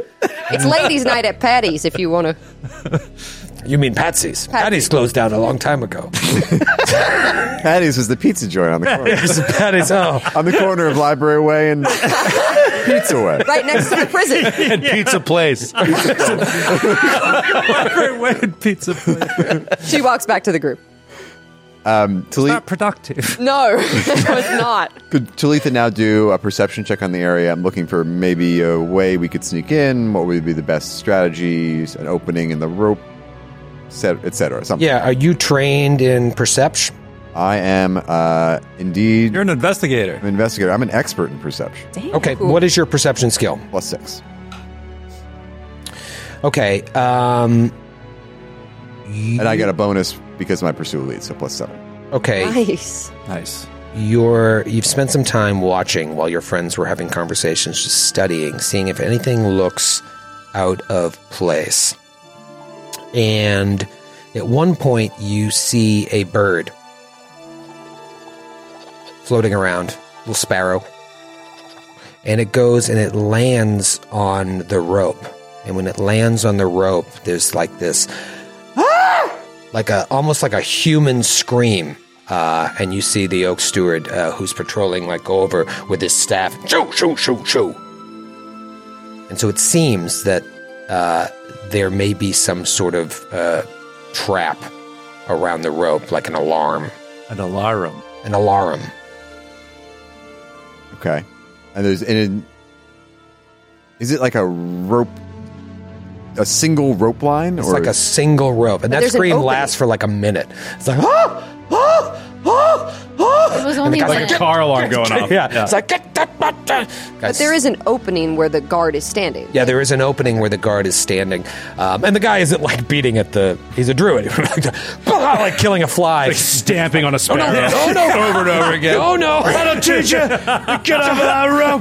[SPEAKER 5] It's ladies' night at Patty's. If you want to,
[SPEAKER 2] You mean Patsy's? Patsy's closed down a long time ago.
[SPEAKER 6] Patty's was the pizza joint on the corner.
[SPEAKER 2] Patty's, Patty's, oh.
[SPEAKER 6] on the corner of Library Way and Pizza Way.
[SPEAKER 5] right next to the prison.
[SPEAKER 3] And pizza place.
[SPEAKER 7] pizza.
[SPEAKER 5] She walks back to the group.
[SPEAKER 6] Um, Talitha,
[SPEAKER 7] Not productive.
[SPEAKER 5] No, it was not.
[SPEAKER 6] could Talitha now do a perception check on the area? I'm looking for maybe a way we could sneak in. What would be the best strategies? An opening in the rope, etc. Et cetera, something.
[SPEAKER 2] Yeah, are you trained in perception?
[SPEAKER 6] I am uh, indeed
[SPEAKER 7] You're an investigator.
[SPEAKER 6] an investigator. I'm an expert in perception.
[SPEAKER 2] Okay, what is your perception skill?
[SPEAKER 6] Plus six.
[SPEAKER 2] Okay, um.
[SPEAKER 6] And I get a bonus because of my pursuit lead, so plus seven.
[SPEAKER 2] Okay,
[SPEAKER 5] Nice.
[SPEAKER 7] Nice.
[SPEAKER 2] you're, you've spent some time watching while your friends were having conversations, just studying, seeing if anything looks out of place. And at one point, you see a bird floating around, little sparrow. And it goes and it lands on the rope. And when it lands on the rope, there's like this, "Ah!" like a almost like a human scream. Uh, and you see the oak steward uh, who's patrolling like go over with his staff, shoo, shoo, shoo, shoo. And so it seems that uh, there may be some sort of uh, trap around the rope, like an alarm,
[SPEAKER 7] An alarum.
[SPEAKER 2] an alarm.
[SPEAKER 6] Okay. And there's and in, is it like a rope, a single rope line,
[SPEAKER 2] It's like a single rope, and that
[SPEAKER 5] there's an
[SPEAKER 2] scream
[SPEAKER 5] opening.
[SPEAKER 2] lasts for like a minute. It's like ah, ah, ah, ah.
[SPEAKER 8] It was
[SPEAKER 2] And the
[SPEAKER 8] only
[SPEAKER 2] guy's
[SPEAKER 8] one.
[SPEAKER 2] "Get-
[SPEAKER 11] Car alarm
[SPEAKER 2] get-
[SPEAKER 11] going off.
[SPEAKER 2] Yeah, it's like get that. But
[SPEAKER 5] But there is an opening where the guard is standing.
[SPEAKER 2] Yeah, there is an opening where the guard is standing, um, and the guy isn't like beating at the. He's a druid, like killing a fly.
[SPEAKER 11] Stamping on a
[SPEAKER 2] Oh no!
[SPEAKER 11] sparrow.
[SPEAKER 2] Oh no!
[SPEAKER 11] Over and over again.
[SPEAKER 2] Oh no! I had a
[SPEAKER 11] Get out of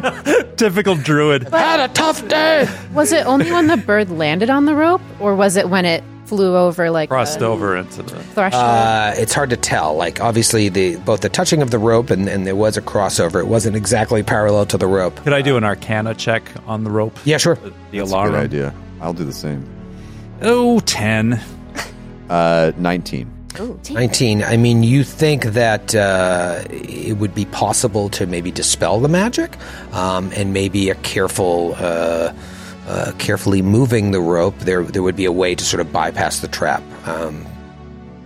[SPEAKER 11] that room.
[SPEAKER 7] Typical druid.
[SPEAKER 2] had a tough day.
[SPEAKER 8] Was it only when the bird landed on the rope, or was it when it flew over like
[SPEAKER 7] Crossed
[SPEAKER 8] a
[SPEAKER 7] over into the.
[SPEAKER 8] threshold?
[SPEAKER 2] Uh, it's hard to tell. Like obviously, the both the touching of the rope and, and there was a crossover. It wasn't exactly parallel to the rope.
[SPEAKER 7] Could I do an arcana check on the rope?
[SPEAKER 2] Yeah, sure.
[SPEAKER 7] The
[SPEAKER 6] That's a good
[SPEAKER 7] alarum.
[SPEAKER 6] idea. I'll do the same.
[SPEAKER 7] Oh, 10.
[SPEAKER 6] Uh, 19.
[SPEAKER 2] 19. I mean, you think that uh, it would be possible to maybe dispel the magic, um, and maybe a careful, uh, uh, carefully moving the rope. There, there would be a way to sort of bypass the trap. Um,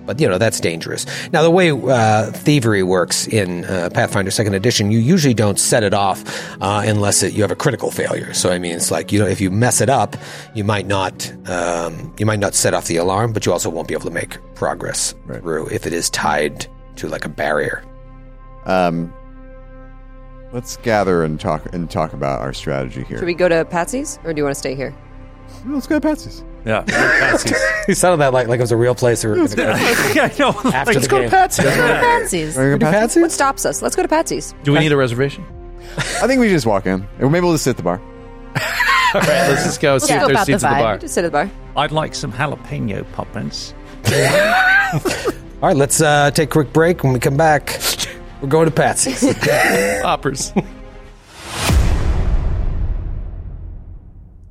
[SPEAKER 2] but you know that's dangerous. Now, the way uh, thievery works in uh, Pathfinder Second Edition, you usually don't set it off uh, unless it, you have a critical failure. So, I mean, it's like you know, if you mess it up, you might not um, you might not set off the alarm, but you also won't be able to make progress through if it is tied to like a barrier.
[SPEAKER 6] Um, Let's gather and talk and talk about our strategy here.
[SPEAKER 5] Should we go to Patsy's or do you want to stay here?
[SPEAKER 6] Let's go to Patsy's.
[SPEAKER 7] Yeah.
[SPEAKER 2] you sounded that like, like it was a real place. Or,
[SPEAKER 7] I know.
[SPEAKER 2] After the game.
[SPEAKER 5] Let's go to Patsy's.
[SPEAKER 6] Are we gonna pass?
[SPEAKER 5] What stops us? Let's go to Patsy's.
[SPEAKER 3] Do we need a reservation?
[SPEAKER 6] I think we just walk in, or maybe we'll just sit at the bar.
[SPEAKER 3] All right, let's just go see
[SPEAKER 5] go
[SPEAKER 3] if there's
[SPEAKER 5] about the
[SPEAKER 3] seats at the
[SPEAKER 5] vibe.
[SPEAKER 3] bar.
[SPEAKER 5] Just sit at the bar.
[SPEAKER 7] I'd like some jalapeno poppins.
[SPEAKER 2] All right, let's uh, take a quick break. When we come back, we're going to Patsy's.
[SPEAKER 3] Hoppers.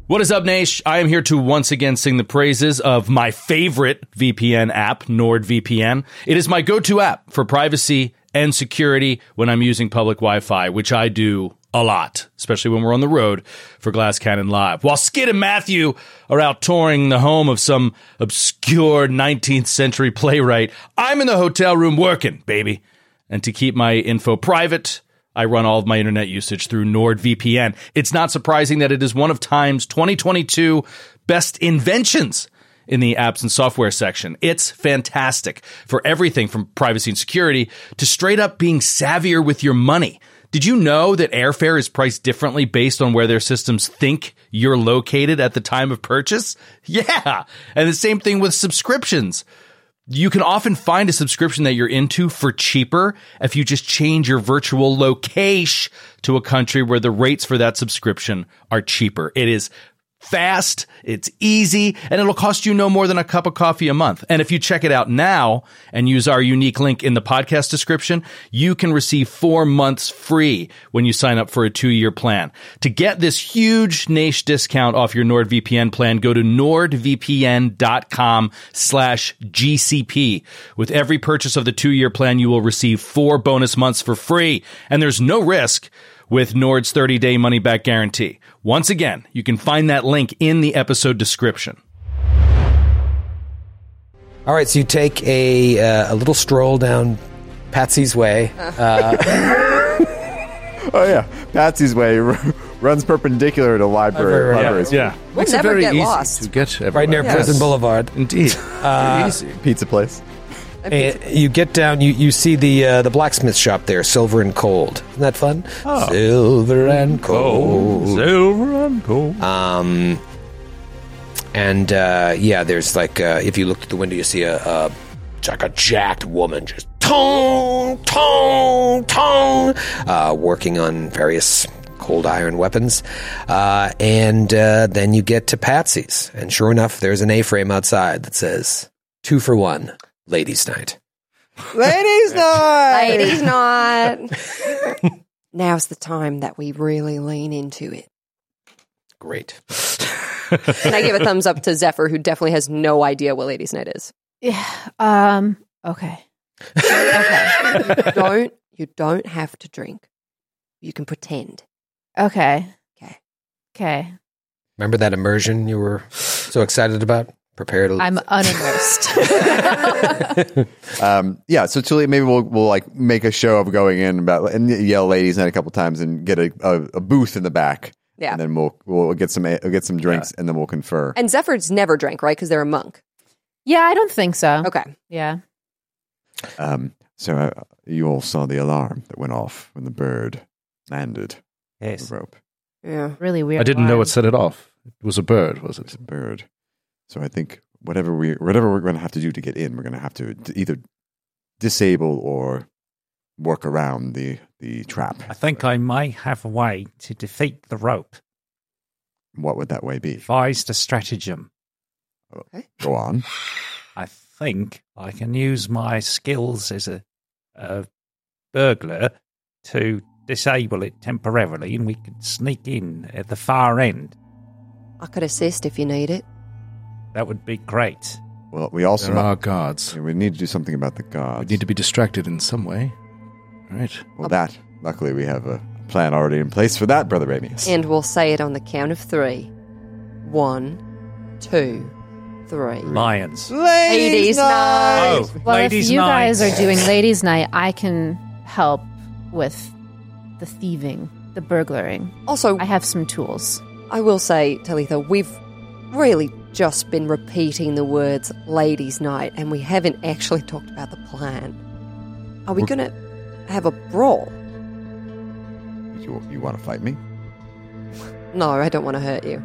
[SPEAKER 3] What is up, Nash? I am here to once again sing the praises of my favorite VPN app, NordVPN. It is my go to app for privacy and security when I'm using public Wi Fi, which I do a lot, especially when we're on the road for Glass Cannon Live. While Skid and Matthew are out touring the home of some obscure 19th century playwright, I'm in the hotel room working, baby. And to keep my info private, I run all of my internet usage through NordVPN. It's not surprising that it is one of Time's 2022 best inventions in the apps and software section. It's fantastic for everything from privacy and security to straight up being savvier with your money. Did you know that airfare is priced differently based on where their systems think you're located at the time of purchase? Yeah. And the same thing with subscriptions you can often find a subscription that you're into for cheaper if you just change your virtual location to a country where the rates for that subscription are cheaper. It is fast, it's easy, and it'll cost you no more than a cup of coffee a month. And if you check it out now and use our unique link in the podcast description, you can receive four months free when you sign up for a two year plan. To get this huge niche discount off your NordVPN plan, go to nordvpn.com slash GCP. With every purchase of the two year plan, you will receive four bonus months for free, and there's no risk with Nord's 30 day money back guarantee. Once again, you can find that link in the episode description.
[SPEAKER 2] All right, so you take a, uh, a little stroll down Patsy's Way.
[SPEAKER 6] Oh yeah, Patsy's way runs perpendicular to library. libraries.
[SPEAKER 11] Yeah.
[SPEAKER 5] We'll
[SPEAKER 3] it
[SPEAKER 5] never
[SPEAKER 3] very
[SPEAKER 5] get
[SPEAKER 3] easy
[SPEAKER 5] lost.
[SPEAKER 3] get
[SPEAKER 2] right near
[SPEAKER 5] Yes.
[SPEAKER 2] Prison Boulevard.
[SPEAKER 3] Indeed.
[SPEAKER 6] Pizza place.
[SPEAKER 2] Eh, you get down. You, you see the uh, the blacksmith shop there, silver and cold. Isn't that fun? Silver and cold.
[SPEAKER 7] Silver and gold.
[SPEAKER 2] And uh, yeah, there's like uh, if you look through the window, you see a, a like a jacked woman just tong tong tong uh, working on various cold iron weapons. Uh, and uh, then you get to Patsy's, and sure enough, there's an A-frame outside that says two for one, ladies' night.
[SPEAKER 6] Ladies night.
[SPEAKER 5] Ladies not. Now's the time that we really lean into it.
[SPEAKER 2] Great.
[SPEAKER 5] And I give a thumbs up to Zephyr, who definitely has no idea what Ladies Night is.
[SPEAKER 8] Yeah. Um. Okay. okay.
[SPEAKER 5] You don't you don't have to drink. You can pretend.
[SPEAKER 8] Okay.
[SPEAKER 5] Okay.
[SPEAKER 8] Okay.
[SPEAKER 2] Remember that immersion you were so excited about? Prepare to.
[SPEAKER 8] I'm unimmersed.
[SPEAKER 6] Um, yeah, so Julia, maybe we'll we'll like make a show of going in about and yell "ladies night" a couple times and get a, a, a booth in the back.
[SPEAKER 5] Yeah.
[SPEAKER 6] and then we'll we'll get some we'll get some drinks and then we'll confer.
[SPEAKER 5] And Zephyr's never drank, right? Because they're a monk.
[SPEAKER 8] yeah, I don't think so.
[SPEAKER 5] Okay.
[SPEAKER 8] Yeah.
[SPEAKER 6] Um, so uh, you all saw the alarm that went off when the bird landed on the
[SPEAKER 7] Yes.
[SPEAKER 6] rope.
[SPEAKER 5] Yeah.
[SPEAKER 8] Really weird.
[SPEAKER 3] I didn't know
[SPEAKER 8] alarm.
[SPEAKER 3] what set it off. It was a bird, was
[SPEAKER 6] It's
[SPEAKER 3] it?
[SPEAKER 6] a bird. So I think whatever we whatever we're going to have to do to get in, we're going to have to d- either disable or work around the the trap.
[SPEAKER 7] I think I may have a way to defeat the rope.
[SPEAKER 6] What would that way be?
[SPEAKER 7] Devised a stratagem.
[SPEAKER 6] Go on.
[SPEAKER 7] I think I can use my skills as a, a burglar to disable it temporarily, and we can sneak in at the far end.
[SPEAKER 5] I could assist if you need it.
[SPEAKER 7] That would be great.
[SPEAKER 6] Well, we also
[SPEAKER 3] There are Ah, gods.
[SPEAKER 6] we need to do something about the gods.
[SPEAKER 3] We need to be distracted in some way. All right.
[SPEAKER 6] well that. Luckily, we have a plan already in place for that, brother Ramius.
[SPEAKER 5] And we'll say it on the count of three. One, two, three.
[SPEAKER 7] Lions.
[SPEAKER 5] Oh, Ladies night.
[SPEAKER 7] Oh,
[SPEAKER 8] Well,
[SPEAKER 7] ladies'
[SPEAKER 8] if you
[SPEAKER 7] night.
[SPEAKER 8] guys are doing ladies' night, I can help with the thieving, the burglaring.
[SPEAKER 5] Also,
[SPEAKER 8] I have some tools.
[SPEAKER 5] I will say, Talitha, we've really just been repeating the words ladies' night and we haven't actually talked about the plan. Are we going to have a brawl?
[SPEAKER 6] You Oh. You, you want to fight me?
[SPEAKER 5] No, I don't want to hurt you.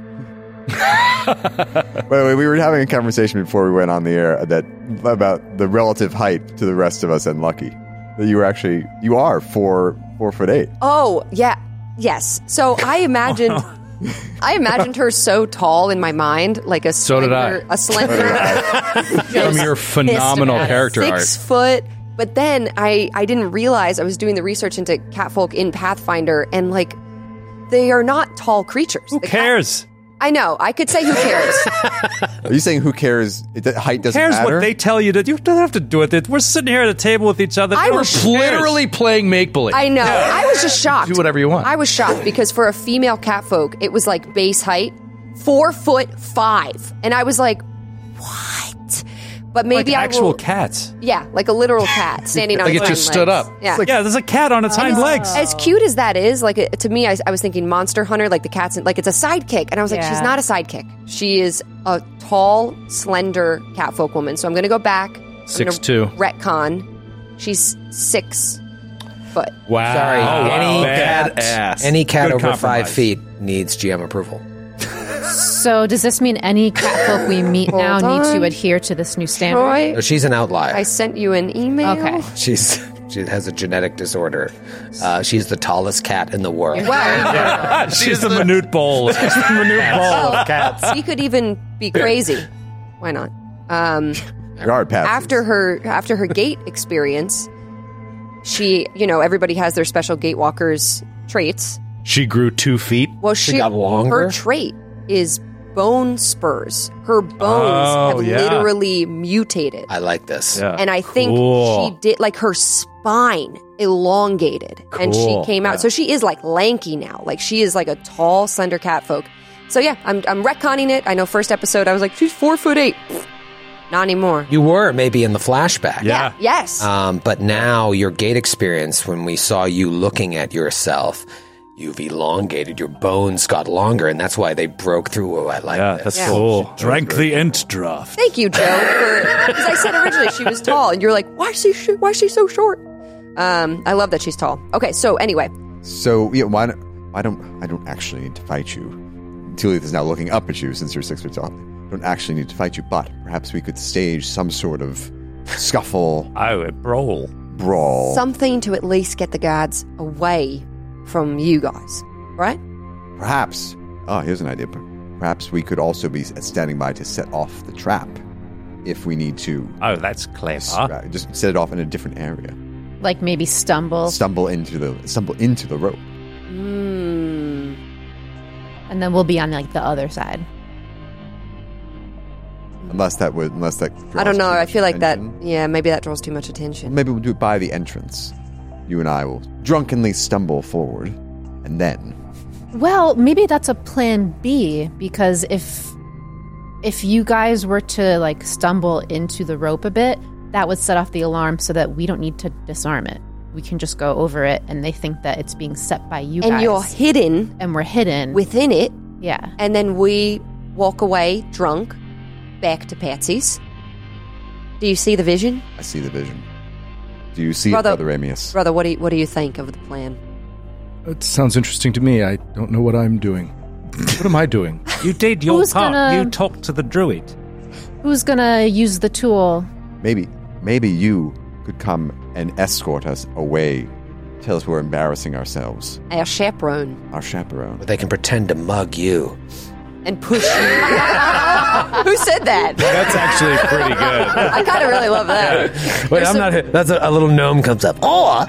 [SPEAKER 6] By the way, we were having a conversation before we went on the air that about the relative height to the rest of us and Lucky. That you were actually you are four four foot eight.
[SPEAKER 5] Oh, yeah. Yes. So I imagined I imagined her so tall in my mind, like a
[SPEAKER 3] So did I.
[SPEAKER 5] slender, a slender
[SPEAKER 3] From your phenomenal character
[SPEAKER 5] six
[SPEAKER 3] art.
[SPEAKER 5] foot. But then I, I didn't realize I was doing the research into catfolk in Pathfinder, and like they are not tall creatures. Who
[SPEAKER 7] cares?
[SPEAKER 5] I know. I could say who cares.
[SPEAKER 6] Are you saying who cares? It- The height doesn't
[SPEAKER 7] cares
[SPEAKER 6] matter.
[SPEAKER 7] what they tell you to do? You don't have to do it. We're sitting here at a table with each other.
[SPEAKER 5] I
[SPEAKER 7] No one
[SPEAKER 5] was-
[SPEAKER 7] cares.
[SPEAKER 3] Literally playing make believe.
[SPEAKER 5] I know. I was just shocked.
[SPEAKER 3] Do whatever you want.
[SPEAKER 5] I was shocked because for a female catfolk, it was like base height, four foot five, and I was like, what? But maybe
[SPEAKER 7] like
[SPEAKER 5] I
[SPEAKER 7] actual
[SPEAKER 5] will.
[SPEAKER 7] cats.
[SPEAKER 5] yeah, like a literal cat standing on
[SPEAKER 7] Like
[SPEAKER 5] its
[SPEAKER 7] it
[SPEAKER 5] hind
[SPEAKER 7] just stood
[SPEAKER 5] legs.
[SPEAKER 7] up.
[SPEAKER 5] Yeah.
[SPEAKER 7] It's like- "Oh." Yeah, there's a cat on its hind legs.
[SPEAKER 5] As cute as that is, like it- to me, I, I was thinking Monster Hunter, like the cat's, in- like it's a sidekick, and I was like,
[SPEAKER 8] Yeah.
[SPEAKER 5] she's not a sidekick. She is a tall, slender catfolk woman. So I'm gonna go back. I'm
[SPEAKER 3] Six
[SPEAKER 5] gonna
[SPEAKER 3] two.
[SPEAKER 5] Retcon. She's six foot.
[SPEAKER 3] Wow.
[SPEAKER 2] Sorry, any cat,
[SPEAKER 3] Badass.
[SPEAKER 2] any cat
[SPEAKER 7] Good
[SPEAKER 2] over five
[SPEAKER 7] compromise.
[SPEAKER 2] feet needs GM approval.
[SPEAKER 8] So does this mean any catfolk we meet now
[SPEAKER 5] Hold
[SPEAKER 8] need
[SPEAKER 5] on.
[SPEAKER 8] to adhere to this new standard?
[SPEAKER 5] Troy,
[SPEAKER 2] No, she's an outlier.
[SPEAKER 5] I sent you an email.
[SPEAKER 8] Okay.
[SPEAKER 2] She's she has a genetic disorder. Uh, she's the tallest cat in the world.
[SPEAKER 7] She's the minute bowl. She's the minute bowl of cats.
[SPEAKER 5] She could even be crazy. Why not? Um,
[SPEAKER 6] There are paths.
[SPEAKER 5] after her after her gate experience, she you know everybody has their special gatewalkers traits.
[SPEAKER 3] She grew two feet.
[SPEAKER 5] Well, she,
[SPEAKER 2] got longer?
[SPEAKER 5] Her trait is bone spurs. Her bones
[SPEAKER 7] Oh,
[SPEAKER 5] have
[SPEAKER 7] yeah.
[SPEAKER 5] literally mutated,
[SPEAKER 2] I like this.
[SPEAKER 7] Yeah.
[SPEAKER 5] and I think
[SPEAKER 7] Cool.
[SPEAKER 5] she did like her spine elongated, and she
[SPEAKER 7] Cool.
[SPEAKER 5] came out. So she is like lanky now. Like she is like a tall, slender catfolk. So yeah, I'm I'm retconning it. I know first episode I was like she's four foot eight. Pfft, Not anymore.
[SPEAKER 2] You were maybe in the flashback.
[SPEAKER 7] Yeah.
[SPEAKER 5] Yes.
[SPEAKER 7] Ah,
[SPEAKER 2] Um, but now your gate experience, when we saw you looking at yourself, you've elongated. Your bones got longer, and that's why they broke through. Oh, I like
[SPEAKER 7] Yeah,
[SPEAKER 2] this.
[SPEAKER 7] that's
[SPEAKER 5] Yeah.
[SPEAKER 7] cool. Drank the ent draft.
[SPEAKER 5] Thank you, Joe. Because I said originally she was tall, and you're like, why is she sh- why is she so short? Um, I love that she's tall. Okay, so anyway,
[SPEAKER 6] So yeah, why don't why don't I don't actually need to fight you? Tulith is now looking up at you since you're six feet tall. Don't actually need to fight you, but perhaps we could stage some sort of scuffle
[SPEAKER 7] I would roll.
[SPEAKER 6] brawl.
[SPEAKER 5] something to at least get the guards away from you guys, right?
[SPEAKER 6] Perhaps. Oh, here's an idea. Perhaps we could also be standing by to set off the trap if we need to.
[SPEAKER 7] Oh, that's clever.
[SPEAKER 6] Stra- Just set it off in a different area.
[SPEAKER 8] Like maybe stumble
[SPEAKER 6] Stumble into the stumble into the rope.
[SPEAKER 5] Hmm.
[SPEAKER 8] and then we'll be on like the other side.
[SPEAKER 6] Unless that would unless that.
[SPEAKER 5] I don't
[SPEAKER 6] draws
[SPEAKER 5] know.
[SPEAKER 6] too
[SPEAKER 5] I
[SPEAKER 6] much
[SPEAKER 5] feel like that.
[SPEAKER 6] attention.
[SPEAKER 5] Yeah, maybe that draws too much attention.
[SPEAKER 6] Maybe we'll do it by the entrance. You and I will drunkenly stumble forward, and then
[SPEAKER 8] Well, maybe that's a plan B because if if you guys were to like stumble into the rope a bit, that would set off the alarm so that we don't need to disarm it. We can just go over it and they think that it's being set by you
[SPEAKER 5] And
[SPEAKER 8] guys.
[SPEAKER 5] you're hidden
[SPEAKER 8] and we're hidden
[SPEAKER 5] within it,
[SPEAKER 8] yeah.
[SPEAKER 5] and then we walk away drunk back to Patsy's. Do you see the vision,
[SPEAKER 6] I see the vision. Do you see
[SPEAKER 5] Brother-
[SPEAKER 6] it, Brother Amius?
[SPEAKER 5] brother? What do you, what do you think of the plan?
[SPEAKER 3] That sounds interesting to me. I don't know what I'm doing. What am I doing?
[SPEAKER 7] You did your
[SPEAKER 8] Who's
[SPEAKER 7] part.
[SPEAKER 8] gonna-
[SPEAKER 7] You talked to the druid.
[SPEAKER 8] Who's gonna use the tool?
[SPEAKER 6] Maybe, maybe you could come and escort us away. Tell us we're embarrassing ourselves.
[SPEAKER 5] Our chaperone.
[SPEAKER 6] Our chaperone.
[SPEAKER 2] But they can pretend to mug you.
[SPEAKER 5] and push you. Who said that?
[SPEAKER 11] That's actually pretty good.
[SPEAKER 5] I kind of really love that.
[SPEAKER 2] Wait, I'm not. That's a, a little gnome comes up. Or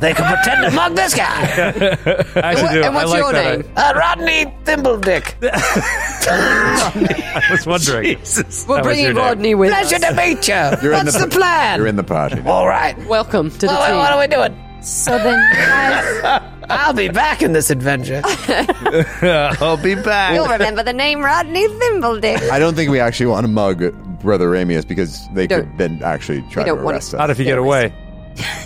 [SPEAKER 2] they can pretend to mug this guy.
[SPEAKER 7] I
[SPEAKER 5] What- and what's your name?
[SPEAKER 2] Uh, Rodney Thimbledick.
[SPEAKER 7] I was wondering.
[SPEAKER 5] We're
[SPEAKER 7] was your
[SPEAKER 5] bringing
[SPEAKER 7] name.
[SPEAKER 5] Rodney with
[SPEAKER 2] Pleasure
[SPEAKER 5] us.
[SPEAKER 2] to meet you.
[SPEAKER 6] You're in
[SPEAKER 2] What's
[SPEAKER 6] the-
[SPEAKER 2] the, plan?
[SPEAKER 6] You're in the party.
[SPEAKER 2] All right.
[SPEAKER 5] Welcome to the
[SPEAKER 2] Well,
[SPEAKER 5] team.
[SPEAKER 2] what are we doing?
[SPEAKER 8] So then you guys
[SPEAKER 2] I'll be back in this adventure.
[SPEAKER 3] I'll be back.
[SPEAKER 5] You'll remember the name Rodney Thimbledick.
[SPEAKER 6] I don't think we actually want to mug Brother Amius because they
[SPEAKER 5] don't.
[SPEAKER 6] could then actually try
[SPEAKER 5] We
[SPEAKER 6] to
[SPEAKER 5] don't want
[SPEAKER 6] arrest
[SPEAKER 5] to-
[SPEAKER 6] us.
[SPEAKER 7] Not if you get away.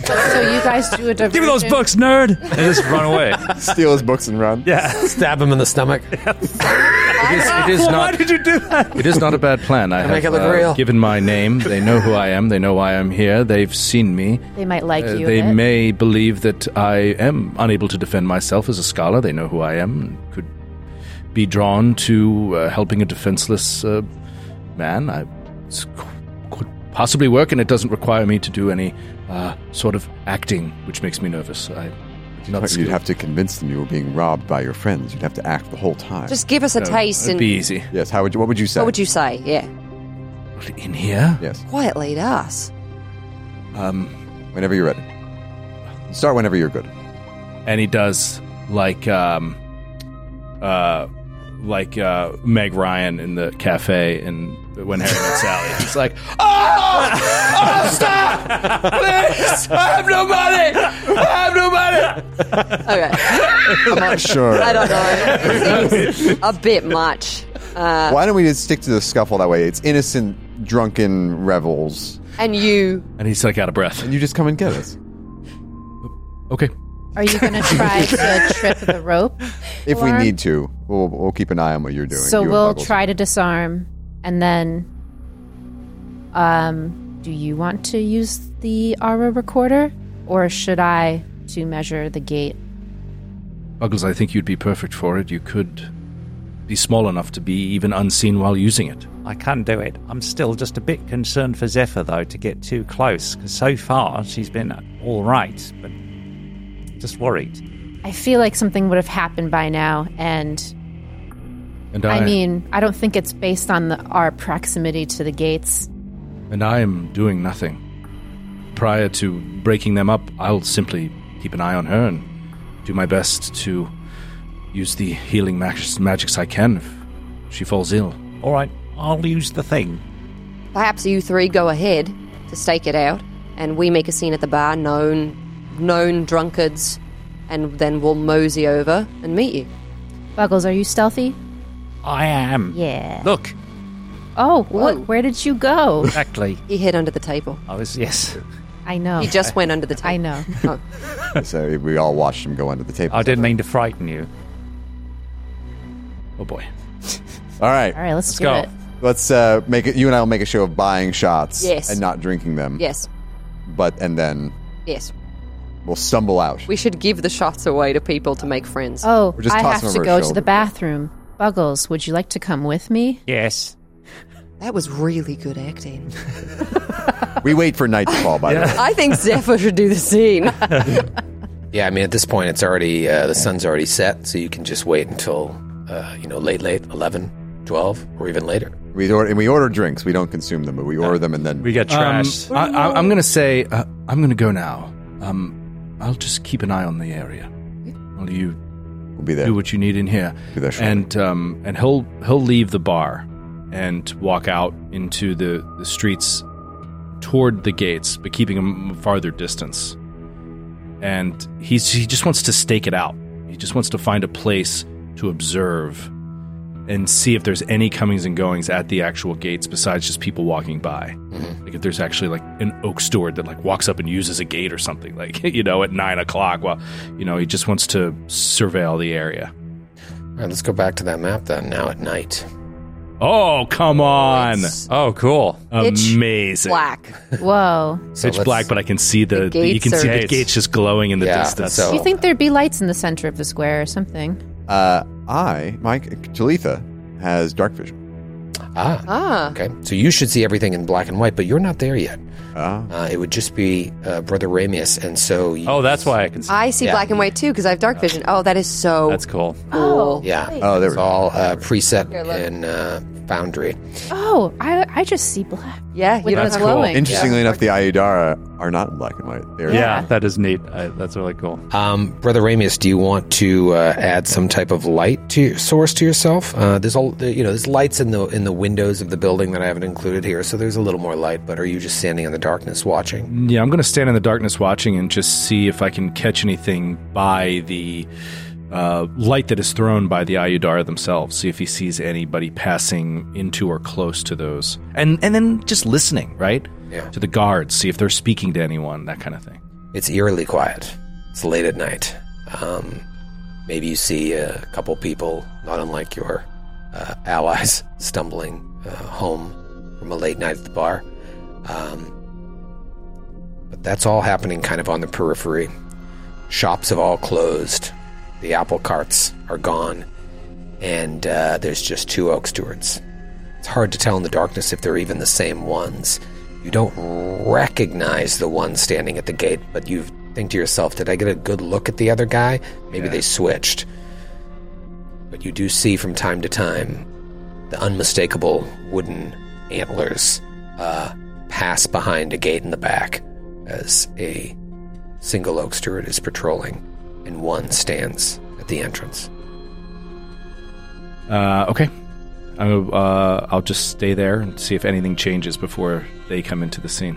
[SPEAKER 8] So you guys do a diversion.
[SPEAKER 7] Give me those books, nerd. And just run away.
[SPEAKER 6] Steal his books and run.
[SPEAKER 7] Yeah.
[SPEAKER 2] Stab him in the stomach.
[SPEAKER 3] It is, it is
[SPEAKER 7] Why
[SPEAKER 3] not.
[SPEAKER 7] did you do that?
[SPEAKER 3] It is not a bad plan. I have
[SPEAKER 2] make it look
[SPEAKER 3] uh,
[SPEAKER 2] real.
[SPEAKER 3] given my name. They know who I am. They know why I'm here. They've seen me.
[SPEAKER 8] They might like
[SPEAKER 3] Uh,
[SPEAKER 8] you.
[SPEAKER 3] they
[SPEAKER 8] a bit.
[SPEAKER 3] may believe that I am unable to defend myself as a scholar. They know who I am and could be drawn to uh, helping a defenseless uh, man. I it's c- could possibly work, and it doesn't require me to do any uh, sort of acting, which makes me nervous. I not
[SPEAKER 6] You'd have to convince them you were being robbed by your friends. You'd have to act the whole time.
[SPEAKER 5] Just give us a taste
[SPEAKER 3] Uh, It'd
[SPEAKER 5] and
[SPEAKER 3] be easy.
[SPEAKER 6] yes. How would you? What would you say?
[SPEAKER 5] what would you say? Yeah.
[SPEAKER 3] In here,
[SPEAKER 6] Yes.
[SPEAKER 5] Quietly to us.
[SPEAKER 3] um,
[SPEAKER 6] Whenever you're ready. Start whenever you're good.
[SPEAKER 3] and he does like um uh like uh Meg Ryan in the cafe and when Harry met Sally. He's like, Oh, oh stop! Please! I have no money! I have no money!
[SPEAKER 5] Okay.
[SPEAKER 6] I'm not sure.
[SPEAKER 5] I don't know. It seems a bit much. Uh,
[SPEAKER 6] Why don't we just stick to the scuffle that way? It's innocent, drunken revels,
[SPEAKER 5] and you,
[SPEAKER 3] And he's like out of breath.
[SPEAKER 6] and you just come and get us.
[SPEAKER 3] Okay.
[SPEAKER 8] Are you going to try to trip the rope?
[SPEAKER 6] If we
[SPEAKER 8] Lauren?
[SPEAKER 6] need to, we'll, we'll keep an eye on what you're doing.
[SPEAKER 8] So
[SPEAKER 6] You and
[SPEAKER 8] we'll
[SPEAKER 6] Buggles.
[SPEAKER 8] try to disarm, and then, um, do you want to use the aura recorder, or should I to measure the gate?
[SPEAKER 3] Buggles, I think you'd be perfect for it. You could be small enough to be even unseen while using it.
[SPEAKER 12] I can do it. I'm still just a bit concerned for Zephyr, though, to get too close, because so far she's been all right, but just worried.
[SPEAKER 8] I feel like something would have happened by now, and
[SPEAKER 3] And
[SPEAKER 8] I mean, I don't think it's based on the, our proximity to the gates.
[SPEAKER 3] and I am doing nothing. Prior to breaking them up, I'll simply keep an eye on her and do my best to use the healing mag- magics I can if she falls ill.
[SPEAKER 12] All right, I'll use the thing.
[SPEAKER 5] perhaps you three go ahead to stake it out, and we make a scene at the bar, known, known drunkards, and then we'll mosey over and meet you.
[SPEAKER 8] Buggles, are you stealthy?
[SPEAKER 12] I am.
[SPEAKER 8] Yeah.
[SPEAKER 12] Look,
[SPEAKER 8] Oh, what? Where did you go?
[SPEAKER 12] exactly.
[SPEAKER 5] You hid under the table.
[SPEAKER 12] I was, yes.
[SPEAKER 8] I know.
[SPEAKER 5] You just went under the table.
[SPEAKER 8] I know.
[SPEAKER 5] Oh.
[SPEAKER 6] So we all watched him go under the
[SPEAKER 7] Uh,
[SPEAKER 6] table.
[SPEAKER 12] I didn't mean to frighten you.
[SPEAKER 3] Oh boy.
[SPEAKER 6] All right.
[SPEAKER 8] All right, let's, do
[SPEAKER 12] go.
[SPEAKER 8] it.
[SPEAKER 6] Let's uh, make it. You and I will make a show of buying shots
[SPEAKER 5] Yes.
[SPEAKER 6] and not drinking them.
[SPEAKER 5] Yes.
[SPEAKER 6] But and then
[SPEAKER 5] Yes.
[SPEAKER 6] we'll stumble out.
[SPEAKER 5] We should give the shots away to people to make friends.
[SPEAKER 8] Oh,
[SPEAKER 6] Or just
[SPEAKER 8] I
[SPEAKER 6] toss
[SPEAKER 8] have
[SPEAKER 6] him
[SPEAKER 8] to
[SPEAKER 6] over
[SPEAKER 8] go
[SPEAKER 6] his
[SPEAKER 8] to
[SPEAKER 6] shoulder.
[SPEAKER 8] the bathroom. Buggles, would you like to come with me?
[SPEAKER 12] Yes.
[SPEAKER 5] That was really good acting.
[SPEAKER 6] We wait for night to fall. By the way,
[SPEAKER 5] I think Zephyr should do the scene.
[SPEAKER 2] Yeah, I mean, at this point, it's already, uh, the sun's already set, so you can just wait until, uh, you know, late, late, 11, 12, or even later.
[SPEAKER 6] we order and we order drinks. We don't consume them, but we order them and then
[SPEAKER 7] We get trashed.
[SPEAKER 3] Um, I, I, I'm going to say, uh, I'm going to go now. Um, I'll just keep an eye on the area. While you
[SPEAKER 6] we'll be there.
[SPEAKER 3] do what you need in here.
[SPEAKER 6] Be there shortly.
[SPEAKER 3] and um, and he'll he'll leave the bar and walk out into the, the streets toward the gates, but keeping him farther distance. And he's he just wants to stake it out. He just wants to find a place to observe and see if there's any comings and goings at the actual gates besides just people walking by. Like if there's actually like an oak steward that like walks up and uses a gate or something, like you know, at nine o'clock. Well, you know, he just wants to surveil the area.
[SPEAKER 2] All right, let's go back to that map then, now at night.
[SPEAKER 3] Oh, come on.
[SPEAKER 5] It's
[SPEAKER 7] Oh, cool.
[SPEAKER 5] pitch
[SPEAKER 3] Amazing.
[SPEAKER 5] black.
[SPEAKER 8] Whoa.
[SPEAKER 2] So
[SPEAKER 3] Pitch
[SPEAKER 2] let's-
[SPEAKER 3] black, but I can see the,
[SPEAKER 5] The
[SPEAKER 3] you can
[SPEAKER 5] gates
[SPEAKER 3] see
[SPEAKER 5] are-
[SPEAKER 3] the gates just glowing in the
[SPEAKER 2] Yeah,
[SPEAKER 3] distance.
[SPEAKER 2] so-
[SPEAKER 8] You think there'd be lights in the center of the square or something?
[SPEAKER 6] Uh, I, Mike Talitha, has dark vision.
[SPEAKER 2] Ah,
[SPEAKER 5] Ah.
[SPEAKER 2] okay. So you should see everything in black and white, but you're not there yet.
[SPEAKER 6] Ah.
[SPEAKER 2] Uh, it would just be uh, Brother Ramius, and so you,
[SPEAKER 7] Oh, that's why I can see.
[SPEAKER 5] I see
[SPEAKER 2] Yeah.
[SPEAKER 5] black and white too because I have dark vision. Oh, that is so
[SPEAKER 7] That's cool.
[SPEAKER 5] cool.
[SPEAKER 2] yeah,
[SPEAKER 6] Oh, there
[SPEAKER 2] it's
[SPEAKER 6] we go.
[SPEAKER 2] all uh, preset
[SPEAKER 5] Here, look.
[SPEAKER 2] in uh, Foundry.
[SPEAKER 8] Oh, I, I just see black.
[SPEAKER 5] Yeah, you
[SPEAKER 8] With
[SPEAKER 5] know
[SPEAKER 8] the
[SPEAKER 5] it's
[SPEAKER 8] glowing.
[SPEAKER 6] Interestingly enough, the Ayudara are not in black and white. They're
[SPEAKER 7] Yeah, that is neat. I, that's really cool.
[SPEAKER 2] Um, Brother Ramius, do you want to uh, add some type of light to source to yourself? Uh, there's all you know. There's lights in the in the windows of the building that I haven't included here, so there's a little more light. But are you just standing in the darkness watching?
[SPEAKER 3] yeah, I'm going to stand in the darkness watching and just see if I can catch anything by the uh, light that is thrown by the Ayudara themselves. See if he sees anybody passing into or close to those, and and then just listening, right?
[SPEAKER 2] Yeah.
[SPEAKER 3] To the guards, see if they're speaking to anyone, that kind of thing.
[SPEAKER 2] It's eerily quiet. It's late at night. Um, maybe you see a couple people, not unlike your uh, allies, stumbling uh, home from a late night at the bar. Um, but that's all happening kind of on the periphery. Shops have all closed. The apple carts are gone. And uh, there's just two oak stewards. It's hard to tell in the darkness if they're even the same ones. You don't recognize the one standing at the gate, but you think to yourself, did I get a good look at the other guy? Maybe they switched. But you do see from time to time the unmistakable wooden antlers uh, pass behind a gate in the back as a single oak steward is patrolling, and one stands at the entrance.
[SPEAKER 3] Uh, okay. I'm gonna, uh, I'll just stay there and see if anything changes before they come into the scene.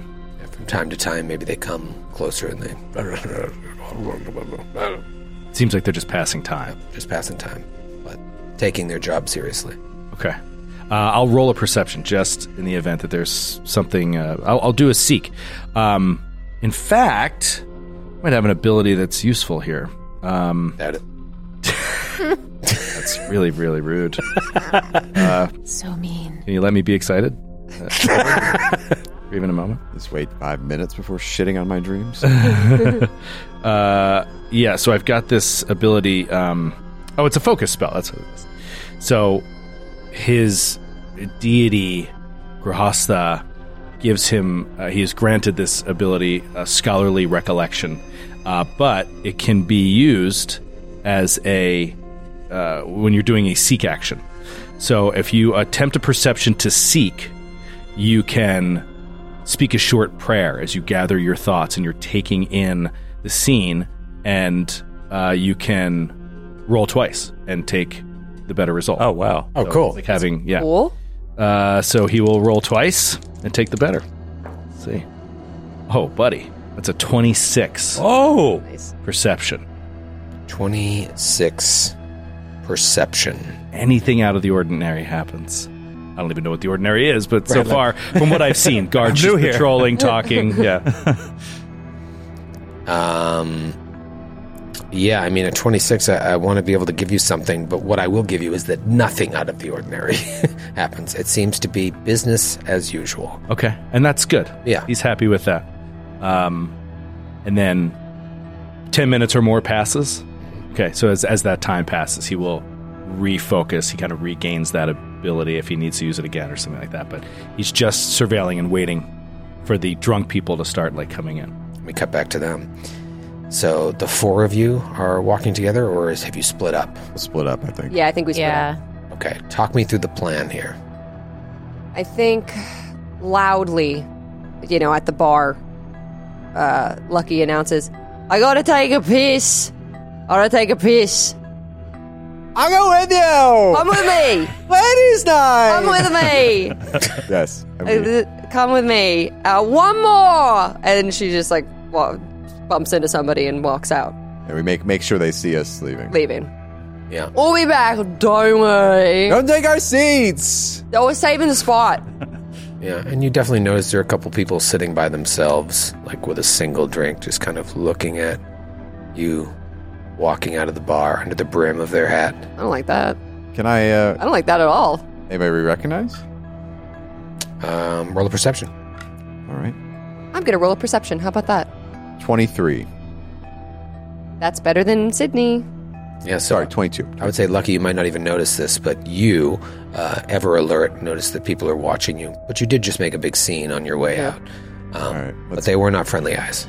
[SPEAKER 2] from time to time, maybe they come closer and they.
[SPEAKER 3] Seems like they're just passing time.
[SPEAKER 2] Just passing time, but taking their job seriously.
[SPEAKER 3] Okay. Uh, I'll roll a perception just in the event that there's something. Uh, I'll, I'll do a seek. Um, in fact, I might have an ability that's useful here. Um, that's really, really rude. uh,
[SPEAKER 8] So mean.
[SPEAKER 3] Can you let me be excited? Uh, for even a moment?
[SPEAKER 6] Just wait five minutes before shitting on my dreams.
[SPEAKER 3] uh, yeah, so I've got this ability. Um, oh, it's a focus spell. That's what it is. So his deity, Grahasta, gives him, uh, he is granted this ability, uh, scholarly recollection, uh, but it can be used as a, uh, when you're doing a seek action. So if you attempt a perception to seek, you can speak a short prayer as you gather your thoughts and you're taking in the scene, and uh, you can roll twice and take the better result. Oh wow!
[SPEAKER 6] Oh, cool.
[SPEAKER 3] Like having yeah.
[SPEAKER 5] Cool.
[SPEAKER 3] Uh, so he will roll twice and take the better. Let's see. Oh, buddy, that's a twenty-six.
[SPEAKER 7] Oh,
[SPEAKER 3] perception.
[SPEAKER 2] Twenty-six perception.
[SPEAKER 3] Anything out of the ordinary happens. I don't even know what the ordinary is, but so
[SPEAKER 2] Right.
[SPEAKER 3] far, from what I've seen, guards
[SPEAKER 7] I'm new
[SPEAKER 3] just
[SPEAKER 7] here.
[SPEAKER 3] patrolling, talking. Yeah.
[SPEAKER 2] Um, yeah, I mean, at 26, I, I want to be able to give you something, but what I will give you is that nothing out of the ordinary happens. It seems to be business as usual.
[SPEAKER 3] Okay, and that's good.
[SPEAKER 2] Yeah.
[SPEAKER 3] he's happy with that. Um, and then ten minutes or more passes. Okay, so as as that time passes, he will refocus. He kind of regains that ability if he needs to use it again or something like that. But he's just surveilling and waiting for the drunk people to start like coming in.
[SPEAKER 2] We cut back to them. So the four of you are walking together, or is, have you split up?
[SPEAKER 6] Split up, I think.
[SPEAKER 5] Yeah, I think we split
[SPEAKER 8] Yeah.
[SPEAKER 2] Okay, talk me through the plan here.
[SPEAKER 5] I think loudly, you know, at the bar, uh, Lucky announces, I gotta take a piss. I gotta take a piss.
[SPEAKER 6] I'll go with
[SPEAKER 2] Oh.
[SPEAKER 6] you.
[SPEAKER 5] Come with me.
[SPEAKER 6] Ladies' night.
[SPEAKER 5] Come with me.
[SPEAKER 6] yes. I mean,
[SPEAKER 5] Uh, Come with me. Uh, one more. And she just like wa- bumps into somebody and walks out,
[SPEAKER 6] and we make make sure they see us leaving.
[SPEAKER 5] leaving.
[SPEAKER 2] Yeah.
[SPEAKER 5] We'll be back. Don't worry.
[SPEAKER 6] Don't take our seats.
[SPEAKER 5] Oh, we're saving the spot.
[SPEAKER 2] Yeah, and you definitely notice there are a couple people sitting by themselves, like with a single drink, just kind of looking at you walking out of the bar under the brim of their hat.
[SPEAKER 5] I don't like that.
[SPEAKER 6] Can I?
[SPEAKER 5] I
[SPEAKER 6] uh
[SPEAKER 5] don't like that at all.
[SPEAKER 6] Anybody we recognize?
[SPEAKER 2] Um, roll a perception.
[SPEAKER 6] All right.
[SPEAKER 5] I'm gonna roll a perception. How about that?
[SPEAKER 6] Twenty three.
[SPEAKER 5] That's better than Sydney.
[SPEAKER 2] Yeah, so
[SPEAKER 6] Sorry, twenty two.
[SPEAKER 2] I would say, Lucky, you might not even notice this, but you, uh, ever alert, notice that people are watching you. But you did just make a big scene on your way
[SPEAKER 5] Yeah.
[SPEAKER 2] out. Um,
[SPEAKER 6] right,
[SPEAKER 2] but
[SPEAKER 6] let's-
[SPEAKER 2] they were not friendly eyes.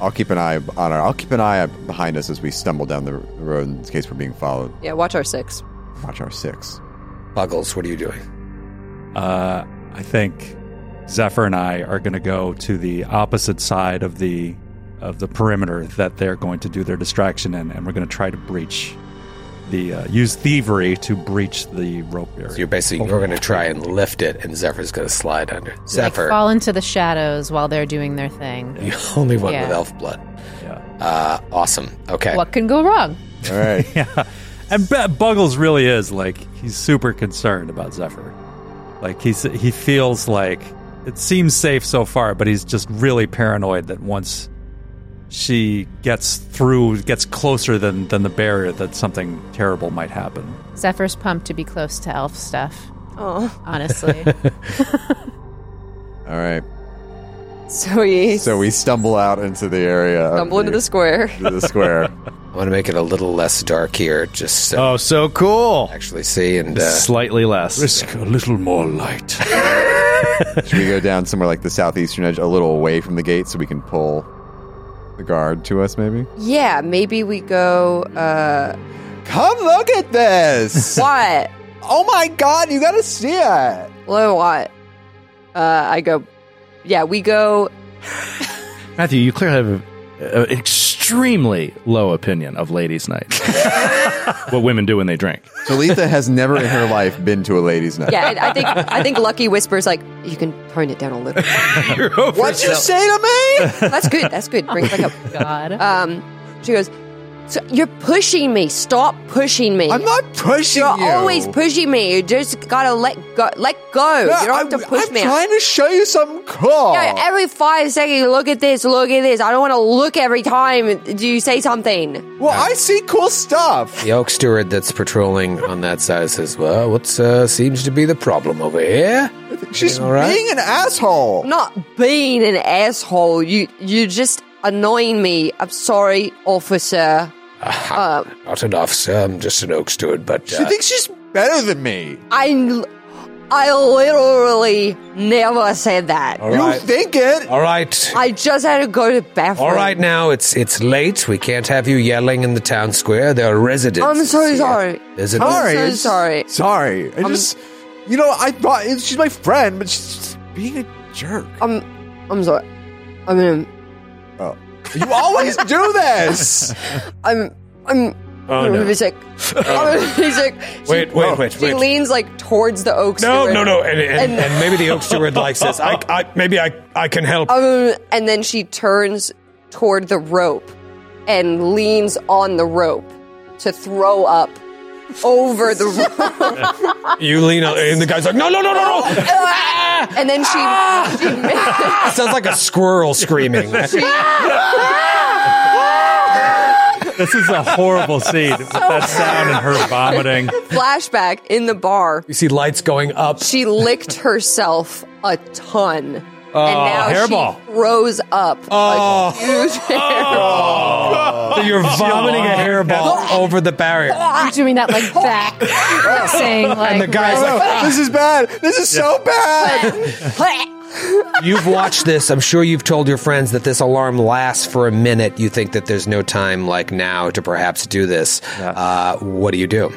[SPEAKER 6] I'll keep an eye on our. I'll keep an eye behind us as we stumble down the road in case we're being followed.
[SPEAKER 5] Yeah, watch our six.
[SPEAKER 6] Watch our six.
[SPEAKER 2] Buggles, what are you doing?
[SPEAKER 7] Uh, I think Zephyr and I are going to go to the opposite side of the of the perimeter that they're going to do their distraction in, and we're going to try to breach the uh, use thievery to breach the rope barrier.
[SPEAKER 2] So you're basically you're going to try and lift it, and Zephyr's going to slide under. Zephyr,
[SPEAKER 8] Fall into the shadows while they're doing their thing.
[SPEAKER 2] the only one
[SPEAKER 8] Yeah.
[SPEAKER 2] with elf blood.
[SPEAKER 7] Yeah.
[SPEAKER 2] Uh, awesome. Okay.
[SPEAKER 8] What can go wrong?
[SPEAKER 6] All right.
[SPEAKER 7] yeah. And B- Buggles really is like he's super concerned about Zephyr. Like he's he feels like it seems safe so far, but he's just really paranoid that once she gets through, gets closer than than the barrier, that something terrible might happen.
[SPEAKER 8] Zephyr's pumped to be close to elf stuff.
[SPEAKER 5] Oh,
[SPEAKER 8] honestly.
[SPEAKER 6] All right.
[SPEAKER 5] So we
[SPEAKER 6] So we stumble out into the area. of
[SPEAKER 5] stumble into the square.
[SPEAKER 6] into the square.
[SPEAKER 2] I want to make it a little less dark here, just so
[SPEAKER 3] Oh, so cool.
[SPEAKER 2] actually see and uh,
[SPEAKER 3] Slightly less.
[SPEAKER 2] risk a little more light.
[SPEAKER 6] Should we go down somewhere like the southeastern edge, a little away from the gate, so we can pull the guard to us, maybe?
[SPEAKER 5] Yeah, maybe we go. uh
[SPEAKER 6] Come look at this!
[SPEAKER 5] What?
[SPEAKER 6] oh my god, you gotta see it!
[SPEAKER 5] Low what? Uh, I go. Yeah, we go.
[SPEAKER 3] Matthew, you clearly have an extremely low opinion of ladies' night. what women do when they drink.
[SPEAKER 6] Talitha has never in her life been to a ladies' night.
[SPEAKER 5] Yeah, I, I think I think Lucky whispers like you can turn it down a little.
[SPEAKER 6] What'd you say to me?
[SPEAKER 5] That's good. That's good. Bring it back up.
[SPEAKER 8] God.
[SPEAKER 5] Um, she goes. So you're pushing me. Stop pushing me.
[SPEAKER 6] I'm not pushing
[SPEAKER 5] You're
[SPEAKER 6] you.
[SPEAKER 5] always pushing me. You just gotta let go. Let go.
[SPEAKER 6] No,
[SPEAKER 5] you don't have
[SPEAKER 6] I'm-
[SPEAKER 5] to push
[SPEAKER 6] I'm
[SPEAKER 5] me.
[SPEAKER 6] trying to show you something cool.
[SPEAKER 5] Yeah, every five seconds, look at this, look at this. I don't want to look every time do you say something.
[SPEAKER 6] well, I see cool stuff.
[SPEAKER 2] The oak steward that's patrolling on that side says, "Well, what's uh, seems to be the problem over here?"
[SPEAKER 6] She's
[SPEAKER 2] all right?
[SPEAKER 6] being an asshole.
[SPEAKER 5] I'm not being an asshole. You you just annoying me. I'm sorry, officer. Uh,
[SPEAKER 2] Not an officer. I'm just an oak steward, but
[SPEAKER 6] She
[SPEAKER 2] uh,
[SPEAKER 6] thinks she's better than me.
[SPEAKER 5] I I literally never said that.
[SPEAKER 2] all
[SPEAKER 6] You
[SPEAKER 2] right,
[SPEAKER 6] think it?
[SPEAKER 2] uh, all right,
[SPEAKER 5] I just had to go to bathroom.
[SPEAKER 2] all right. Now it's it's late. We can't have you yelling in the town square. There are residents.
[SPEAKER 5] I'm so
[SPEAKER 2] here.
[SPEAKER 5] sorry.
[SPEAKER 2] There's an
[SPEAKER 5] Sorry.
[SPEAKER 6] It's-
[SPEAKER 5] sorry.
[SPEAKER 6] Sorry. I just, you know, I thought it- she's my friend, but she's just being a jerk.
[SPEAKER 5] I'm I'm sorry. I mean,
[SPEAKER 6] You always do this.
[SPEAKER 5] I'm I'm.
[SPEAKER 11] Oh,
[SPEAKER 5] I'm
[SPEAKER 11] no.
[SPEAKER 5] gonna be sick. I'm gonna be sick. She-
[SPEAKER 2] Wait, wait, wait,
[SPEAKER 5] She
[SPEAKER 2] wait.
[SPEAKER 5] leans like towards the oak.
[SPEAKER 2] No,
[SPEAKER 5] steward.
[SPEAKER 2] no, no, and, and,
[SPEAKER 5] And-
[SPEAKER 2] and, maybe the oak steward likes this. I, I maybe I, I can help.
[SPEAKER 5] Um, and then she turns toward the rope and leans on the rope to throw up over the rope.
[SPEAKER 2] You lean on, and the guy's like, no, no, no, no, no.
[SPEAKER 5] and then she,
[SPEAKER 2] Ah!
[SPEAKER 5] she, ma-
[SPEAKER 2] It sounds like a squirrel screaming.
[SPEAKER 7] This is a horrible scene with that sound and her vomiting.
[SPEAKER 5] flashback in the bar.
[SPEAKER 2] you see lights going up.
[SPEAKER 5] She licked herself a ton. and
[SPEAKER 2] Oh,
[SPEAKER 5] now
[SPEAKER 7] hairball.
[SPEAKER 5] she throws up a huge hairball.
[SPEAKER 2] So you're vomiting a
[SPEAKER 5] Oh.
[SPEAKER 2] hairball over the barrier.
[SPEAKER 8] I'm doing that like back, saying like.
[SPEAKER 2] the guy's like,
[SPEAKER 6] Oh, this is bad. This is so bad.
[SPEAKER 2] You've watched this. I'm sure you've told your friends that this alarm lasts for a minute. You think that there's no time like now to perhaps do this. Uh, what do you do?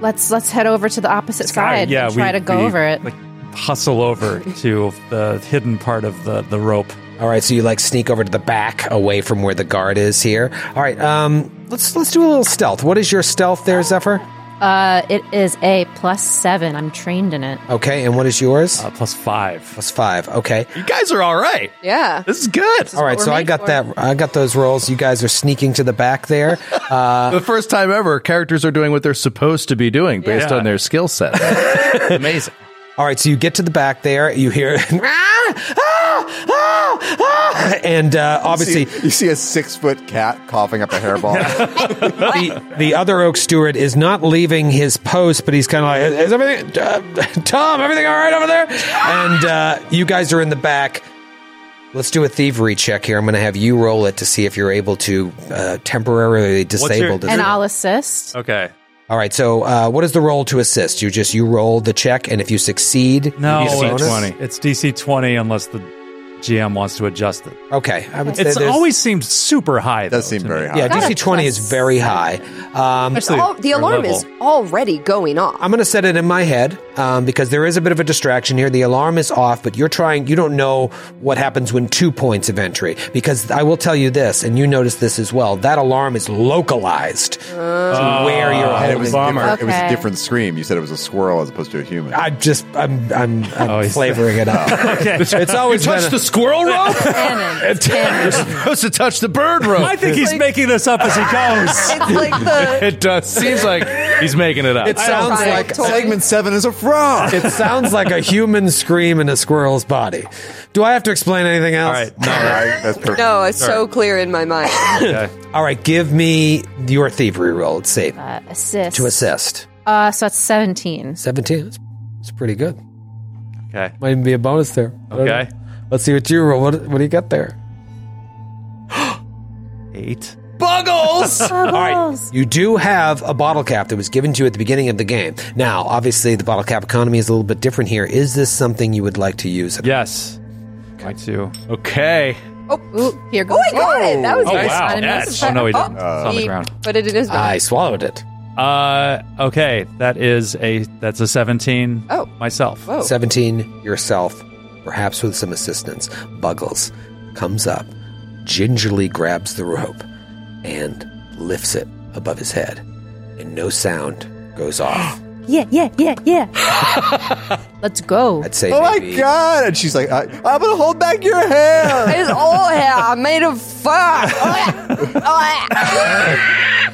[SPEAKER 8] let's let's head over to the opposite side.
[SPEAKER 7] yeah,
[SPEAKER 8] and try
[SPEAKER 7] we-
[SPEAKER 8] to go
[SPEAKER 7] we,
[SPEAKER 8] over it.
[SPEAKER 7] Like hustle over to the hidden part of the, the rope.
[SPEAKER 2] All right, so you like sneak over to the back, away from where the guard is here. All right, um, let's let's do a little stealth. What is your stealth there, Zephyr?
[SPEAKER 8] uh, it is a plus seven. I'm trained in it.
[SPEAKER 2] Okay, and what is yours?
[SPEAKER 7] Uh, plus five.
[SPEAKER 2] Plus five. Okay.
[SPEAKER 3] You guys are all right.
[SPEAKER 5] yeah.
[SPEAKER 3] This is good.
[SPEAKER 2] All right,
[SPEAKER 5] we're
[SPEAKER 2] so I
[SPEAKER 5] made
[SPEAKER 2] got
[SPEAKER 5] for.
[SPEAKER 2] that. I got those rolls. You guys are sneaking to the back there.
[SPEAKER 3] the first time ever, characters are doing what they're supposed to be doing based on their skill set. Amazing.
[SPEAKER 2] All right, so you get to the back there. You hear, "Ah! Ah! Ah! Ah!" and uh, obviously
[SPEAKER 6] you see a six foot cat coughing up a hairball.
[SPEAKER 2] the, the other oak steward is not leaving his post, but he's kind of like, "Is everything, uh, Tom? Everything all right over there?" And uh, you guys are in the back. Let's do a thievery check here. I'm going to have you roll it to see if you're able to uh, temporarily disable this.
[SPEAKER 8] And I'll assist.
[SPEAKER 7] Okay.
[SPEAKER 2] All right, so uh, what is the roll to assist? You just you roll the check, and if you succeed,
[SPEAKER 7] No,
[SPEAKER 2] you get a
[SPEAKER 7] it's,
[SPEAKER 2] bonus?
[SPEAKER 7] it's DC 20 unless the GM wants to adjust it.
[SPEAKER 2] Okay, I would say
[SPEAKER 7] It's
[SPEAKER 2] there's-
[SPEAKER 7] always seemed super high.
[SPEAKER 6] Does
[SPEAKER 7] though,
[SPEAKER 6] seem
[SPEAKER 7] to
[SPEAKER 6] very
[SPEAKER 7] me.
[SPEAKER 6] high.
[SPEAKER 2] Yeah,
[SPEAKER 8] Got
[SPEAKER 2] DC
[SPEAKER 8] a
[SPEAKER 2] 20 is
[SPEAKER 8] plus
[SPEAKER 2] very high. Um,
[SPEAKER 7] Especially
[SPEAKER 5] Oh, the
[SPEAKER 7] her
[SPEAKER 5] alarm
[SPEAKER 7] level.
[SPEAKER 5] is already going off.
[SPEAKER 2] I'm going to set it in my head um, because there is a bit of a distraction here. The alarm is off, but you're trying, you don't know what happens when two points of entry. Because I will tell you this, and you notice this as well that alarm is localized to where
[SPEAKER 7] Oh,
[SPEAKER 2] you're
[SPEAKER 6] And Oh, it was
[SPEAKER 2] holding.
[SPEAKER 6] different- It was a
[SPEAKER 8] Okay.
[SPEAKER 6] different scream. You said it was a squirrel as opposed to a human.
[SPEAKER 2] I just I'm I'm, I'm
[SPEAKER 3] Oh,
[SPEAKER 7] he's-
[SPEAKER 2] flavoring it up. okay. It's always been a-
[SPEAKER 3] squirrel rope?
[SPEAKER 5] Cannon.
[SPEAKER 3] It's
[SPEAKER 5] cannon.
[SPEAKER 3] You're supposed to touch the bird rope.
[SPEAKER 7] I think he's It's like- making this up as he goes.
[SPEAKER 5] It's like the-
[SPEAKER 3] it does. Seems like he's making it up.
[SPEAKER 2] It sounds like
[SPEAKER 6] segment seven is a fraud.
[SPEAKER 2] It sounds like a human scream in a squirrel's body. Do I have to explain anything else? All right,
[SPEAKER 6] that's perfect.
[SPEAKER 5] No, it's so clear in my mind.
[SPEAKER 2] All right, give me your thievery roll. It's safe
[SPEAKER 8] Uh, assist.
[SPEAKER 2] to assist.
[SPEAKER 8] Uh, so that's 17.
[SPEAKER 2] Seventeen. That's, that's pretty good.
[SPEAKER 7] Okay,
[SPEAKER 2] might even be a bonus there. I don't
[SPEAKER 7] Okay.
[SPEAKER 2] know. let's see what you roll. What, what do you got there?
[SPEAKER 7] Eight.
[SPEAKER 2] Buggles!
[SPEAKER 8] All right.
[SPEAKER 2] You do have a bottle cap that was given to you at the beginning of the game. Now, obviously, the bottle cap economy is a little bit different here. Is this something you would like to use?
[SPEAKER 7] Yes. I too.
[SPEAKER 3] Okay.
[SPEAKER 5] Oh,
[SPEAKER 8] ooh, here
[SPEAKER 5] goes. Oh, I got it. That was
[SPEAKER 7] Oh,
[SPEAKER 5] nice.
[SPEAKER 7] wow.
[SPEAKER 5] I didn't
[SPEAKER 7] Yes.
[SPEAKER 5] notice
[SPEAKER 7] Oh,
[SPEAKER 5] that.
[SPEAKER 7] no, he didn't. It's on the
[SPEAKER 5] he
[SPEAKER 7] ground.
[SPEAKER 5] Put it in his mouth.
[SPEAKER 2] I swallowed it.
[SPEAKER 7] Uh, okay, that is a that's a seventeen.
[SPEAKER 5] Oh.
[SPEAKER 7] myself.
[SPEAKER 5] Whoa.
[SPEAKER 2] 17 yourself, perhaps with some assistance. Buggles comes up, gingerly grabs the rope, and lifts it above his head. And no sound goes off.
[SPEAKER 8] Yeah, yeah, yeah, yeah. Let's go.
[SPEAKER 2] I'd say
[SPEAKER 6] Oh my
[SPEAKER 2] maybe-
[SPEAKER 6] god! And she's like, I, "I'm gonna hold back your hair."
[SPEAKER 5] It's all hair. I made Oh, of Oh,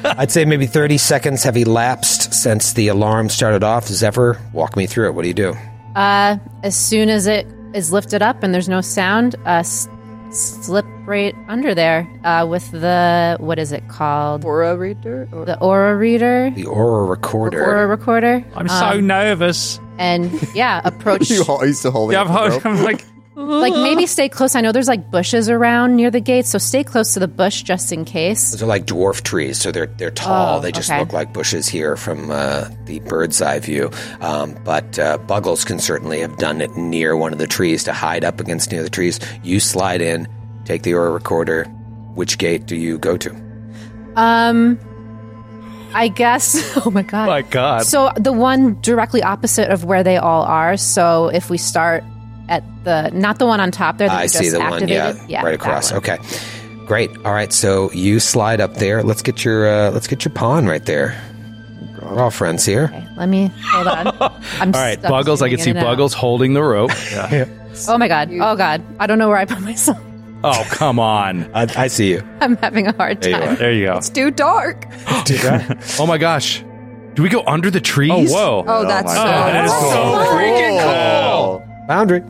[SPEAKER 5] fur.
[SPEAKER 2] I'd say maybe 30 seconds have elapsed since the alarm started off. Zephyr, walk me through it. What do you do?
[SPEAKER 8] Uh, as soon as it is lifted up and there's no sound, uh, s- slip right under there uh, with the what is it called?
[SPEAKER 5] Aura reader.
[SPEAKER 8] The aura reader.
[SPEAKER 2] The aura recorder.
[SPEAKER 8] Aura recorder.
[SPEAKER 7] I'm so
[SPEAKER 8] Um,
[SPEAKER 7] nervous.
[SPEAKER 8] and yeah, approach.
[SPEAKER 6] you ho- used to hold
[SPEAKER 7] Yeah, I'm, ho- I'm like
[SPEAKER 8] like maybe stay close. I know there's like bushes around near the gate, so stay close to the bush just in case.
[SPEAKER 2] Those are like dwarf trees, so they're they're tall.
[SPEAKER 8] Oh,
[SPEAKER 2] they just
[SPEAKER 8] okay.
[SPEAKER 2] look like bushes here from uh, the bird's eye view. Um, but uh, Buggles can certainly have done it near one of the trees to hide up against near the trees. You slide in, take the aura recorder. Which gate do you go to?
[SPEAKER 8] Um, I guess. Oh my god.
[SPEAKER 3] My God.
[SPEAKER 8] So the one directly opposite of where they all are. So if we start at the not the one on top there, that
[SPEAKER 2] I
[SPEAKER 8] we
[SPEAKER 2] see
[SPEAKER 8] just
[SPEAKER 2] the one,
[SPEAKER 8] activated.
[SPEAKER 2] yeah, right
[SPEAKER 8] that
[SPEAKER 2] across.
[SPEAKER 8] one.
[SPEAKER 2] Okay, great. All right, so you slide up there. Let's get your uh, let's get your pawn right there. We're all friends here.
[SPEAKER 8] Let me hold on. I'm
[SPEAKER 3] All right,
[SPEAKER 8] stuck
[SPEAKER 3] Buggles. I can see
[SPEAKER 8] zooming in and out.
[SPEAKER 3] Buggles holding the rope.
[SPEAKER 8] Oh my god. Oh god. I don't know where I put myself.
[SPEAKER 3] Oh, come on.
[SPEAKER 2] I, I see you.
[SPEAKER 8] I'm having a hard
[SPEAKER 3] There you
[SPEAKER 8] time.
[SPEAKER 3] are.
[SPEAKER 7] there you go.
[SPEAKER 5] It's too dark.
[SPEAKER 3] oh my gosh. Do we go under the trees?
[SPEAKER 7] Oh whoa.
[SPEAKER 5] Oh, that's so.
[SPEAKER 7] that is so
[SPEAKER 3] freaking cool.
[SPEAKER 2] Boundary.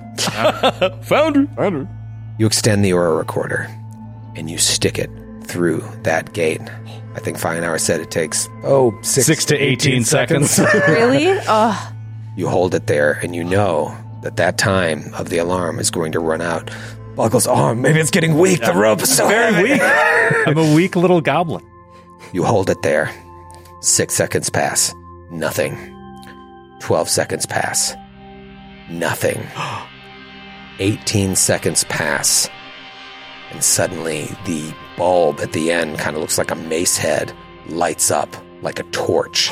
[SPEAKER 3] Foundry.
[SPEAKER 2] You extend the aura recorder and you stick it through that gate. I think Feinauer said it takes, oh, six
[SPEAKER 3] Six to 18 seconds.
[SPEAKER 8] Really? Oh,
[SPEAKER 2] you hold it there and you know that that time of the alarm is going to run out. Buggles' arm, maybe it's getting weak. The rope is so very weak.
[SPEAKER 7] I'm a weak little goblin.
[SPEAKER 2] You hold it there. Six seconds pass. Nothing. Twelve seconds pass. Nothing. Eighteen seconds pass. And suddenly the bulb at the end kind of looks like a mace head, lights up like a torch.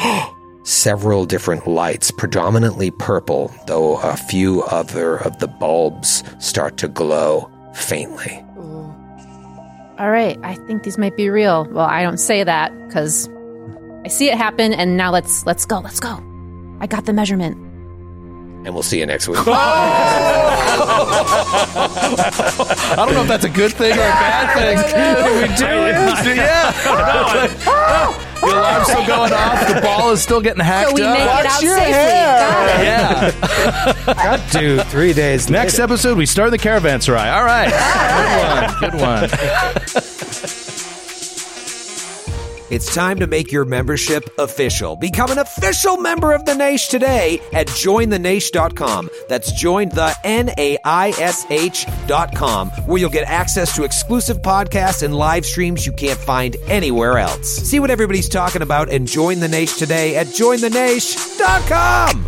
[SPEAKER 2] Several different lights, predominantly purple, though a few other of the bulbs start to glow faintly.
[SPEAKER 8] all right. I think these might be real. Well, I don't say that because I see it happen, and now let's let's go. Let's go. I got the measurement.
[SPEAKER 2] And we'll see you next week.
[SPEAKER 3] I don't know if that's a good thing or a bad thing. we do it. Yeah. the alarm's still going off. The ball is still getting hacked
[SPEAKER 8] So we
[SPEAKER 3] up.
[SPEAKER 8] make it out safely. Got it.
[SPEAKER 3] yeah.
[SPEAKER 2] Got to three days
[SPEAKER 3] Next episode, we start the caravanserai. All right. Good one. Good one.
[SPEAKER 13] It's time to make your membership official. Become an official member of the Nash today at jointhenash.com. That's join the N A I S H.com, where you'll get access to exclusive podcasts and live streams you can't find anywhere else. See what everybody's talking about and join the Nash today at jointhenash.com.